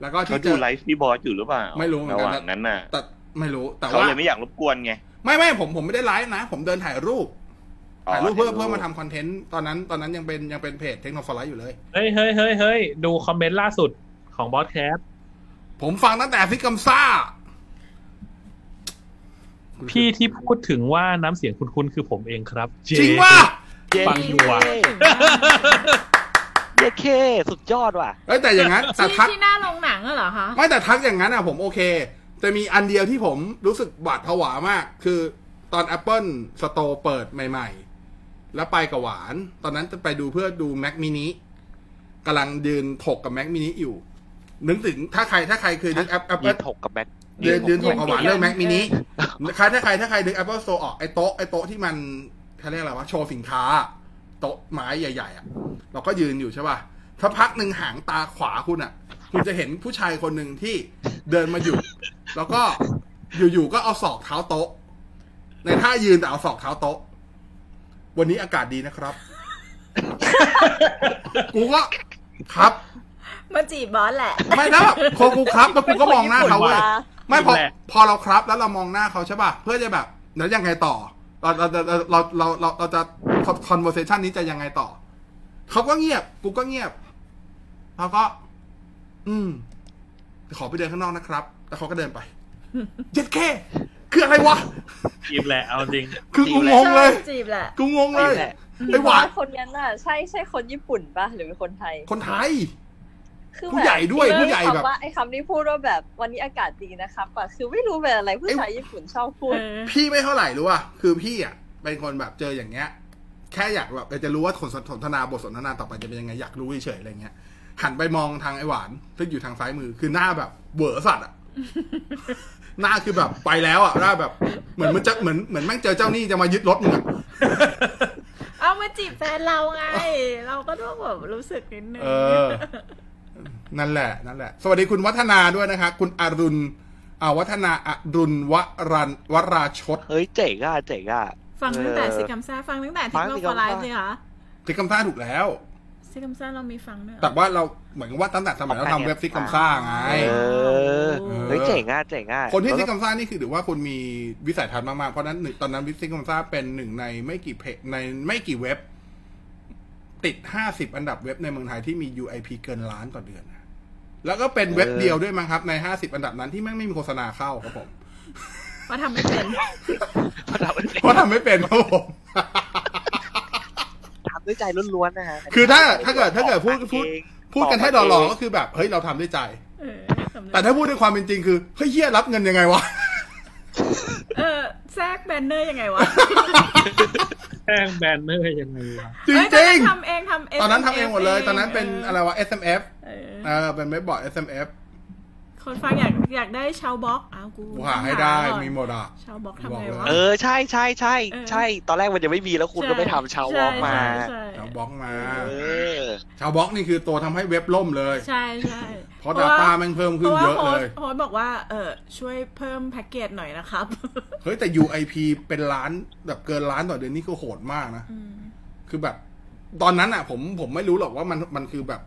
แล้วก็ เขา ที่เจ ดู อ ไลฟ์พี่บอสอยู่หรือเปล่า ไม่รู้เหมือน ระ กั ห น ว่างนั้นน่ะ แต่ไม่รู้แต่ เขา ว่า เลยไม่อยากรบกวนไง ไม่ไม่ผมผมไม่ได้ไลฟ์นะ ผมเดินถ่ายรูป ถ่ายรูปเพื่อเพื่อมาทำคอนเทนต์ตอนนั้นตอนนั้นยังเป็นยังเป็นเพจเทคโนโลยีอยู่เลย เฮ้ยเฮ้ยเฮ้ยเฮ้ยดูคอมเมนต์ล่าสุดของบอสแคส ผมฟังตั้งแต่ฟิกกัมซ่า พี่ที่พูดถึงว่าน้ำเสียงคุณคุณคือผมเองครับเ จริงว่า ฟังอยู่ว่ะ เยเคสุดยอดว่ะ เอ้ยแต่อย่าง นั้นแต่ ที่ ทัก ที่หน้าโรงหนังอะเหรอคะ ไม่แต่ทักอย่างนั้นอ่ะผมโอเค จะมีอันเดียวที่ผมรู้สึกบาดผวามาก คือตอน Apple Store เปิดใหม่ ๆ แล้วไปกับหวาน ตอนนั้นจะไปดูเพื่อดู Mac mini กำลังยืนถกกับ Mac mini อยู่ นึกถึงถ้าใครถ้าใครเคยนึก Apple ยื Apple นถกกับแม็ก ยืนยืนถกกับหวานเรื่อง ยืน Mac mini ใครถ้าใครถ้าใครนึก Apple Store ออกไอ้โต๊ะไอ้โต๊ะที่มันเขาเรียกอะไรวะโชว์สินค้า โต๊ะไม้ใหญ่ๆอ่ะ เราก็ยืนอยู่ใช่ป่ะถ้าพักหนึ่งหางตาขวาคุณอ่ะ คุณจะเห็นผู้ชายคนหนึ่งที่เดินมาหยุด แล้วก็อยู่ๆก็เอาศอกเท้าโต๊ะ ในท่ายืนแต่เอาศอกเท้าโต๊ะ วันนี้อากาศดีนะครับ กูก็ครับ มาจีบบอสแหละ ไม่นะแบบพอกูครับแล้วกูก็มองหน้าเขาเว้ย ไม่พอ แหละ พอเราครับแล้วเรามองหน้าเขาใช่ป่ะ เพื่อจะแบบแล้วยังไงต่อ เราเราเราเราเราเราเราจะคอนเวอร์เซชันนี้จะยังไงต่อ เขาก็เงียบ กูก็เงียบเราก็ อืม ขอไปเดินข้างนอกนะครับ แต่เขาก็เดินไปเจ็ดแค่คืออะไรวะ อิมแหละเอาจริง คือกูงงเลย จีบแหละ กูงงเลย พี่ ไอ้ห บอ วาน สคนนั้นน่ะใช่ใช่คนญี่ปุ่นปะหรือเป็นคนไทย คนไทย คือ ผู้ใหญ่ด้วย คือ ผู้ใหญ่แบบ คำว่าไอ้คำที่พูดว่าแบบวันนี้อากาศดีนะครับกว่าคือไม่รู้เป็นอะไรผู้ชายญี่ปุ่นชอบพูด เออ พี่ไม่เท่าไหร่รู้ป่ะ คือพี่อ่ะ เป็นคนแบบเจออย่างเงี้ย แค่อยากแบบเออจะรู้ว่าคนสนทนาบทสนทนาต่อไปจะเป็นยังไง อยากรู้เฉยๆอะไรเงี้ย หันไปมองทางไอหวานซึ่งอยู่ทางซ้ายมือ คือหน้าแบบเบอสัตว์อ่ะ หน้าคือแบบไปแล้วอ่ะ หน้าแบบ เหมือนมันจะเหมือนเหมือนแม่งเจอเจ้าหนี้จะมายึดรถมึงอ่ะ เอามาจีบแฟนเราไง เราก็ต้องแบบรู้สึกนิดนึง เออ นั่นแหละ นั่นแหละ สวัสดีคุณวัฒนาด้วยนะคะ คุณอรุณอาวัฒนาอรุณวรันวราชด เฮ้ยเจ๋งอ่ะเจ๋งอ่ะ ฟังตั้งแต่ เออ ซิกัมซ่าฟังตั้งแต่ ฟั ที่ ง เราฟอซิกัม ร์ไล ซ่า ฟ์เลยเหรอ ติกคำท่าถูกแล้ว ซิกัมซ่าเรามีฟังด้วยเหรอ แต่ว่าเราเหมือนกับว่าตั้งแต่สมัยเราทำเว็บซิกคำซ่าไง เออ โอ้ เฮ้ยเจ๋งอ่ะเจ๋งอ่ะ คนที่ แล้ว ซิ ก็ กกัมซ่านี่คือถือว่าคุณมีวิสัยทัศน์มาก ๆ เพราะฉะนั้นหนึ่งตอนนั้นวิซิกกัมซ่าเป็นหนึ่งในไม่กี่เพจในไม่กี่เว็บ ติด 50 อันดับเว็บในเมืองไทยที่มี UIP เกินล้านต่อเดือนนะ แล้วก็เป็นเว็บเดียวด้วยมั้งครับในห้าสิบอันดับนั้นที่แม่งไม่มีโฆษณาเข้าครับผม เพราะทำไม่เป็น เพราะเราไม่ได้ เพราะทำไม่เป็นครับผม ทำด้วยใจล้วนๆนะฮะ คือถ้าถ้าเกิดถ้าเกิดพูดพูด เอง พูดกันให้หล่อๆก็คือแบบเฮ้ยเราทำด้วยใจ เออสำเร็จ แต่ถ้าพูดด้วยความเป็นจริงคือเฮ้ยเฮียรับเงินยังไงวะ เออแทรกแบนเนอร์ยังไงวะ แป้งแบนเนอร์ยังไงวะ จริง เอ้ย จ ตอน ริง นั้นทำเองทำเอง ตอนนั้นทำเองหมดเลย ตอนนั้นเป็นอะไรวะ SMF เออ เออเป็นเว็บบอร์ด SMF คนฟังอยากอยากได้ชาวบล็อกอ้าวกู กูหาให้ได้ ก่อน มีหมดอ่ะ ชาวบล็อกทำไงวะ เออ ใช่ใช่ใช่ เออ ใช่ ตอนแรกมันยังไม่มีแล้วคุณก็ไปทำชาววอล์กมา ใช่ใช่ ชาวบล็อกมา เออ ชาวบล็อกนี่คือตัวทำให้เว็บล่มเลย ใช่ใช่ เพราะดาต้ามันเพิ่ม เพ ขึ้น ราะเยอะว่าโฮ เล ส ย ต์โฮสต์บอกว่า เออช่วยเพิ่มแพ็กเกจหน่อยนะครับ เฮ้ยแต่ UIP เป็นล้านแบบเกินล้านต่อเดือนนี่ก็โหดมากนะ อืม คือแบบ ตอนนั้นอ่ะ ผมผมไม่รู้หรอกว่ามันมันคือแบบ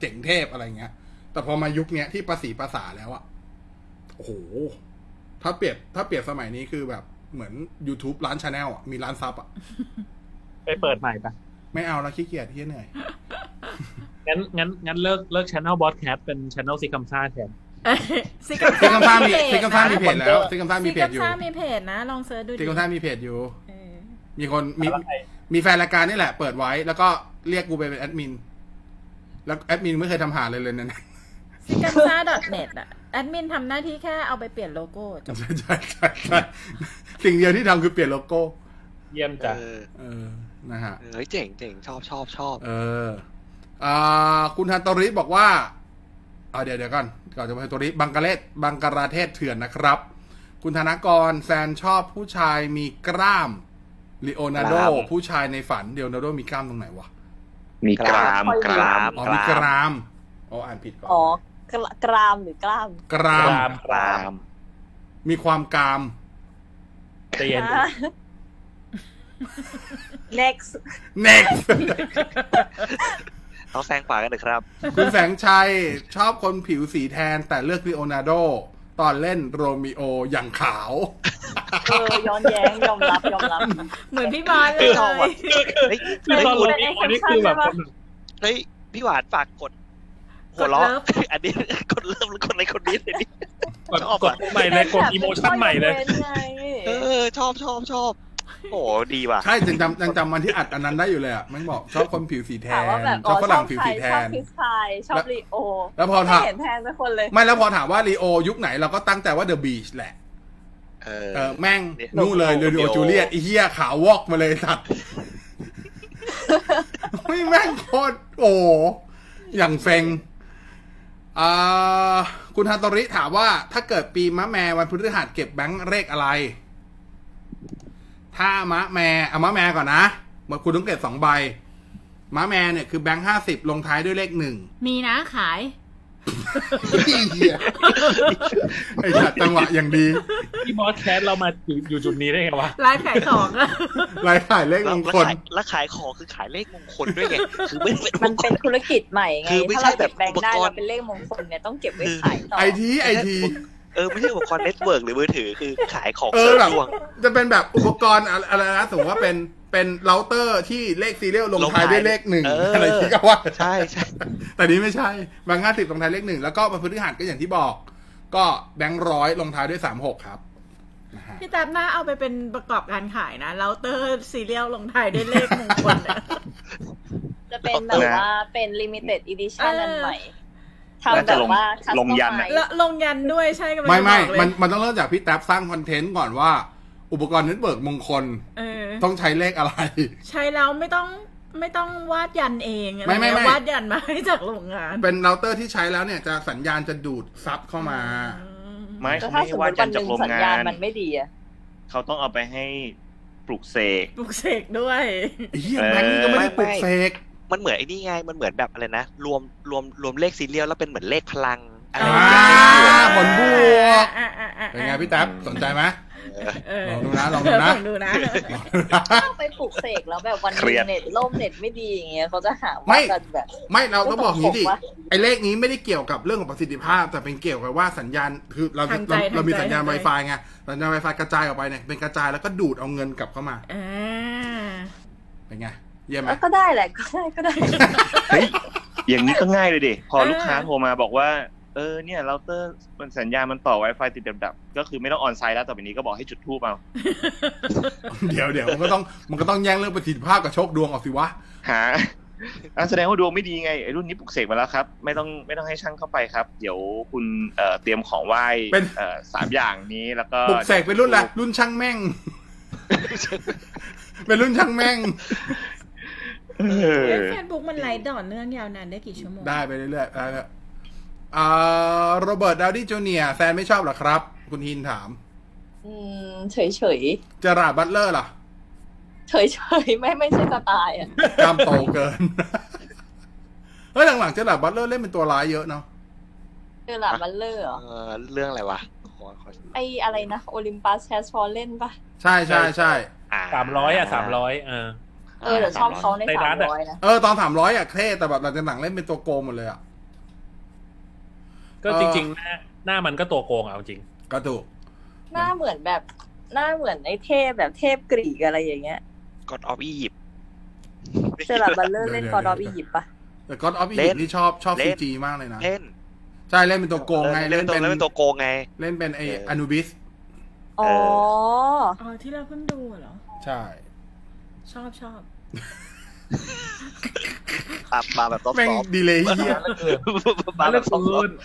เจ๋งเทพอะไรเงี้ย แต่พอมายุคเนี้ยที่ประสีภาษาแล้วอ่ะ โอ้โห ถ้าเปรียบถ้าเปรียบสมัยนี้คือแบบเหมือน YouTube ร้านชาแนลอ่ะ มีร้านซับอ่ะ ไปเปิดใหม่ปะ ไม่เอาละขี้เกียจเฮียเหนื่อย งั้นงั้นงั้นเลิกเลิกช n e l บอสแค t เป็นช n e l ซีคัมซ่าแทน เอ้ยซิ เซ็กกัมซ่ามี เพจ เซ็กกัมซ่ามีเพจแล้วเซ็กกัมซ่ามี ซิ เพ กั จ ม อยู่ ซ่ามีเพจนะ ลองเซิร์ชดูดิ เซ็กกัมซ่ามีเพจอยู่ เออ มีคนมีมีแฟนรายการนี่แหละ เปิดไว้แล้วก็เรียกกูไปเป็นแอดมิน แล้วแอดมินไม่เคยทำหาเลยเลย นะ ซิกัมซ่า .net อะแอดมินทำหน้าที่แค่เอาไปเปลี่ยนโลโก้จบ ใช่ใช่ใช่ใช่สิ่งเดียวที่ทำคือเปลี่ยนโลโก้ เยี่ยม เอ จ้ะ อ เออ นะฮะ เฮ้ยเจ๋งเจ๋งชอบชอบชอบ เอออ่าคุณฮันโตริบอกว่าอ่าเดี๋ยวเดี๋ยวก่อนก่อนจะไปฮันโตริบังกลาเทศบังกลาเทศเถื่อนนะครับ คุณธนากรแซนชอบผู้ชายมีกล้ามลีโอนาร์โด กล้าม ผู้ชายในฝันเดียวนาร์โดมีกล้ามตรงไหนวะ มีกรามกราม อ๋อมีกรามอ๋ออ่านผิดก่อน อ๋อกระกรามหรือกล้าม กราม กราม กราม มีความกราม ใจเย็นดิ next next ต้องแซงขวากันเลยครับ คุณแสงชัยชอบคนผิวสีแทนแต่เลือกลีโอนาร์โด ตอนเล่นโรมิโออย่างขาว เออย้อนแย้งยอมรับยอมรับ เหมือนพี่บอลเล คือเอา ย อะ คือคือตอนลงอีกคนนี่คือแบบ เฮ้ย พี่หวานฝากกด กด หัวล้อ เลิฟ อันนี้ กดเริ่มกดอะไรกดนี้เลยนี่ กดกดใหม่เลยกดอีโมชั่นใหม่เลย เออ ชอบชอบชอบ โอ้โหดีว่ะ ใช่จังจำจังจำวันที่อัดอันนั้นได้อยู่เลยอ่ะ มันบอกชอบคนผิวสีแท ถาม น ว่าแบบ ชอบฝรั่งผิว ใคร สีแท ชอบ น พิซพายชอบลีโอ แล้วพอถาม ไม่เห็นแทนสักคนเลย ไม่แล้วพอถามว่าลีโอยุคไหนเราก็ตั้งแต่ว่าเดอะบีชแหละ เออ เออแม่ง เนี่ย นู่นเลยเรดิโอจูเลียตไอ้เหี้ยขาววอกมาเลยสัตว์ไม่แม่งโคตรโอ้อย่างเฟงอ่าคุณฮันโตริถามว่า ถ้าเกิดปีมะแมวันพฤหัสเก็บแบงค์เลขอะไร ถ้ามะแมเอามะแมก่อนนะเมื่อคุณต้องเก็บสองใบมะแมเนี่ยคือแบงค์ห้าสิบลงท้ายด้วยเลขหนึ่ง มีนะขาย ไอ้สัตว์จังหวะอย่างดี พี่บอสแคสเรามาอยู่อยู่จุดนี้ได้ไงวะ ไลฟ์ขายของอะ รายถ่ายเลข แล้ มงวแล้ว คล ขายแล้วขายของคือขายเลขมงคลด้วยไง คือไม่ได้เป็นม มัน งค เป็ ล นธุรกิจใหม่ไง คือไม่ ถ้า ใช่ เรา แบ เก็ บบ แบงค์ได้ อุปกรณ์ เราเป็นเลขมงคลเนี่ยต้องเก็บไว้ขายต่อ ไอทีไอที เออ ไม่ใช่อุปกรณ์เน็ตเวิร์กหรือมือถือ คือขายของ เอ เสริ อ ม แบบ ดวง จะเป็นแบบอุปกรณ์อะไรอะไรนะสมมติว่าเป็นเป็นเราเตอร์ที่เลขซีเรียลลงท้ายด้วยเลขหนึ่ง เอออ อะไรที่ก็ว่า ใช่ใช่ แต่นี้ไม่ใช่แบงค์ห้าสิบลงท้ายเลขหนึ่งแล้วก็มาพฤหัสก็อย่างที่บอก ก็แบงค์ร้อยลงท้ายด้วยสามหกครับนะฮะ พี่ตามหน้าเอาไปเป็นประกอบการขายนะเราเตอร์ซีเรียลลงท้ายด้วยเลขมงคลอะ จะเป็นแบบ นะ ว่าเป็น limited edition เอออั อันใหม่ น่า ทำแบ จะ บ ลง ว่า ลงยันอะ customize แล้วลงยันด้วยใช่กำลัน ไม่ไม่มันมันต้องเริ่มจากพี่แท็บสร้างคอนเทนต์ก่อนว่า อุปกรณ์เน็ตเวิร์กมงคล เออ ต้องใช้เลขอะไร ใช้แล้วไม่ต้องไม่ต้องวาดยันเองอะ ไม่ไม่ไม่ วาดยันมาให้จากโรงงาน เป็นเราเตอร์ที่ใช้แล้วเนี่ยจะสัญญาณจะดูดซับเข้ามา อืม ไม่ ก็ เขา ถ้า ไม่ ส ให้ มม ว่า ติวัน นหจัจาก นึ่ง โรง สัญ งา ญาณ น มันไม่ดีอะ เขาต้องเอาไปให้ปลุกเสก ปลุกเสกด้วย ไอ้เหี้ยแบงค์นี่ก็ไม่ได้ปลุกเสก มันเหมือนไอ้นี่ไง มันเหมือนแบบอะไรนะ รวมรวมรวมเลขซีเรียลแล้วเป็นเหมือนเลขพลังอะไรอย่างเงี้ย อ่า เออ ผลบวก อ่าอ่าอ่า เป็นไงพี่แท็บสนใจไหม เออ ลองดูนะลองดูนะ ลองดูนะ เข้าไปปลูกเสกแล้วแบบวันห เครี นึ่งยดเน็ตล่มเน็ตไม่ดีอย่างเงี้ยเขาจะหา ไม่ ว่ากันแบบ ไม่เราต้องบอกอย่างนี้ดิ ต้องบอกว่า ไอ้เลขนี้ไม่ได้เกี่ยวกับเรื่องของประสิทธิภาพ แต่เป็นเกี่ยวกับว่าสัญญาณคือเรา ทางใจ เรา ทางใจ เรามีสัญญาณ ทางใจ Wi-Fi ไงสัญญาณ Wi-Fi กระจายออกไปเนี่ยเป็นกระจายแล้วก็ดูดเอาเงินกลับเข้ามา อ่า เป็นไงเยี่ยมไหม เอ้อก็ได้แหละก็ได้ก็ได้ เฮ้ย อย่างนี้ก็ง่ายเลยดิ พอ เออ ลูกค้าโทรมาบอกว่า เออเนี่ยเราเตอร์มันสัญญาณมันต่อ Wi-Fi ติดดับๆก็คือไม่ต้องออนไซต์แล้วต่อไปนี้ก็บอกให้จุดทูบเอา เดี๋ยวเดี๋ยวมันก็ต้องมันก็ต้องแย่งเรื่องประสิทธิภาพกับโชคดวงออกสิวะ หา อ่ะแสดงว่าดวงไม่ดีไงไอ้รุ่นนี้ปลุกเสกมาแล้วครับ ไม่ต้องไม่ต้องให้ช่างเข้าไปครับ เดี๋ยวคุณเอ่อเตรียมของไหว้ เป็น เอ่อสามอย่างนี้แล้วก็ ปลุกเสกเป็นรุ่นอะไรรุ่นช่างแม่ ง เป็นรุ่นช่างแม่ง เออ เฟซบุ๊กมันไลฟ์ต่อเนื่องยาวนานได้กี่ชั่วโมง ได้ไปเรื่อยๆได้แล้วอ่าโรเบิร์ตดาวดี้จูเนียแซนไม่ชอบเหรอครับ คุณฮินถาม อืมเฉยเฉย เจอราร์ดบัตเลอร์ล่ะ เฉยเฉยๆไม่ไม่ใช่สไตล์อ่ะ กล้ามโตเกิน เฮ้ยหลังๆเจอราร์ดบัตเลอร์เล่นเป็นตัวร้ายเยอะเนาะ เจอหลาบัลเลอร์เหรอ เออเรื่องอะไรวะขอขอ ไออะไรนะโอลิมปัสแชสฟอลเล่นปะ ใช่ใช่ใช่ สามร้อยอ่ะสามร้อยเออ เออเดี๋ยวชอบเขาใน ใน สา ร้าม นอะ ร้อยนะ เออ ตอนสามร้อยอะเท่แต่แบบหลังจากหนังเล่นเป็นตัวโกงหมดเลยอะ ก็ เออ จริง ๆ หน้าหน้ามันก็ตัวโกงเอาจริง กระตุก หน้าเหมือนแบบหน้าเหมือนไอเทพแบบเทพกรีกอะไรอย่างเงี้ย กดออฟอียิป เจอหลาบัลเลอร์เล่น เดี๋ยว กอร์ดอ เดี๋ยบีว หยิบปะ แต่ก็ออฟอี เล่ ยิป น นี่ชอบชอบ เล่ ซี น จีมากเลยนะ เล่น ใช่เล่นเป็นตัวโกงไง เล่นตัวเล่นเป็นตัวโกงไง เล่นเป็นไอ เออ อ อ นูบิส อ๋อ อ๋อ ที่เราเพิ่งดูเหรอ ใช่ ชอบชอบ อ่ะมาแบบซอฟ แม่ง ต์ ดีเลยเฮีย ๆมา มา แบ เล่นบซอฟต์ๆ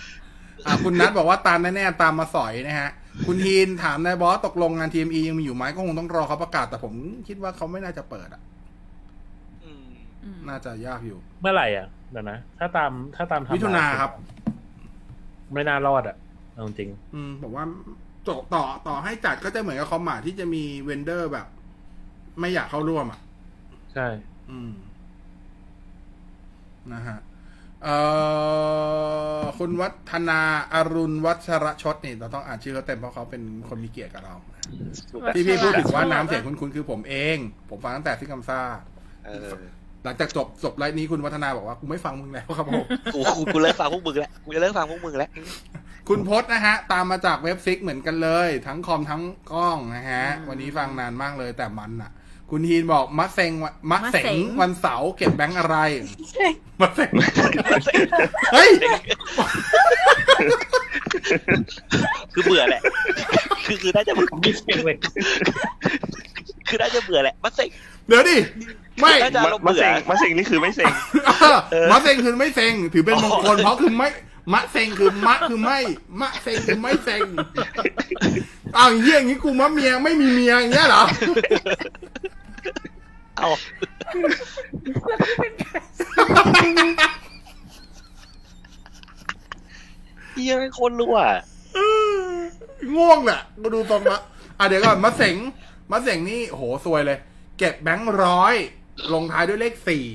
คืน อ่ะคุณนัทบอกว่าตามแน่ๆตามมาสอยนะฮะ คุณฮีนถามนายบอสตกลงงานทีมอียังมีอยู่ไหมก็คงต้องรอเขาประกาศ แต่ผมคิดว่าเขาไม่น่าจะเปิดอ่ะ อืม น่าจะยากอยู่ เมื่อไหร่อ่ะเดี๋ยวนะ ถ้าตามถ้าตามทำ มิถุนาครับ ไม่น่ารอดอ่ะเอาจริง อืมผมว่าต่อต่อต่อให้จัดก็จะเหมือนกับคอมมาที่จะมีเวนเดอร์แบบ ไม่อยากเข้าร่วมอ่ะ ใช่ อืม นะฮะ เอ่อ คุณวัฒนาอรุณวัชรชดนี่ เราต้องอ่านชื่อเขาเต็มเพราะเขาเป็นคนมีเกียรติกับเรา ที่พี่พูดถึงว่าน้ำเสียงคุณคุณคือผมเอง ผมฟังตั้งแต่ที่กำซ่า เออ หลังจากจบจบไลฟ์นี้คุณวัฒนาบอกว่า กูไม่ฟังมึงแล้วครับผม กูกูกูเลิกฟังพวกมึงแล้วกูจะเลิกฟังพวกมึงแล้ว คุณพศนะฮะ ตามมาจากเว็บซิกเหมือนกันเลย ทั้งคอมทั้งกล้องนะฮะ อืม วันนี้ฟังนานมากเลยแต่มันอ่ะ คุณฮีนบอกมะเซ็งวะมะเสง มะเส็ง วันเสาร์เก็บแบงค์อะไร มะเซ็งเฮ้ย คือเบื่อแหละ คือคือน่าจะเบื่อ ไม่เก่งเลย คือน่าจะเบื่อแหละมันเซ็ง เดี๋ยวดิ ไม่ น่าจะ มะมาเสงมาเสงนี่คือไม่เสง เออมะเซ็งคือไม่เซ็งถือเป็นมงคลเพราะคือไม่มะเซ็งคือมะคือไม่มะเซ็งคือไม่เซ็ง อ้าวอย่างเงี้ยอย่างงี้กูมะเมียไม่มีเมียอย่างเงี้ย เหรอ เอาเฮียเป็นคนรั่ว ง่วงแหละมาดูตรงมะอ่ะเดี๋ยวก่อนมะเสงมะเสงนี่โหซวยเลย เก็บแบงค์ร้อยลงท้ายด้วยเลขสี่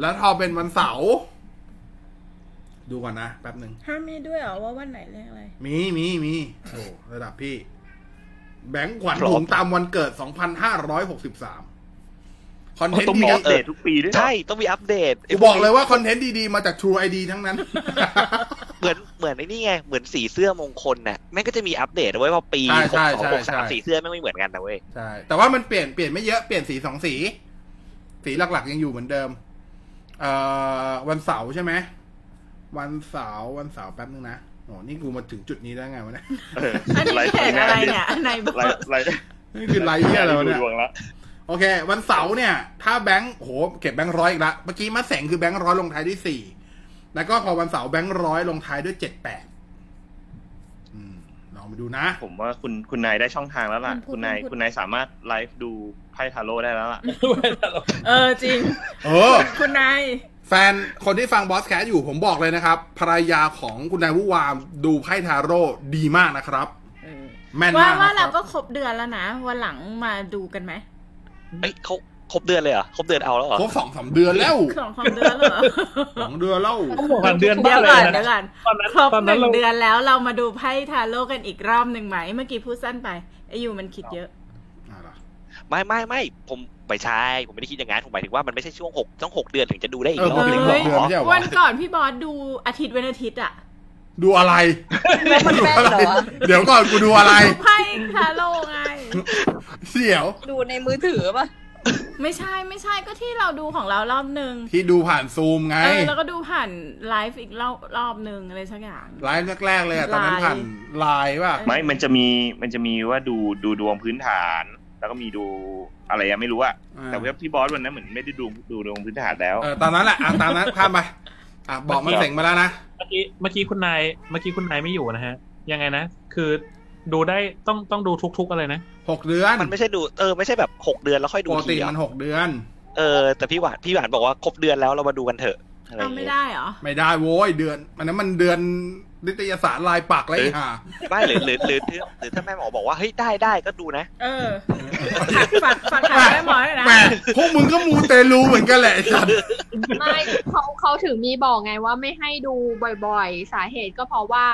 แล้วทอเป็นวันเสาร์ดูก่อนนะแป๊บหนึ่ง ห้ามมีด้วยเหรอว่าวันไหนเลขอะไร มีมีมีโอ้ระดับพี่ แบงค์ขวัญถุงตามวันเกิด 2,563 คอนเทน ต้อง ต์ มี ดี อัปเดตทุกปีด้วยเหรอ ใช่ ต้องมีอัปเดต ๆกูบอกเลยว่าคอนเทนต์ดีๆ มาจาก True ID ทั้งนั้น เหมือนเหมือนไอ้นี่ไง เหมือนสีเสื้อมงคลน่ะแม่งก็จะมีอัปเดตเอาไว้ว่าปี ใช่ หก ใช่ สอง ใช่ หกสาม ใช่ สีเสื้อแม่งไม่เหมือนกันนะเว้ย ใช่ แต่ว่ามันเปลี่ยนเปลี่ยนไม่เยอะ เปลี่ยนสีสองสี สีหลักๆ ยังอยู่เหมือนเดิม เอ่อ วันเสาร์ใช่ไหม วันเสาร์วันเสาร์แป๊บนึงนะโอ้นี่กูมาถึงจุดนี้ได้ไงวะเนี่ย เออ อันนี้แขกอะไรเนี่ยอันไหนบอ ไล ก ฟ์ไลฟ์ นี่คือไลฟ์เหี้ยอะไรวะเนี่ย ดูดวงละ โอเค วันเสาร์เนี่ย ถ้าแบงค์โหเก็บแบงค์ร้อยอีกละเมื่อกี้มาแสงคือแบงค์ร้อยลงท้ายด้วยสี่แล้วก็พอวันเสาร์แบงค์ร้อยลงท้ายด้วยเจ็ดแปดลองไปดูนะ ผมว่าคุณคุณนายได้ช่องทางแล้วล่ะ มันพูด คุณนาย มันพูด คุณนายสามารถไลฟ์ดูไพ่ทาโร่ได้แล้วล่ะ เออจริง เออ คุณนาย แฟนคนที่ฟังบอสแคสอยู่ผมบอกเลยนะครับ ภรรยาของคุณนายวุวามดูไพ่ทาโร่ดีมากนะครับ แม่น ว่าามก ว่า นะค เรา รับ ก็ครบเดือนแล้วนะ วันหลังมาดูกันไหม เอ้ยเขาครบเดือนเลยเหรอครบเดือนเอาแล้วเหรอ ครบสองสามเดือนแล้ว สองความเดือนเหรอ สองเดือนแล้ว วันเดือน เดี๋ยวก่อน บ้าเลยนะ เดี๋ยวก่อน ตอนนั้น ครบ ตอน ห นั้ นึ่งนเรา เดือนแล้วเรามาดูไพ่ทาโร่กันอีกรอบหนึ่งไหม เมื่อกี้พูดสั้นไปไอยูมันคิดเยอะ ไม่ไม่ไม่ผมไม่ใช่ ผมไม่ได้คิดอย่างนั้นผมหมายถึงว่ามันไม่ใช่ช่วงหกต้องหกเดือนถึงจะดูได้อีก เออ รอบหนึ่ง ผม หร เห็หกเดืออนนไม่ใช่เหรอ วันก่อนพี่บอสดูอาทิตย์เว้นอาทิตย์อ่ะ ดูอะไร มัน ดู แม่น อะไร เหรอวะ เดี๋ยวก่อนกูดูอะไร ไพ่ทาโร่ไง เสี่ยว ดูในมือถือปะ ไม่ใช่ไม่ใช่ก็ที่เราดูของเรารอบนึง ที่ดูผ่านซูมไง เออแล้วก็ดูผ่านไลฟ์อีกรอบรอบนึงอะไรสักอย่าง ไลฟ์แรกๆเลยอะตอนนั้น ไลน์ ผ่านไลน์ป่ะ ไม่มันจะมีมันจะมีว่าดูดูดวงพื้นฐาน แล้วก็มีดูอะไรอะไม่รู้อะ อ่า แต่ว่าพี่บอสวันนั้นเหมือนไม่ได้ดูดูดวงพื้นฐานแล้ว เออตอนนั้นแหละอ่ะตามนั้นข้ามไปอ่ะบอกมันเสงมาแล้วนะ เมื่อกี้เมื่อกี้คุณนายเมื่อกี้คุณนายไม่อยู่นะฮะ ยังไงนะ คือดูได้ต้องต้องดูทุกๆอะไรนะ หกเดือน มันไม่ใช่ดูเออไม่ใช่แบบหกเดือนแล้วค่อยดู ปก ที ติ เดียว มันหกเดือน เออแต่พี่หวานพี่หวานบอกว่าครบเดือนแล้วเรามาดูกันเถอะอะไรอ เอา ย่าง ไม่ เงี้ย ได้เหรอ ไม่ได้โว้ยเดือนอันนั้นมันเดือนนิตยสารลายปักเลยค่ะ ไม่หรือหรือหรือหรือหรือถ้าแม่หมอบอกว่าเฮ้ยได้ได้ก็ดูนะ เออฝากฝากถามแม่หมอหน่อยนะ แหมพวกมึงก็มูเตลูเหมือนกันแหละไอ้สัต ว์ ไม่ เขาเขาถึงมีบอกไงว่าไม่ให้ดูบ่อยๆ สาเหตุก็เพราะว่า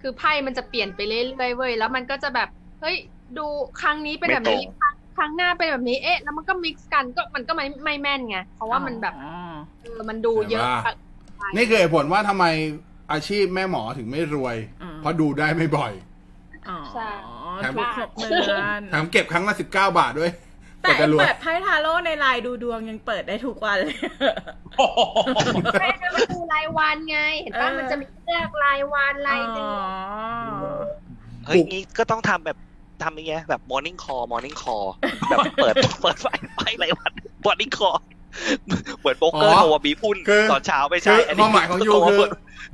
คือไพ่มันจะเปลี่ยนไปเรื่อยๆเว้ยแล้วมันก็จะแบบเฮ้ยดูครั้งนี้เป็นแบบนี้ ไม่ตรง ครั้งครั้งหน้าเป็นแบบนี้เอ๊ะ แล้วมันก็มิกซ์กันก็มันก็ไม่ไม่แม่นไงเพราะว่ามันแบบเออมันดูเยอะไป นี่คือเหตุผลว่าทำไมอาชีพแม่หมอถึงไม่รวย อืม เพราะดูได้ไม่บ่อย อ๋อ ใช่ ครับ ทุกหกเดือน แถมเก็บครั้งละสิบเก้าบาทด้วยก แต่ ว่าจะรวย เปิดไพ่ทาโร่ในไลน์ดูดวงยังเปิดได้ทุกวันเลย ไม่นะมันดูรายวันไง เห็นป่ะ เออ มันจะมีเลือกรายวันรายเดืออน๋อ เฮ้ยนี้ก็ต้องทำแบบทำอย่างเงี้ยแบบ morning call morning call แบบเปิด เปิดไฟไฟอะไรวัน morning call เหมือนโป๊กเกอร์โทรมาบีบหุ้น คือ ตอนเช้าไม่ คื ใช่ อน ค นี้ วามหมายของยู โทร คือ เปิด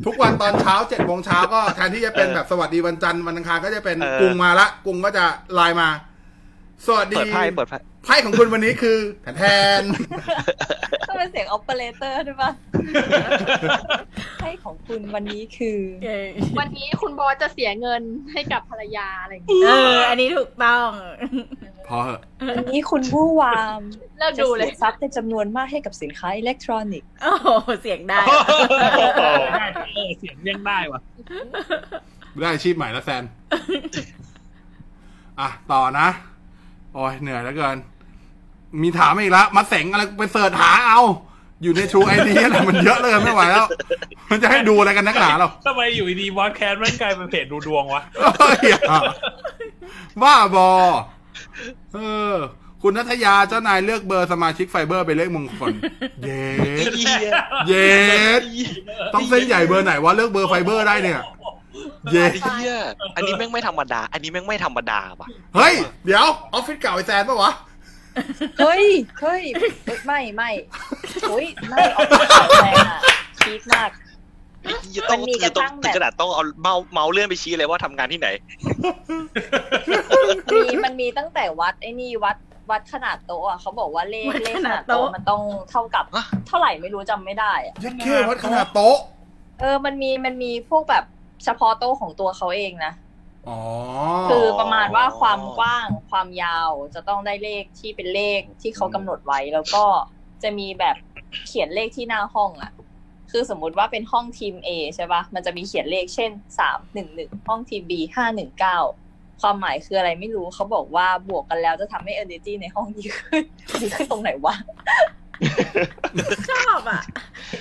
ทุกวันตอนเช้าเจ็ดโมงเช้าก็แทนที่จะเป็น เออ แบบสวัสดีวันจันทร์วันอังคารก็จะเป็น เออ กรุงมาละกรุงก็จะไลน์มา สวัสดี เปิดไพ่เปิดไพ่ ไพ่ของคุณวันนี้คือแทน ต้องเป็นเสียงออปเปอเรเตอร์ด้วยปะให้ของคุณวันนี้คือ เออ วันนี้คุณบอสจะเสียเงินให้กับภรรยาอะไรอย่างเงี้ย เออ อันนี้ถูกต้อง พอเหอะ วันนี้คุณผู้วาม เลิก จะ ดูเล เสี ย ยทรัพย์ในจำนวนมากให้กับสินค้าอิเล็กทรอนิกส์ โอ้โห เสียงได้ ได้เออเสียงยังได้ว่ะ ได้อาชีพใหม่แล้วแซน อ่ะ ต่อนะ โอ้ยเหนื่อยแล้วเกิน มีถามมาอีกแล้ว มาเสงอะไรไปเสิร์ชหาเอา อยู่ในชูไอเดียอะไรมันเยอะเลยไม่ไหวแล้ว มันจะให้ดูอะไรกันนักหนาเรา ทำไมอยู่ดีบอสแคสมันกลายเป็นเพจดูดวงวะ เฮ้ยอ่ะบ้าบอ เออ คุณนัทยาเจ้านายเลือกเบอร์สมาชิกไฟเบอร์ไปนเลขมงคล เย็ด เหี้ย เย็ดต้องเส้นใหญ่เบอร์ไหนวะเลือกเบอร์ไฟเบอร์ได้เนี่ย เย็ด เหี้ยอันนี้แม่งไม่ธรรมดา อันนี้แม่งไม่ธรรมดาว่ะ เฮ้ย เดี๋ยว ออฟฟิศเก่าไอแซนปะวะ เฮ้ย เฮ้ยเฮ้ยไม่ไม่โอ้ยไม่ออกมาแรงอ่ะพีคมาก จะต้อง มันมี ถือก ระ ต้อ ทั่ ง งแบบ ถือกระดาษต้องเอาเมาส์เมาส์เลื่อนไปชี้เลยว่าทำงานที่ไหน มีมันมีตั้งแต่วัดไอ้นี่วัดวัดขนาดโต๊ะอ่ะเขาบอกว่าเลข วัด เลข ข ข นา นา ด ด โต๊ะ โต๊ะมันต้องเท่ากับ ฮะ เท่าไหร่ไม่รู้จำไม่ได้อะ ยัดเข้วัดขนาดโต๊ะ เออมันมีมันมีพวกแบบเฉพาะโต๊ะของตัวเขาเองนะ อ๋อ คือประมาณว่าความกว้างความยาวจะต้องได้เลขที่เป็นเลขที่เขากำหนดไว้ แล้วก็จะมีแบบเขียนเลขที่หน้าห้องอะคือสมมุติว่าเป็นห้องทีม A ใช่ปะมันจะมีเขียนเลขเช่นสามหนึ่งหนึ่งห้องทีม B ห้าหนึ่งเก้าความหมายคืออะไรไม่รู้เขาบอกว่าบวกกันแล้วจะทำให้ energy ในห้องดีขึ้น ดีขึ้นตรงไหนวะ ชอบอ่ะ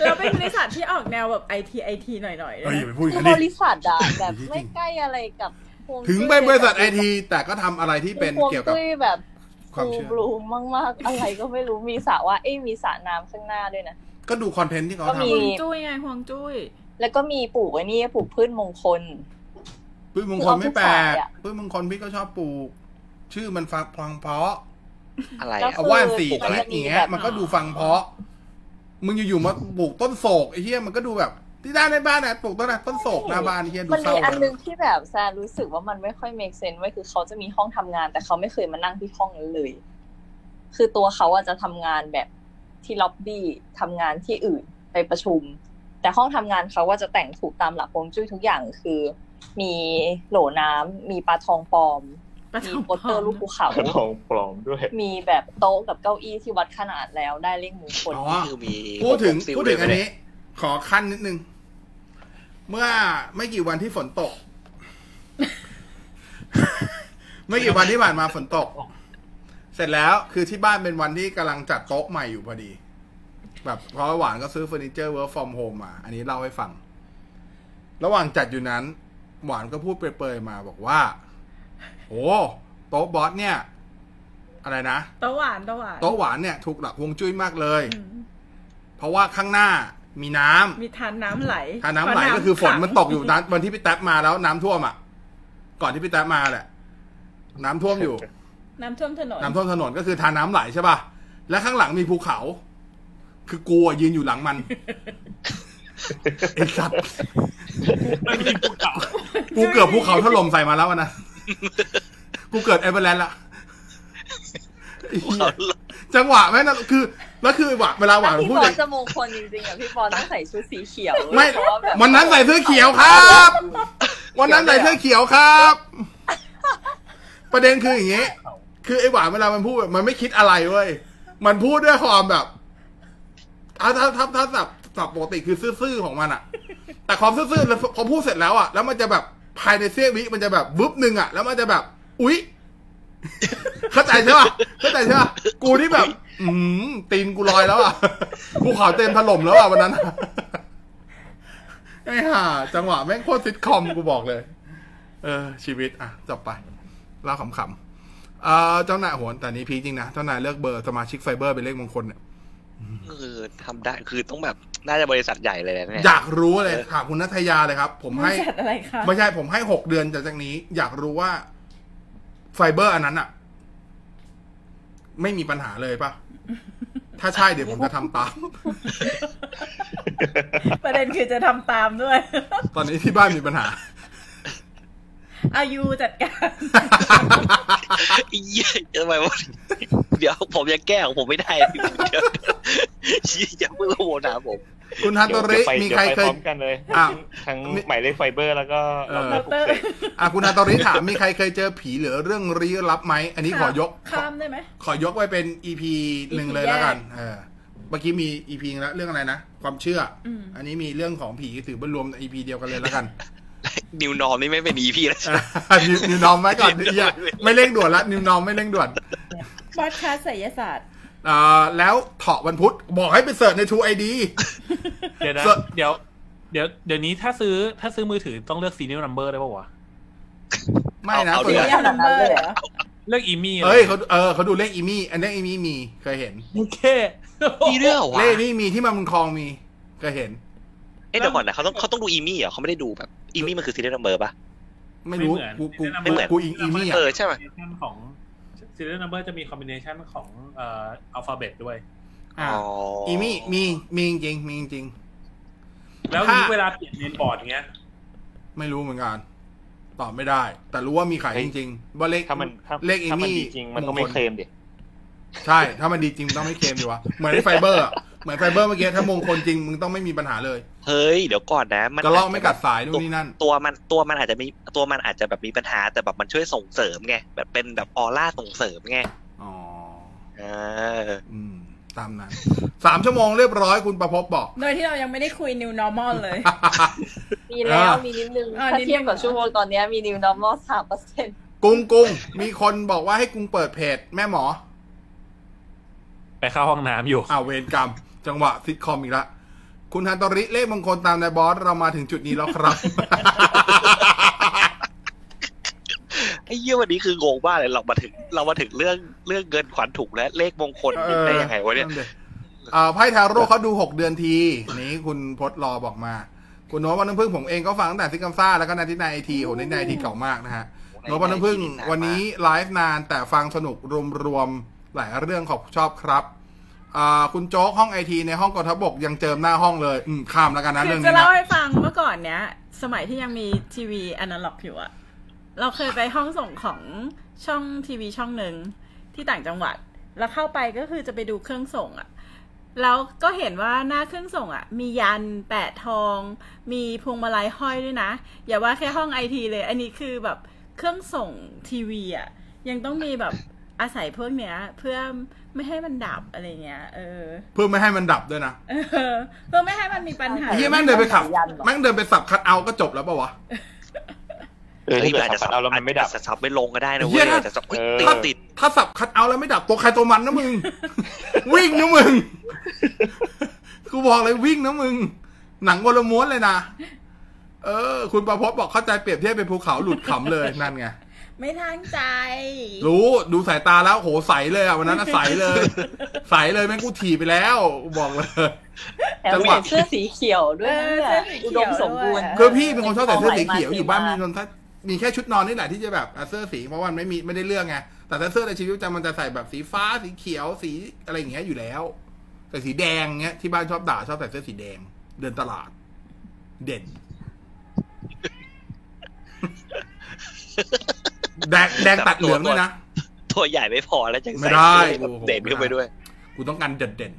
เราเป็นบริษัทที่ออกแนวแบบไอทีไอทีหน่อยๆ เอ้ นะ ยอย่าไปพูดอย่า คื ง อ นั้น บ ดิ ริษัทอะแบบ จริงๆ ไม่ใกล้อะไรกับฮวง ถึงเป็นบริษัทไอทีแต่ก็ทำอะไรที่เป็น ฮวง เกี่ยวกับ จุ้ยแบบ ความ ดู เชื่อบ ลูมมาก ๆ อะไรก็ไม่รู้มีสระว่าเอ้ยมีสระน้ำข้างหน้าด้วยนะ ก็ดูคอนเทนต์ที่เขา ก็มี ฮ ทำ วงจุ้ยไงฮวงจุ้ย แล้วก็มีปลูกไอ้นี่ปลูกพืชมงคล พืชมงคลไม่แปลก คือเอาทุกสายอะ พืชมงคลพี่ก็ชอบปลูก ชื่อมันฟังฟังเพราะ อะไร แล้ว อะ เอาว่านสี่ ปลูก อะ อะไรไร อย่างเงี้ย มันก็ดูฟังเพราะ มึงอยู่ๆมาปลูกต้นโศกไอ้เหี้ยมันก็ดูแบบ ที่ด้านในบ้านนะปลูกต้นนะต้นโศกหน้าบ้านไอ้เหี้ยดู มัน เศร้า มีอันนึ นะ งที่แบบแซนรู้สึกว่ามันไม่ค่อย make sense ไว้ยคือเขาจะมีห้องทำงาน แต่เขาไม่เคยมานั่งที่ห้องนั้นเลย คือตัวเขาอะจะทำงานแบบที่ล็อบบี้ทำงานที่อื่นไปประชุม แต่ห้องทำงานเขาว่าจะแต่งถูกตามหลักฮวงจุ้ยทุกอย่างคือ มีโหลน้ำมีปลาทองปลอม ปลาท มี องปลอม โปสเตอร์รูปภูเขา ทองปลอมด้วย มีแบบโต๊ะกับเก้าอี้ที่วัดขนาดแล้วได้เลขมงคล อ๋อ คือมี พูดถึง ซิล พูดถึง เล อั ย น ไหม นี้ เย ขอขั้นนิดนึง เมื่อไม่กี่วันที่ฝนตก ไม่กี่วันที่ผ่านมาฝนตก เสร็จแล้วคือที่บ้านเป็นวันที่กำลังจัดโต๊ะใหม่อยู่พอดี แบบเพราะหวานก็ซื้อเฟอร์นิเจอร์ work from home มา อันนี้เล่าให้ฟัง ระหว่างจัดอยู่นั้น หวานก็พูดเปรยๆมาบอกว่า โอ้โต๊ะบอสเนี่ย อะไรนะ โตะหวานโตะหวาน โต๊ะหวานเนี่ยถูกหลักฮวงจุ้ยมากเลย อืม เพราะว่าข้างหน้ามีน้ำ มีทานน้ำไหล ถ้าน้ำไหลก็คือฝนมันตกอยู่ นะวันที่พี่แท็บมาแล้วน้ำท่วมอ่ะ ก่อนที่พี่แท็บมาแหละ น้ำท่วม อยู่ น้ำท่วมถนน น้ำท่วมถนนก็คือทาน้ำไหลใช่ป่ะ และข้างหลังมีภูเขา คือกูอะยืนอยู่หลังมัน ไอ้สัตว์ กูเกือบภูเขาถล่มใส่มาแล้วอะนะ กูเกิดเอเวอเรส ต์ละไอ้เหี้ยจังหวะแม่งนะคือ แล้วคือหวะเวลาหวาน พี่ พูด ปอ อย่าง จะมงคลจริงๆอ่ะพี่ปอต้องใส่ชุดสีเขียว ไม่ เพราะว่าแบบ วันนั้นใส่เสื้อเขียวครับ วันนั้นใส่เสื้อเขียวครับ ประเด็นคืออย่างงี้ คือไอ้หวานเวลามันพูดแบบมันไม่คิดอะไรเว้ย มันพูดด้วยความแบบอ่ะถ้าถ้าถ้าสับสับปกติคือซื่อๆของมันอะแต่ความซื่อๆแล้วพอพูดเสร็จแล้วอะแล้วมันจะแบบภายในเสี้ยววิมันจะแบบวึบหนึ่งอะแล้วมันจะแบบ อุ๊ย เข้าใจใช่ป่ะเข้าใจใช่ป่ะกูนี่แบบ อืมตีนกูลอยแล้วอะภูเขาเต็มถล่มแล้วอะวันนั้นอะ ไอ้ห่าจังหวะแม่งโคตรซิทคอมกูบอกเลย เออ ชีวิต อ่ะจบไปเล่าขำๆเอ่อเจ้านายโหนแต่นี้พีคจริงนะ เจ้านายเลือกเบอร์สมาชิกไฟเบอร์เป็นเลขมงคลเนี่ย คือทำได้คือต้องแบบน่าจะบริษัทใหญ่เลยนะเนี่ย อยากรู้เลยถามคุณนัทยาเลยครับ ผม บ ให้ ริษัทอะไรคะ ไม่ใช่ผมให้หกเดือนจากจากนี้ อยากรู้ว่าไฟเบอร์อันนั้นอะไม่มีปัญหาเลยปะถ้าใช่เดี๋ยวผมจะทำตาม ประเด็นคือจะทำตามด้วย ตอนนี้ที่บ้านมีปัญหา อายุจัดการ ไอ้เหี้ยทำไมวะเดี๋ยวผมยังแก้ของผมไม่ได้เดี๋ยวชี้อย่าเพิ่งโหวตหาผม คุณฮันโตริ ดี๋ยวไป มีใคร ดี๋ยว เค ไป ย พร้อมกันเลย อ้าว ทั้งหมายเลขไฟเบอร์แล้วก็ เออ ระบบปลุกเสก อ่ะคุณอาตอริถามมีใครเคยเจอผีหรือเรื่องลี้ลับไหม อันนี้ขอยก ข้ามได้ไหม ขอยกไว้เป็นอีพีหนึ่งเลยแล้วกันเออเมื่อกี้มีอีพีแล้วเรื่องอะไรนะ ความเชื่ออ ม อันนี้มีเรื่องของผีถือว่ารวมอีพีเดียวกันเลยแล้วกัน นิวนอมนี่ไม่เป็น EP แล้วใช่ไหม นิวนิวนอมไว้ ก่อน New เหี้ย Norm ไม่เร่งด่วนละนิวนอมไม่เร่งด่วน บอดคาสไสยศาสตร์ เอ่อแล้วเถาะวันพุธบอกให้ไปเสิร์ชในทูไอดี เดี๋ยวนะ ส่วน เดี๋ยวเดี๋ยวเดี๋ยวนี้ถ้าซื้อถ้าซื้อมือถือต้องเลือกซีเนียลนัมเบอร์ได้ป่าวะ ไม่นะ เอาเอา ส่วนใหญ่ เรียลนัมเบอร์เหรอ เลือกอีมี่ เอ้ยเขาเออเขาดูเลขอีมี่ อันเลขอีมี่มีเคยเห็น โอเค มีเรื่องเหรอวะ เลขนี้มีที่มาบุญคลองมีเคยเห็น เอ้ยเดี๋ยวก่อนนะเขาต้องเขาต้องดูอีมี่เหรอเขาไม่ได้ดูแบบอีมี่มันคือซีเรียลนัมเบอร์ป่ะ ไม่รู้กูกูกูกูอิงอีมี่อ่ะ เออใช่ไหม ของซีเรียลนัมเบอร์จะมีคอมบิเนชันของเอ่ออัลฟาเบตด้วย อ่า อีมี่มีมีจริงมีจริง แล้ว ถ้า นี้เวลาเปลี่ยนเมนบอร์ดเงี้ย ไม่รู้เหมือนกัน ตอบไม่ได้ แต่รู้ว่ามีขายจริงๆว่าเลข ถ้ามันถ้า เลขอี ถ้ามัน มี่ ดีจริงมันต้องไม่เคลมดิ ใช่ ถ้ามันดีจริงต้องไม่เคลมดีวะเหมือนไอ้ไฟเบอร์อะเหมือนไฟเบอร์เมื่อกี้ถ้ามงคลจริงมึงต้องไม่มีปัญหาเลย เฮ้ยเดี๋ยวก่อนนะมัน กระลอกไม่กัดสายนู่นนี่นั่น ตัวมันตัวมันอาจจะมีตัวมันอาจจะแบบมีปัญหาแต่แบบมันช่วยส่งเสริมไงแบบเป็นแบบออร่าส่งเสริมไง อ๋อ เออ อืม ตามนั้นสามชั่วโมงเรียบร้อยคุณประพบบอก โดยที่เรายังไม่ได้คุย new normal เลย มีแล้ว อ่ามี มีนิดนึง อ่า ถ้าเทียบ นิดนึง กับชั่วโมงตอนเนี้ยมีนิวนอร์มอลสามเปอร์เซ็น กุ้งกุ้งมีคนบอกว่าให้กุ้งเปิดเพจแม่หมอ ไปเข้าห้องน้ำอยู่ อ้าวเวรกรรม จังหวะซิทคอมอีกละคุณฮันตอริเลขมงคลตามนายบอส เรามาถึงจุดนี้แล้วครับ ไอ้เยี่ยวันนี้คืองงบ้ากเลยเรามาถึงเรามาถึงเรื่องเรื่องเงินขวัญถุงและเลขมงคล เออ ได้ยังไงวะเนี่ย อ่าไพ่ทาโร่เขาดูหกเดือนทีอันนี้คุณพศรอบอกมา คุณโน้ตวันน้ำพึ่งผมเองก็ฟังตั้งแต่ซิกกัมซ่าแล้วก็นาทินายไอทีโอ้นาทินายไอทีเก่ามากนะฮะ โน้ตวันน้ำพึ่งวันนี้ไลฟ์นานแต่ฟังสนุกรวมๆ หลายเรื่องขอบชอบครับอ่าคุณโจ๊กห้องไอทีในห้องกองทัพบกยังเจิมหน้าห้องเลยอืมข้ามแล้วกันนะ คื เรื่ อ อง จะ นี้ เล่า นะ ให้ฟังเมื่อก่อนเนี้ย สมัยที่ยังมีทีวีอนาล็อกอยู่อะเราเคยไปห้องส่งของช่องทีวีช่องหนึ่งที่ต่างจังหวัด แล้วเข้าไปก็คือจะไปดูเครื่องส่งอะแล้วก็เห็นว่าหน้าเครื่องส่งอะมียันแปะทอง มีพวงมาลัยห้อยด้วยนะ อย่าว่าแค่ห้องไอทีเลย อันนี้คือแบบเครื่องส่งทีวีอะยังต้องมีแบบอาศัยพวกเนี้ย เพื่อไม่ให้มันดับอะไรเงี้ยเออ เพื่อไม่ให้มันดับด้วยนะ เออเพื่อไม่ให้มันมีปัญหา ไอ้เฮียแม่งเดินไปขับ ยันเหรอ แม่งเดินไปสับคัดเอาท์ก็จบแล้วปะวะ เออถ้าเกิด อาจจะ สับเอาแล้วมันไม่ดับ อาจจะสับไม่ลงก็ได้นะ เหี้ เว้ ย ย นะ อาจจะสับอุ๊ยติ เอ ด อ ติด ถ้าสับคัดเอาท์แล้วไม่ดับตัวใครตัวมันนะมึ ง วิ่งนะมึง กูบอกเลยวิ่งนะมึง หนังวนละม้วนเลยนะ เออ คุณประพจน์บอกเข้าใจเปรียบเทียบเป็นภูเขาหลุดขำเลยนั่นไง ไม่ทางใจ รู้ดูสายตาแล้วโหใสเลยอ่ะวันนั้นอะใสเลย ใสเลยแม่งกูถีบไปแล้วบอกเลย แอบ จังห ใส่ วะ เสื้อสีเขียวด้วยนะ เออเสื้ เนี่ย อสีเขียว อุดมสมบูรณ์ ด้วย คือพี่เป็นคนชอบใส่เสื้อสีเขียว เอาไหมมา อยู่บ้าน สี มี มามี คนทัมีแค่ชุดนอนนี่แหละที่จะแบบอ่ะเสื้อสีเพราะว่ามันไม่มีไม่ได้เลือกไงแต่ถ้าเสื้อในชีวิตประจำมันจะใส่แบบสีฟ้าสีเขียวสีอะไรอย่างเงี้ยอยู่แล้วแต่สีแดงเงี้ยที่บ้านชอบด่าชอบใส่เสื้อสีแดง เดินตลาด เด่น แดงแดงตัดเหลืองด้วยนะ ตัวใหญ่ไม่พอแล้วจะ ไม่ ใส่ ได้ เสื้อ โอ้โห เด่นขึ้นไปด้วย กูต้องการเด่นเด่น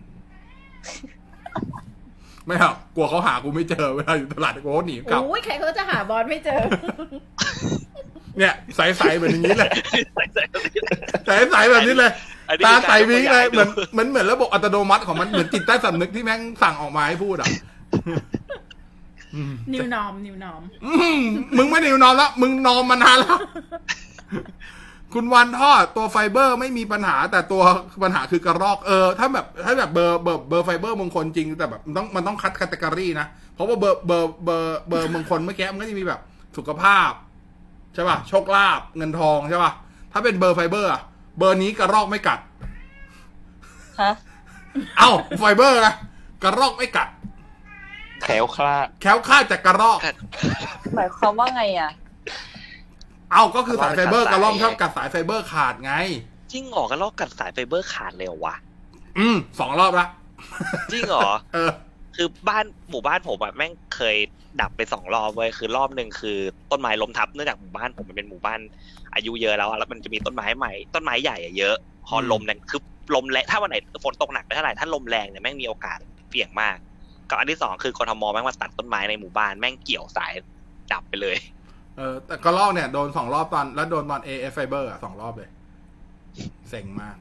ๆไม่หรอกกลัวเขาหากูไม่เจอเวลาอยู่ตลาดกูก็หนีกลับ โอ้ยใครเขาจะหาบอลไม่เจอ เนี่ยใสๆเหมือนอย่างนี้เลย ใส่ใส่ ใสๆแบบนี้เลย อันนี้ ตา คือ ใส การ วิ้ง ตัว เลย ใญ่ เหมือนเหมือนเหมือนระบบอัตโนมัติของมันเหมือนจิตใต้สำนึกที่แม่งสั่งออกมาให้พูดอ่ะอืม นิวนอมนิวนอม อืมมึงไม่ได้นอนแล้ว มึงนอนมานานแล้ว คุณวันทอดตัวไฟเบอร์ไม่มีปัญหา แต่ตัวปัญหาคือกระรอกเออ ถ้าแบบถ้าแบบเบอร์เบอร์เบอร์ไฟเบอร์มงคลจริงแต่แบบมันต้องมันต้องคัดคัตเกอรี่นะ เพราะว่าเบอร์เบอร์เบอร์เบอร์มงคลเมื่อกี้มันก็จะมีแบบสุขภาพใช่ป่ะโชคลาภเงินทองใช่ป่ะถ้าเป็นเบอร์ไฟเบอร์อะเบอร์นี้กระรอกไม่กัด ฮะ เอ้าไฟเบอร์นะกระรอกไม่กัด แถวคลาด แคล้วคลาดจากกระรอก หมายความว่าไงอ่ะ เอาก็คือสายไฟเบอร์กระรอกชอบกัดสายไฟเบอร์ขาดไง จริงเหรอกันลอกกัดสายไฟเบอร์ขาดเลยเหรอวะ อืมสองรอบละ จริงเหร อ เออ คือบ้านหมู่บ้านผมอะแม่งเคยดับไปสองรอบเว้ยคือรอบหนึ่งคือต้นไม้ล้มทับเนื่องจากหมู่บ้านผมมันเป็นหมู่บ้านอายุเยอะแล้วอะแล้วมันจะมีต้นไม้ใหม่ ต้นไม้ใหญ่อะเยอะ พอ อืม ลมแรงคือลมแรงถ้าวันไหนฝนตกหนักไปเท่าไหร่ถ้าลมแรงเนี่ยแม่งมีโอกาสเสี่ยงมากกับอันที่สองคือกทมแม่งมาตัดต้นไม้ในหมู่บ้านแม่งเกี่ยวสายดับไปเลย เออแต่กระลอกเนี่ยโดนสองรอบตอน แล้วโดนตอน AF Fiber อ่ะสองรอบเลยเซ็งมาก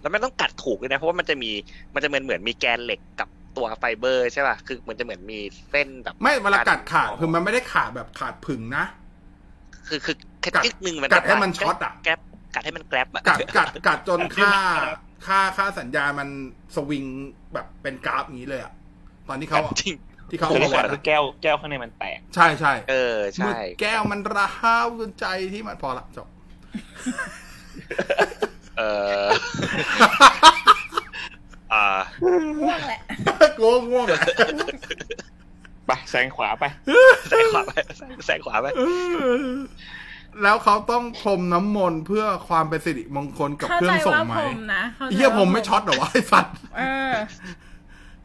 แล้วไม่ต้องกัดถูกเลยนะ เพราะว่ามันจะมีมันจะเหมือนเหมือนมีแกนเหล็กกับตัวไฟเบอร์ใช่ป่ะคือมันจะเหมือนมีเส้นแบบ ไม่เวลากัดขาดคือมันไม่ได้ขาดแบบขาดผึ่งนะ คือคือแค่ กัด กึกนึงมัน กัดให้มันช็อตอะ แกรบกัดให้มันแกรบอะ กัดกัดกัดจนค่า ค่าค่าสัญญามันสวิงแบบเป็นกราฟอย่างนี้เลยอ่ะ ต อนที่เขา จริง ที่เขา แต่ เอา ไม่ มา ขา วั ดคืดอ อะ แก้วแก้วข้างในมันแตก ใช่ใช่ เออ มือ ใช่ แก้วมันระห้าวจนใจที่มันพอละจบ เอออ่า ง่วงแหละ กลัวง่วงอะ ไปแซงขวาไป แสงขวาไปแสงขวาไป แล้วเขาต้องพรมน้ำมนต์เพื่อความเป็นสิริมงคลกับ เข้า เครื่ ใจ องส่ง ว่า ไหม ผมนะข้าใจว่า เฮียผมไม่ช็อตเหรอวะ ไอ้สัตว์ เออ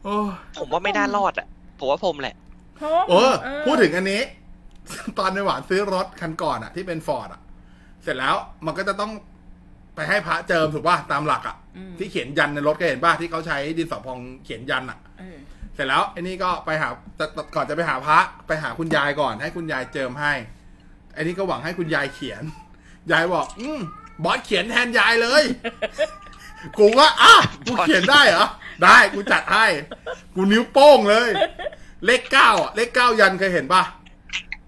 โอ้ย ผมว่าไม่น่ารอดอ่ะ ผมว่าผมแหละ ผม เออ เออ พูดถึงอันนี้ ตอนในหวานซื้อรถคันก่อนอะที่เป็นฟอร์ดอะเสร็จแล้วมันก็จะต้องไปให้พระเจิมถูกป่ะตามหลักอะ อืม ที่เขียนยันในรถก็เห็นป่ะที่เขาใช้ดินสอพองเขียนยันอะ เออ เสร็จแล้วไอ้นี่ก็ไปหาแต่แต่ก่อนจะไปหาพระ ไปหาคุณยายก่อน ให้คุณยายเจิมให้ไอ้นี่ก็หวังให้คุณยายเขียน ยายบอก อืมบอสเขียนแทนยายเลย กูก็อ่ะกูเขียนได้เหรอ ได้กูจัดให้ กูนิ้วโป้งเลย เลขเก้าอ่ะเลขเก้ายันเคยเห็นปะ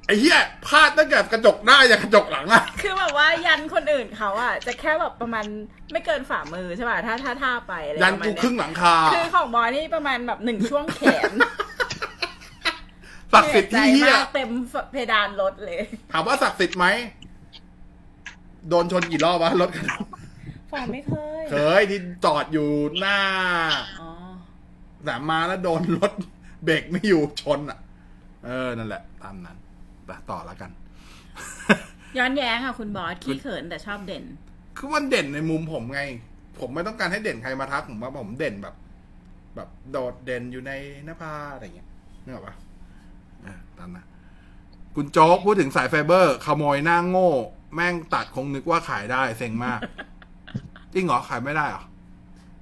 ไอ้เหี้ยพลาดตั้งแต่กระจกหน้าอย่างกระจกหลังอ่ะ คือแบบว่ายันคนอื่นเขาอ่ะ จะแค่แบบประมาณไม่เกินฝ่ามือใช่ป่ะถ้าถ้าท่าไปอะไร ยัน ประมาณ กู เนี้ย ครึ่งหลังคา คือของบอยนี่ประมาณแบบหนึ่งช่วงแข น ศักดิ์สิทธิ์ที่เหี้ เหนื่อย ย ใจมากเต็มเพดานรถเลย ถามว่าศักดิ์สิทธิ์ไหมโดนชนกี่รอบวะรถคันนั้น ฝ่าไม่เคย เคยที่จอดอยู่หน้า อ๋อ สนามมาแล้วโดนรถเบรกไม่อยู่ชนอ่ะ เออนั่นแหละ ตามนั้นไปต่อละกัน ย้อนแย้งค่ะคุณบอสขี้เขินแต่ชอบเด่น คือมันเด่นในมุมผมไง ผมไม่ต้องการให้เด่นใครมาทักผมว่าผมเด่นแบบ แบบโดดเด่นอยู่ในหน้าผาอะไรเงี้ยนึกออกปะอ่ะตามนะคุณโจ๊กพูดถึงสายไฟเบอร์ ขโมยหน้าโง่ แม่งตัดคงนึกว่าขายได้เซ็งมาก จริงเหรอขายไม่ได้เหรอ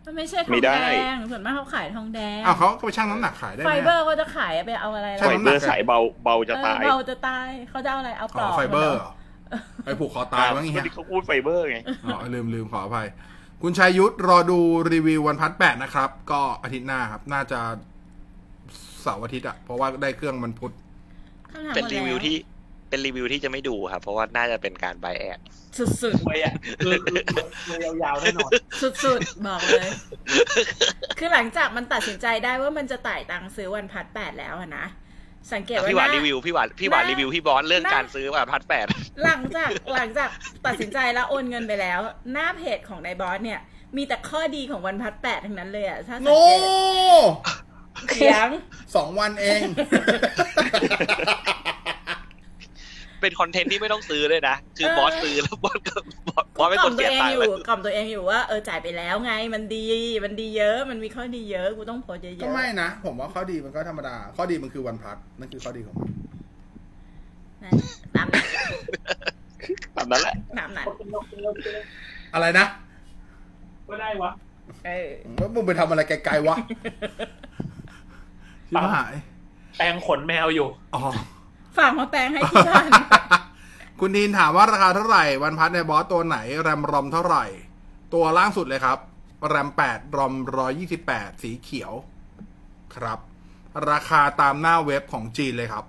มันไม่ใช่ท ไม่ อง ได้ แดง ส่วนมากเขาขายทองแดง อ้าวเขาก็ไปชั่งน้ำหนักขายได้ ไฟ ไหม เบอร์ก็จะขายไปเอาอะไร ใช่ ไฟ ล่ะ เบอร์สายเบาเบาจะตาย เออเราจะตายเขาจะเอาอะไรเอาป อ๋ ล อ อก ไฟเบอร์เหรอไปผูกคอตายบ้างเงี้ย ที่เขาพูดไฟเบอร์ไง อ๋อลืมลืมขออภัย คุณชายยุทธรอดูรีวิววันพัทแปดนะครับ ก็อาทิตย์หน้าครับ น่าจะเสาร์อาทิตย์อะเพราะว่าได้เครื่องมันพุธ คำถาม เป็น หมด รี แล้ วิวที่ เป็นรีวิวที่จะไม่ดูครับ เพราะว่าน่าจะเป็นการ b บแอด สุด ไปอ่ะคือยาวๆแน่นอน ๆสุดๆบอกเลย คือหลังจากมันตัดสินใจได้ว่ามันจะต่ายตังค์ซื้อวันพัดแปดแล้วอะนะ สังเกตว่า พี่ ห หวา น้า นรีวิวพี่หวานพี่หวานรีวิวพี่บอสเรื่องการซื้อว่าพัดแปด หลังจากหลังจากตัดสินใจแล้วโอนเงินไปแล้ว หน้าเพจของนายบอสเนี่ย มีแต่ข้อดีของวันพัดแปดทั้งนั้นเลยอ่ะถ้าสังเก โง่ ตเสียง สองวันเอง เป็นคอนเทนต์ที่ไม่ต้องซื้อเลยนะ คือ เออ บอสซื้อแล้วบอสก็บอสบอส ก เป็น ล่ ค อน มตั เสี วย เอง ตัง อ ค์ ยู่ แล้ว กล่อมตัวเองอยู่ว่าเออจ่ายไปแล้วไง มันดีมันดีเยอะ มันมีข้อดีเยอะกูต้องโพสต์เย ก็ อะ ไม่นะ ผมว่าข้อดีมันก็ธรรมดา ข้อดีมันคือวันพักนั่นคือข้อดีของมัน ๆนะตามนั้น แบบนั้นแหละ ตามนั้น อะไรนะ ก็ได้วะ เออ แล้วมึงไปทำอะไรไกลๆวะชิบหาย แปลงขนแมวอยู่ อ๋อ ฝากมาแปลงให้ที่บ้าน คุณทีนถามว่าราคาเท่าไหร่ วันพัทในบอสตัวไหน แรมรอมเท่าไหร่ ตัวล่างสุดเลยครับ แรมแปดรอมร้อยี่สิบแปดสีเขียวครับ ราคาตามหน้าเว็บของจีนเลยครับ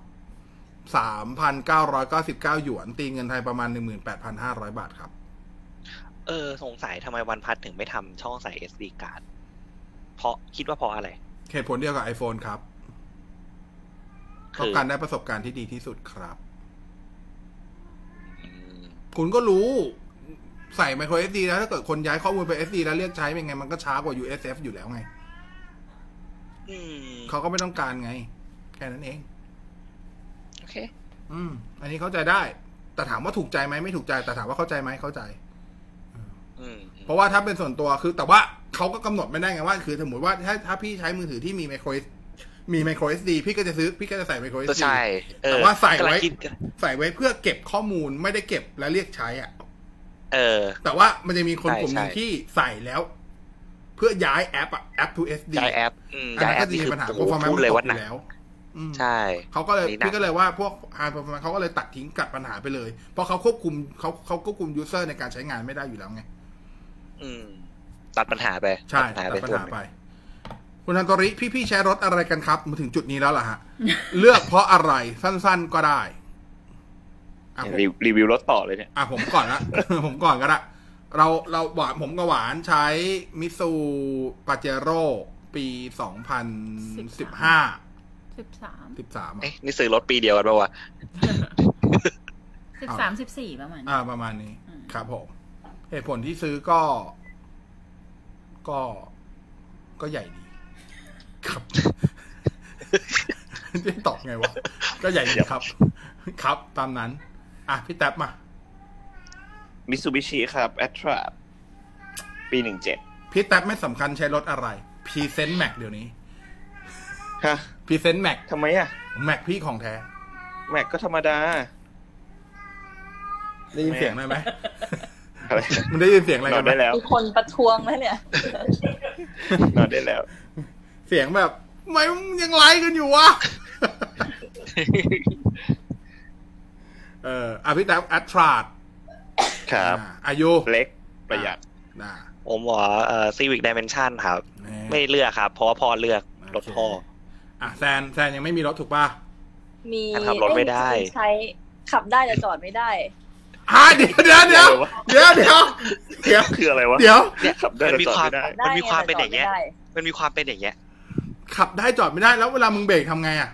สามพันเก้าร้อยเก้าสิบเก้าหยวน ตีเงินไทยประมาณหนึ่งหมื่นแปดพันห้าร้อยบาทครับ เออสงสัยทำไมวันพัดถึงไม่ทำช่องใส่ SD card เพราะคิดว่าเพราะอะไร เหตุผลเดียวกับ iPhone ครับ คือ ต้องการได้ประสบการณ์ที่ดีที่สุดครับ อืม คุณก็รู้ใส่ micro SD แล้วถ้าเกิดคนย้ายข้อมูลไป SD แล้วเลือกใช้เป็นไง มันก็ช้ากว่า USF อยู่แล้วไง อืม เขาก็ไม่ต้องการไง แค่นั้นเอง โอเค อืม อันนี้เข้าใจได้ แต่ถามว่าถูกใจไหมไม่ถูกใจ แต่ถามว่าเข้าใจไหมเข้าใจ อืมอืม เพราะว่าถ้าเป็นส่วนตัวคือแต่ว่าเขาก็กำหนดไม่ได้ไงว่า คือสมมติว่าถ้าถ้าพี่ใช้มือถือที่มี micro SD มี micro SD พี่ก็จะซื้อพี่ก็จะใส่ micro ก็ SD ใช่เออ แต่ว่าใส่ไว้ กำลังคิดกัน ใส่ไว้เพื่อเก็บข้อมูลไม่ได้เก็บและเรียกใช้อ่ะ เออ แต่ว่ามันจะมีคน ใช่ กลุ่มหนึ่ง ใช่ ที่ใส่แล้ว เพื่อย้ายแอปอะแอป to SD ย้ายแอปอืม อัน ย้าย นั้น แอ ก็ ป จะ นี่ มี คือ ปัญหาเพโอ้ราะความ โห แม่ พูดเลย ต ว่าอกหนัก ยู่แล้วอืม ใช่ เขาก็เลย นี่หนัก พี่ก็เลยว่าพวก hard performance เขาก็เลยตัดทิ้งกัดปัญหาไปเลย เพราะเขาควบคุมเขาเขาควบคุม user ในการใช้งานไม่ได้อยู่แล้วไง อืม ตัดปัญหาไป ใช่ ตั ตัดดปั ปั ญ ญ หา หา ไป ไป คุณทันตริพี่พี่ๆใช้รถอะไรกันครับ มาถึงจุดนี้แล้วล่ะฮะ เลือกเพราะอะไรสั้น ๆ ก็ได้อ่ะผม รีวิวรีวิวรถต่อเลยเนี่ย อ่ะผมก่อนละ ผมก่อนก็ได้เราเราหวานผมกับหวานใช้มิซูปาเจโร่ปีสองพันสิบห้า สิบสาม สิบสาม เอ๊ะนี่ซื้อรถปีเดียวกันปะ วะ สิบสามสิบสี่ประมาณนี้ อ่าประมาณนี้ อืม ครับผมเหตุผลที่ซื้อก็ ก็ ก็ใหญ่ดี ครับ จะตอบไงวะ ก็ใหญ่ดีครับ ครับตามนั้น อ่ะ พี่แท็บมา มิตซูบิชิครับแอตทราปีหนึ่งเจ็ด พี่แท็บไม่สำคัญใช้รถอะไรพรีเซนต์แม็กเดี๋ยวนี้ ฮะ พรีเซนต์แม็ก ทำไมอ่ะ แม็กพี่ของแท้ แม็กก็ธรรมดา ได้ยินเสียงได้ไหม อะไร มันได้ยินเสียงอะไร นอ กัน น ได้ ไหมแล้ว มีคนประท้วงแล้วเนี่ย นอนได้แล้ว เสียงแบบทำไมมึงยังไลฟ์กันอยู่วะ เอออ่ะพี่แท็บแอตทราด ครับ อายุ เล็กประหยัด นะ ผมว่าเอ่อซีวิกดิเมนชันครับ แน่ ไม่เลือกครับ เพราะว่าพ่อเลือกรถพ่อ โเคอ่ะแซนแซนยังไม่มีรถถูกป่ะ มี แต่ขับรถไม่ได้ อ้ใช้ขับได้แต่จอดไม่ได้ อ่ะเดี๋ยวเดี๋ยวเดี๋ยวเดี๋ยวเดี๋ยวเดี๋ยว คืออะไรวะ เดี๋ยว เนี่ย ขับได้ มั แต่ นมี จอด ความ ไม่ได้ ได้ไงมันมีความเป็นอย่างเงี้ย แต่จอดไม่ได้ มันมีความเป็นอย่างเงี้ย ขับได้จอดไม่ได้แล้วเวลามึงเบรกทำไงอ่ะ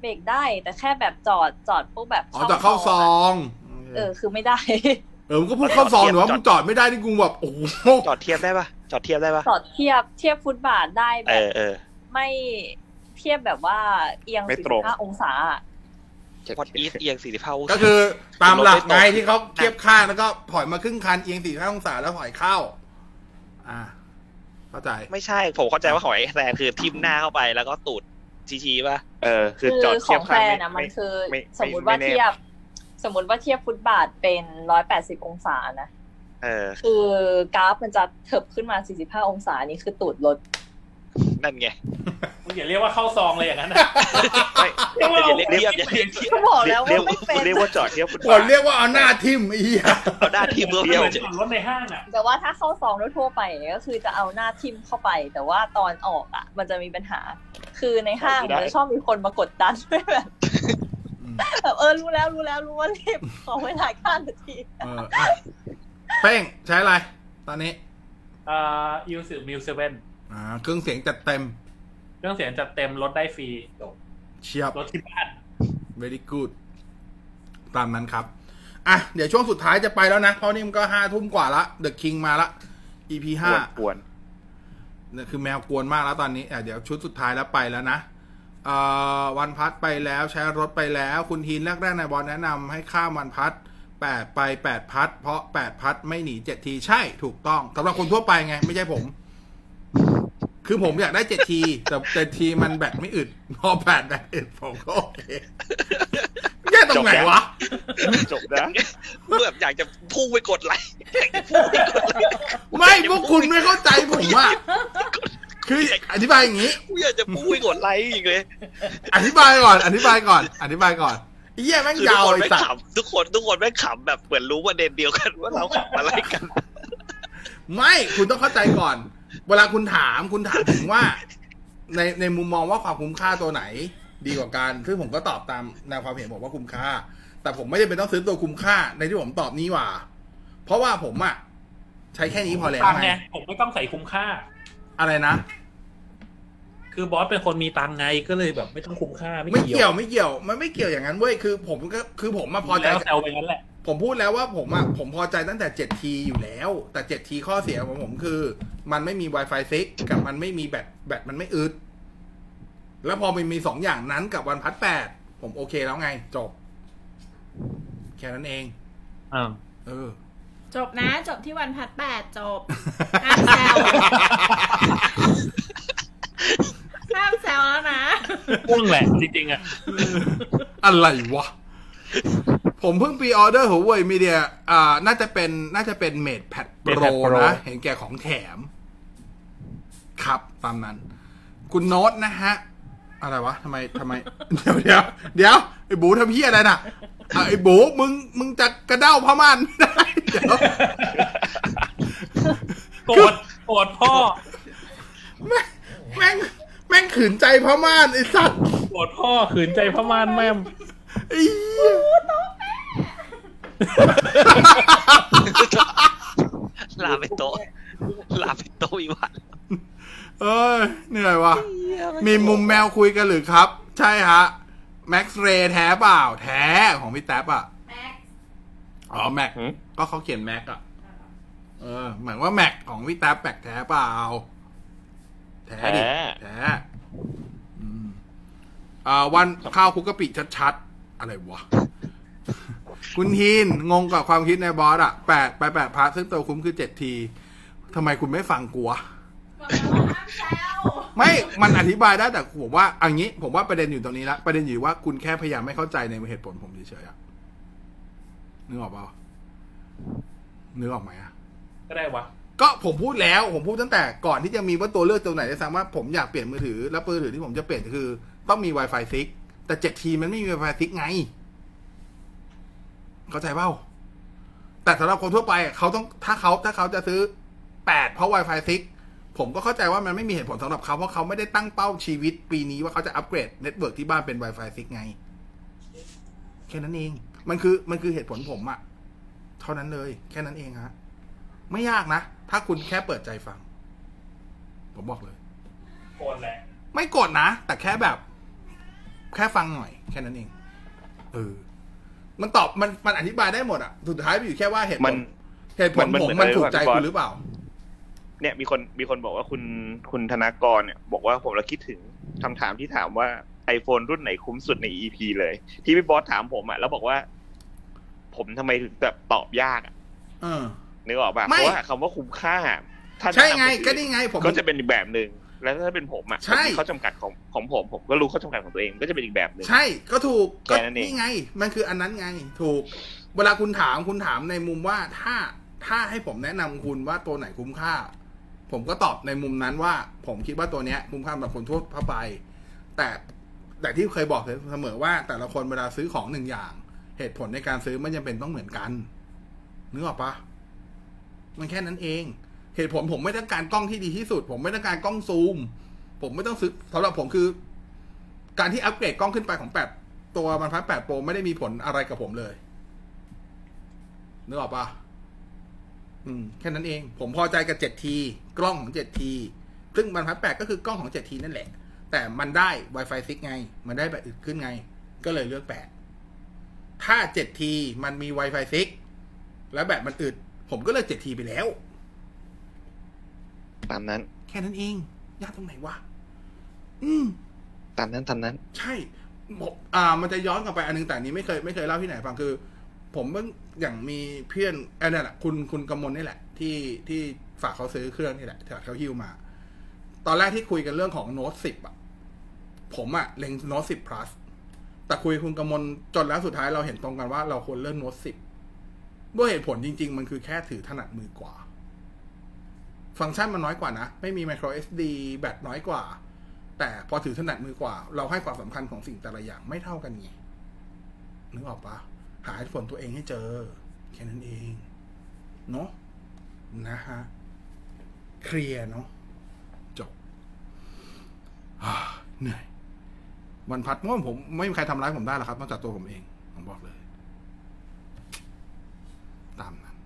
เบรกได้แต่แค่แบบจอดจอดปุ๊บแบบ อ๋อจอดเข้าซอง เออคือไม่ได้ เออมึงก็พูดเข้าซองหรือว่า จอด มึงจอดไม่ได้นี่กูแบบโอ้โห จอดเทียบได้ปะจอดเทียบได้ปะ จอดเทียบเทียบฟุตบาทได้แบ เอบ อเออ ไม่เทียบแบบว่าเอียง ไม่ สิบ ตรง ห้าองศาอะ พอดอีสเอียงสี่สิบห้า ก็คือตามหลักไงที่เขาเทียบข้างแล้วก็ถอยมาครึ่งคันเอียงสี่ห้าองศาแล้วถอยเข้า อ่า เข้าใจ ไม่ใช่ ผมเข้าใจว่าหอยแซนคือทิ่มหน้าเข้าไปแล้วก็ตูดชี้ๆป่ะ เออ คือจอด ข เทีย อบ งแฟ ข้าง น ไม่ อะมั ไม่ นคือ ไม่ สมมติว่า ไม่แน่ เทียบ สมมติว่าเทียบฟุตบาทเป็นร้อยแปดสิบองศานะ เออ คือกราฟมันจะเถิบขึ้นมาสี่สิบห้าองศานี่คือตูดรถ นั่นไง มึงอย่าเรียกว่าเข้าซองเลยอย่างนั้นนะ ไม่ เรียกว่าเรียกเรียกเรียกเรียก ก็บอกแล้ว เรีย ว่าก ไม่เป็น เรียกว่าจอดเทียบฟุต ค บาท นเรียกว่าเอาหน้าทิมไอ้เหี้ย เอาหน้าทีมเมือเดียว จอดรถในห้างอ่ะ แต่ว่าถ้าเข้าซองทั่วๆไปก็คือจะเอาหน้าทิมเข้าไป แต่ว่าตอนออกอ่ะ มันจะมีปัญหา คือในห้างมันจะชอบมีคนมากดดันด้วย แบบแบบเออรู้แล้วรู้แล้วรู้ว่ารีบขอเวลาข้ามนาที เอออ่ะเป้งใช้อะไร ตอนนี้ อ่ายูสิมิวเซเว่น อ่า เครื่องเสียงจัดเต็ม เครื่องเสียงจัดเต็มรถได้ฟรี เชียบ รถที่บ้าน very good ตามนั้นครับ อ่ะ เดี๋ยวช่วงสุดท้ายจะไปแล้วนะ เพราะนี่มันก็ห้าทุ่มกว่าละ The King มาละ EP ห้า กวน เนี่ยคือแมวกวนมากแล้วตอนนี้อ่ะเดี๋ยวชุดสุดท้ายแล้วไปแล้วนะเอ่อวันพัดไปแล้วใช้รถไปแล้ว คุณทีนแรกๆนายบอลแนะนำให้ข้ามวันพัดแปดไปแปดพัด เพราะแปดพัดไม่หนีเจ็ดทีใช่ถูกต้องสำหรับคนทั่วไปไง ไม่ใช่ผม คือผมอยากได้เจ็ดที แต่เจ็ดทีมันแบตไม่อึดพอแบตแบตอึดผมก็โอเคแย่ตรงไหนวะ ๆจบ นะ เพื่ออยากจะพุ่งไปกดไลค์อยากจะพุ่งไปกดไลค์ ไม่พวกคุณไม่เข้าใจผมว่าคืออธิบายอย่างนี้ อยากจะพุ่งไปกดไลค์อีกเลย อธิบายก่อน อธิบายก่อน อธิบายก่อนไอ้เหี้ยแม่ง คือย าว ทุกคน ไอ้ ไม่ สัตว์ ขำทุกคนทุกคนไม่ขำแบบเหมือนรู้ประเด็นเดียวกันว่าเราขำอะไร กัน ไม่คุณต้องเข้าใจก่อน เวลาคุณถามคุณถามถึงว่า ในในมุมมองว่าความคุ้มค่าตัวไหน ดีกว่ากันซึ่งผมก็ตอบตามแนวความเห็นผมว่าคุ้มค่า แต่ผมไม่ได้เป็นต้องซื้อตัวคุ้มค่า ในที่ผมตอบนี้หว่า เพราะว่าผมอะใช้แค่นี้พอแล้ว ตังค์ ไง ไงผมไม่ต้องใส่คุ้มค่า อะไรนะ คือบอสเป็นคนมีตังค์ไงก็เลยแบบไม่ต้องคุ้มค่า ไม่ ไม่ เกี่ยวไม่เกี่ยวมันไม่เกี่ยวอย่างนั้นเว้ยคือ ผมก็คือผมมาพอใจ แล้วแซวไปงั้นแหละ ผมพูดแล้วว่าผมอ่ะผมพอใจตั้งแต่ 7T อยู่แล้ว แต่ 7T ข้อเสียของผมคือ มันไม่มี Wi-Fi 6 กับมันไม่มีแบตแบตมันไม่อึดแล้วพอมันมีสองอย่างนั้นกับวันพัดแปดผมโอเคแล้วไง จบ แค่นั้นเอง อ่า เออ จบนะ จบที่วันพัดแปดจ บ ห้ามแซวห้ามแซวแล้วนะ พ่วงแหละจริงๆอ่ ะ อะไรวะ ผมเพิ่งปีออเดอร์หัวเว่ยมีเดียอ่า น่าจะเป็นน่าจะเป็นเมดแพดโปร MatePad Pro นะ เห็นแก่ของแถม ครับตามนั้น คุณโน้ตนะฮะ อะไรวะทำไมทำไม เดี๋ยวเดี๋ยวเดี๋ยวไอ้บูทำเพี้ยอะไรน่ะอ่ะไอ้บูมึงมึงจะกระเด้าพม่าน ไม่ได้เดี๋ยว โกรธโกรธพ่อ แม่งแม่งแม่งขืนใจพม่านไอ้สัตว์ โกรธพ่อขืนใจพม่านแม่ม ไอ้เหี้ย ลาไปโต๊ะลาไปโต๊ะอีวัน เอ้ยเหนื่อยว่ะ มีมุมแมวคุยกันหรือครับ ใช่ฮะ แม็กซ์เรย์แท้เปล่า แท้ของพี่แท็บอ่ะ แม็กซ์ อ๋อแม็กก็เขาเขียนแม็กอ่ะ เออ หมายว่าแม็กของพี่แท็บแม็กแท้เปล่า แท้ดิ แท้อืมอ่าวันข้าวคุกกะปิชัดๆ อะไรวะ คุณฮินงงกับความคิดในบอสอ่ะแปดไปแปดพาร์ทซึ่งตัวคุ้มคือเจ็ดทีทำไมคุณไม่ฟังกูวะ บอกแล้วว่าห้ามแซว ไม่ มันอธิบายได้แต่ผมว่าอันนี้ ผมว่าประเด็นอยู่ตรงนี้ละประเด็นอยู่ว่าคุณแค่พยายามไม่เข้าใจในเหตุผลผมเฉยๆอะนึกออกเปล่านึกออกไหมอะ ก็ได้วะ ก็ผมพูดแล้วผมพูดตั้งแต่ก่อนที่จะมีว่าตัวเลือกตัวไหนได้ซ้ำว่าผมอยากเปลี่ยนมือถือ แล้วมือถือที่ผมจะเปลี่ยนคือ ต้องมี Wi-Fi 6 แต่ 7T มันไม่มี Wi-Fi 6 ไง เข้าใจเปล่า แต่สำหรับคนทั่วไปอะเขาต้องถ้าเขาถ้าเขาจะซื้อ 8 เพราะ Wi-Fi 6 ผมก็เข้าใจว่ามันไม่มีเหตุผลสำหรับเขา เพราะเขาไม่ได้ตั้งเป้าชีวิตปีนี้ว่าเขาจะอัปเกรดเน็ตเวิร์กที่บ้านเป็น Wi-Fi 6 ไง แค่นั้นเอง มันคือมันคือเหตุผลผมอะเท่านั้นเลย แค่นั้นเองฮะ ไม่ยากนะ ถ้าคุณแค่เปิดใจฟัง ผมบอกเลย โกรธแหละ ไม่กดนะ แต่แค่แบบ แค่ฟังหน่อย แค่นั้นเองเออมันตอบมันมันอธิบายได้หมดอะสุดท้ายมันอยู่แค่ว่าเหตุผ มั ล น เหตุผล มัน ผม เหมือน มัน อะไร ถูก วะ ใจ พี่บอ คุ ล ณหรือเปล่า เนี่ยมีคนมีคนบอกว่าคุณคุณธนากรเนี่ย บอกว่าผมละคิดถึงคำถามที่ถามว่า iPhone รุ่นไหนคุ้มสุดใน EP เลย ที่พี่บอสถามผมอ่ะแล้วบอกว่า ผมทำไมถึงแบบตอบยากอะ เออ นึกออกป่ะ ไม่ เพราะว่าคำว่าคุ้มค่าถ้า ใช่ไง แนะนำ ก็ คนอื่น นี่ไง ผม ก็จะเป็นอีกแบบหนึ่ง แล้วถ้าเป็นผมอ่ะ ใช่ ผมมีข้อจำกัดของของผม ผมก็รู้ข้อจำกัดของตัวเองก็จะเป็นอีกแบบหนึ่ง ใช่ก็ถูกก็ แค่นั้นเอง นี่ไง มันคืออันนั้นไง ถูก เวลาคุณถามคุณถามในมุมว่าถ้าถ้าให้ผมแนะนำคุณว่าตัวไหนคุ้มค่า ผมก็ตอบในมุมนั้นว่า ผมคิดว่าตัวเนี้ย คุ้มค่าสำหรับคนทั่วไป แต่แต่ที่เคยบอกเสมอว่า แต่ละคนเวลาซื้อของหนึ่งอย่าง เหตุผลในการซื้อไม่จำเป็นต้องเหมือนกันนึกออกปะมันแค่นั้นเอง เหตุผลผมไม่ต้องการกล้องที่ดีที่สุด ผมไม่ต้องการกล้องซูม ผมไม่ต้องซื้อสำหรับผมคือ การที่อัปเกรดกล้องขึ้นไปของแปดตัวมันพัดแปดโปรไม่ได้มีผลอะไรกับผมเลยนึกออกปะอืม แค่นั้นเอง ผมพอใจกับ 7T กล้องของ 7T ซึ่งมันพัดแปดก็คือกล้องของ 7T นั่นแหละ แต่มันได้ Wi-Fi 6 ไง มันได้แบบอื่นขึ้นไง ก็เลยเลือก 8 ถ้า 7T มันมี Wi-Fi 6 แล้วแบบมันอึด ผมก็เลือก 7T ไปแล้ว ตามนั้น แค่นั้นเอง ยากตรงไหนวะ อืม ตามนั้นตามนั้น ใช่ผมอ่า มันจะย้อนกลับไปอันนึงแต่อันนี้ไม่เคยไม่เคยเล่าที่ไหนฟังคือ ผมเพิ่งอย่างมีเพื่อนอันนั้นแหละคุณคุณกำมลนี่แหละ ที่ที่ฝากเขาซื้อเครื่องนี่แหละที่เขาฮิ้วมา ตอนแรกที่คุยกันเรื่องของโน้ตสิบอ่ะ ผมอ่ะเล็งโน้ตสิบ plus แต่คุยคุณกำมลจนแล้วสุดท้ายเราเห็นตรงกันว่าเราควรเลือกโน้ตสิบด้วยเหตุผลจริง ๆ มันคือแค่ถือถนัดมือกว่า ฟังก์ชันมันน้อยกว่านะ ไม่มี micro SD แบตน้อยกว่า แต่พอถือถนัดมือกว่า เราให้ความสำคัญของสิ่งแต่ละอย่างไม่เท่ากันไงนึกออกปะหาเหตุผลตัวเองให้เจอ แค่นั้นเอง เนาะนะฮะ เคลียร์เนาะจบ อ่าเหนื่อย วันพัดง่วงผมไม่มีใครทำร้ายผมได้หรอกครับนอกจากตัวผมเอง ผมบอกเลย ตามนั้น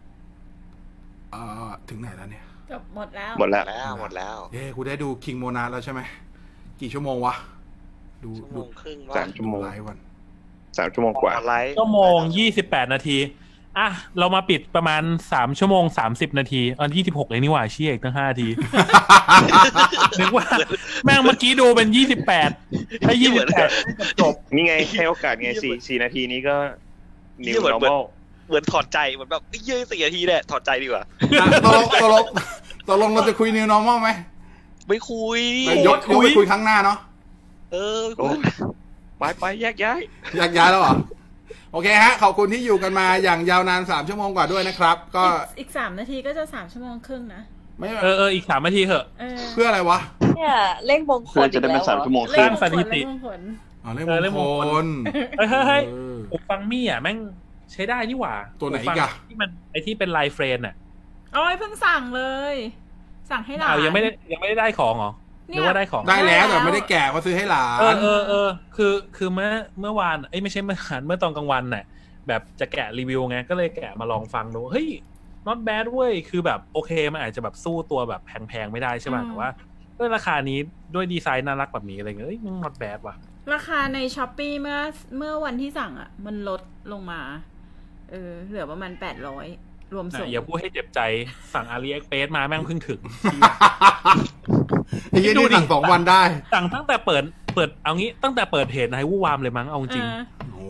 เอ่อถึงไหนแล้วเนี่ย จบหมดแล้ว หมดแล้ว แล้วหมดแล้ว เอ้กูได้ดูคิงโมนาแล้วใช่ไหม กี่ชั่วโมงวะ ดู ชั่วโม ดู งครึ่ง สา ว่าม ชั่วโมง ไลฟ์วัน สามชั่วโมงกว่า ออนไลน์ ชั่วโมงยี่สิบแปดนาที อ่ะ เรามาปิดประมาณสามชั่วโมงสามสิบนาที อันยี่สิบหกเลยนี่หว่าเชี่ยอีกตั้งห้าที นึกว่า แม่งเมื่อกี้ดูเป็นยี่สิบแปดถ้ายี่สิบแปดจบ นี่ไงให้โอกาสไงสี่สี่นาทีนี้ก็ เหี้ new ยเหมือน normal เหมือนถอดใจเหมือนแบบเย้ยสี่นาทีแหละถอดใจดีกว่า อ่ะตกลงตกลงตกลงเราจะคุยนิวนอร์มอลไหม ไม่คุย ยกยกไปคุยครั้งหน้าเนาะ เออไม่ โอ้ คุย ไปไปแยกย้าย อยากย้ายแล้วเหรอ โอเคฮะ ขอบคุณที่อยู่กันมาอย่างยาวนานสามชั่วโมงกว่าด้วยนะครับ ก็ อีกสามนาทีก็จะสามชั่วโมงครึ่งนะ ไม่ เออเอออีกสามนาทีเถอะ เออ เพื่ออะไรวะ เนี่ยเลขมงคล เพื่อจะ อีก ได้ แล้ เป็น ว สาม เหรอ ชั่วโมงค เล่ รึ่ง ม สร้างสถิติ เล่มมงคล อ๋อเรื่อง เออเรื่อง ม ม ง ง ค ค ล ล เฮ้ยเฮ้ยเฮ้ย เออ หูฟังมี่อ่ะ แม่งใช้ได้นี่หว่า ตัวไหนอีก หู อ่ะ ฟังที่มันไอที่เป็นไลน์เฟรนอ่ะ โอ้ยเพิ่งสั่งเลย สั่งให้หลาน อ้าวยังไม่ได้ยังไม่ได้ได้ของเหรอห เนี่ย รือว่าได้ของ ได้แล้วแต่ไม่ได้แก่มาซื้อให้หลา เออน เออเออคือคือเมื่อเมื่อวานเอ้ยไม่ใช่เมื่อวานเมื่อต อนกลางวันน่ะ แบบจะแกะรีวิวไงก็เลยแกะมาลองฟังดูเฮ้ย not bad เว้ยคือแบบโอเคมันอาจจะแบบสู้ตัวแบบแพงๆ ไม่ได้ใช่ไหม อืม แต่ว่าด้วยราคานี้ด้วยดีไซน์น่ารักแบบนี้อะไรเงี้ยเอ้ย not bad ว่ะ ราคาในช้อปปีเมื่อเมื่อวันที่สั่งอ่ะ มันลดลงมา เออ เหลือประมาณแปดร้อยรวมส่ง อย่าพูดให้เจ็บใจสั่ง AliExpress มาแม่งเพิ่งถึง ไอ้เหี้ยนี่สั่งสองวันได้ สั่งตั้งแต่เปิดเปิดเอางี้ตั้งแต่เปิดเพจนายวู่วามเลยมั้งเอาจริง เออ โอ้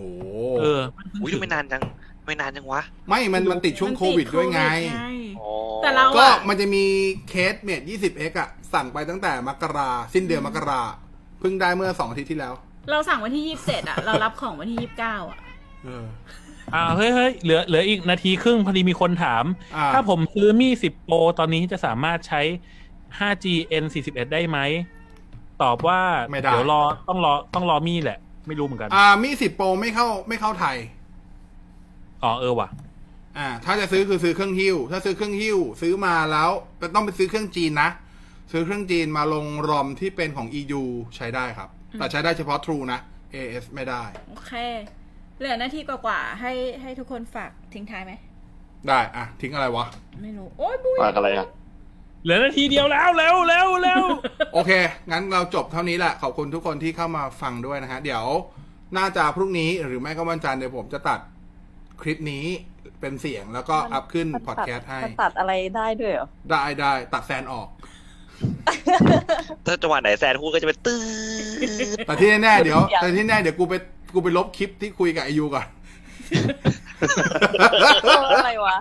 เอ โห อแม่งเพิ่ง อุ้ย ถึ ทำ ง ไม่นานจังทำไม่นานจังวะ ไม่มันมันติดช่วง มันติ โควิดด้วยไง โควิด อ๋อ แต่เรา ก็มันจะมีเคสเมด 20x อ่ะ สั่งไปตั้งแต่มกราสิ้นเดือนมกราเพิ่งได้เมื่อสองอาทิตย์ที่แล้ว เราสั่งวันที่ยี่สิบเจ็ดอ่ะ เรารับของวันที่ยี่สิบเก้าอ่ะ เออ อ่าเฮ้ยเฮ้ยเหลือเหลืออีกนาทีครึ่งพอดีมีคนถาม อ่า ถ้าผมซื้อมี่ 10 Pro ตอนนี้จะสามารถใช้ 5G N41 ได้ไหม ตอบว่า ไม่ได้ เดี๋ยวรอต้องรอต้องรอมี่แหละ ไม่รู้เหมือนกัน อ่ามีสิบโปรไม่เข้าไม่เข้าไทย อ๋อเออว่ะ อ่า ถ้าจะซื้อคือซื้อเครื่องหิ้ว ถ้าซื้อเครื่องหิ้ว ซื้อมาแล้วแต่ต้องไปซื้อเครื่องจีนนะ ซื้อเครื่องจีนมาลงรอมที่เป็นของ EU ใช้ได้ครับ แต่ใช้ได้เฉพาะ True นะ AS ไม่ได้ โอเค เหลือนาทีกว่าๆให้ให้ทุกคนฝากทิ้งท้ายไหม ได้อ่ะทิ้งอะไรวะ ไม่รู้ โอ้ยบุย ฝากอะไรอ่ะ เหลือนาทีเดียวแล้วเร็วเร็วเร็ว โอเค งั้นเราจบเท่านี้แหละ ขอบคุณทุกคนที่เข้ามาฟังด้วยนะฮะ เดี๋ยวน่าจะพรุ่งนี้หรือไม่ก็วันจันทร์เดี๋ยวผมจะตัดคลิปนี้เป็นเสียงแล้วก็อัพขึ้น มัน พอด ตัด แคสต์ให้ มันตัดอะไรได้ด้วยเหรอ ได้ได้ตัดแซนอ อก ถ้าจังหวะไหนแซนพูดก็จะเป็นตื้อ แต่ที่แน่ๆเดี๋ยว อยาก แต่ที่แน่เดี๋ยวกูไปกูไปลบคลิปที่คุยกับไอยูก่อน เอออะไรวะ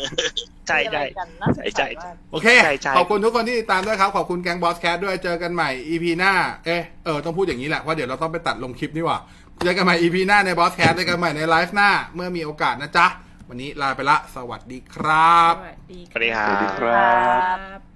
ใช่ มีอะ ใช่ ไรกันน่าสน ใช่ ใจ ใช่ มาก โอเค ใช่ใช่ ขอบคุณทุกคนที่ติดตามด้วยครับ ขอบคุณแก๊งบอสแคทด้วย เจอกันใหม่ EP หน้า เอ๊ะ เออ ต้องพูดอย่างนี้แหละ เพราะเดี๋ยวเราต้องไปตัดลงคลิปนี่หว่า เจอกันใหม่ EP หน้าในบอสแคทเจอกันใหม่ในไลฟ์หน้า เมื่อมีโอกาสนะจ๊ะ วันนี้ลาไปละ สวัสดีครับ สวัสดี สวัสดีครั สวัสดี บ ครั ครับ บ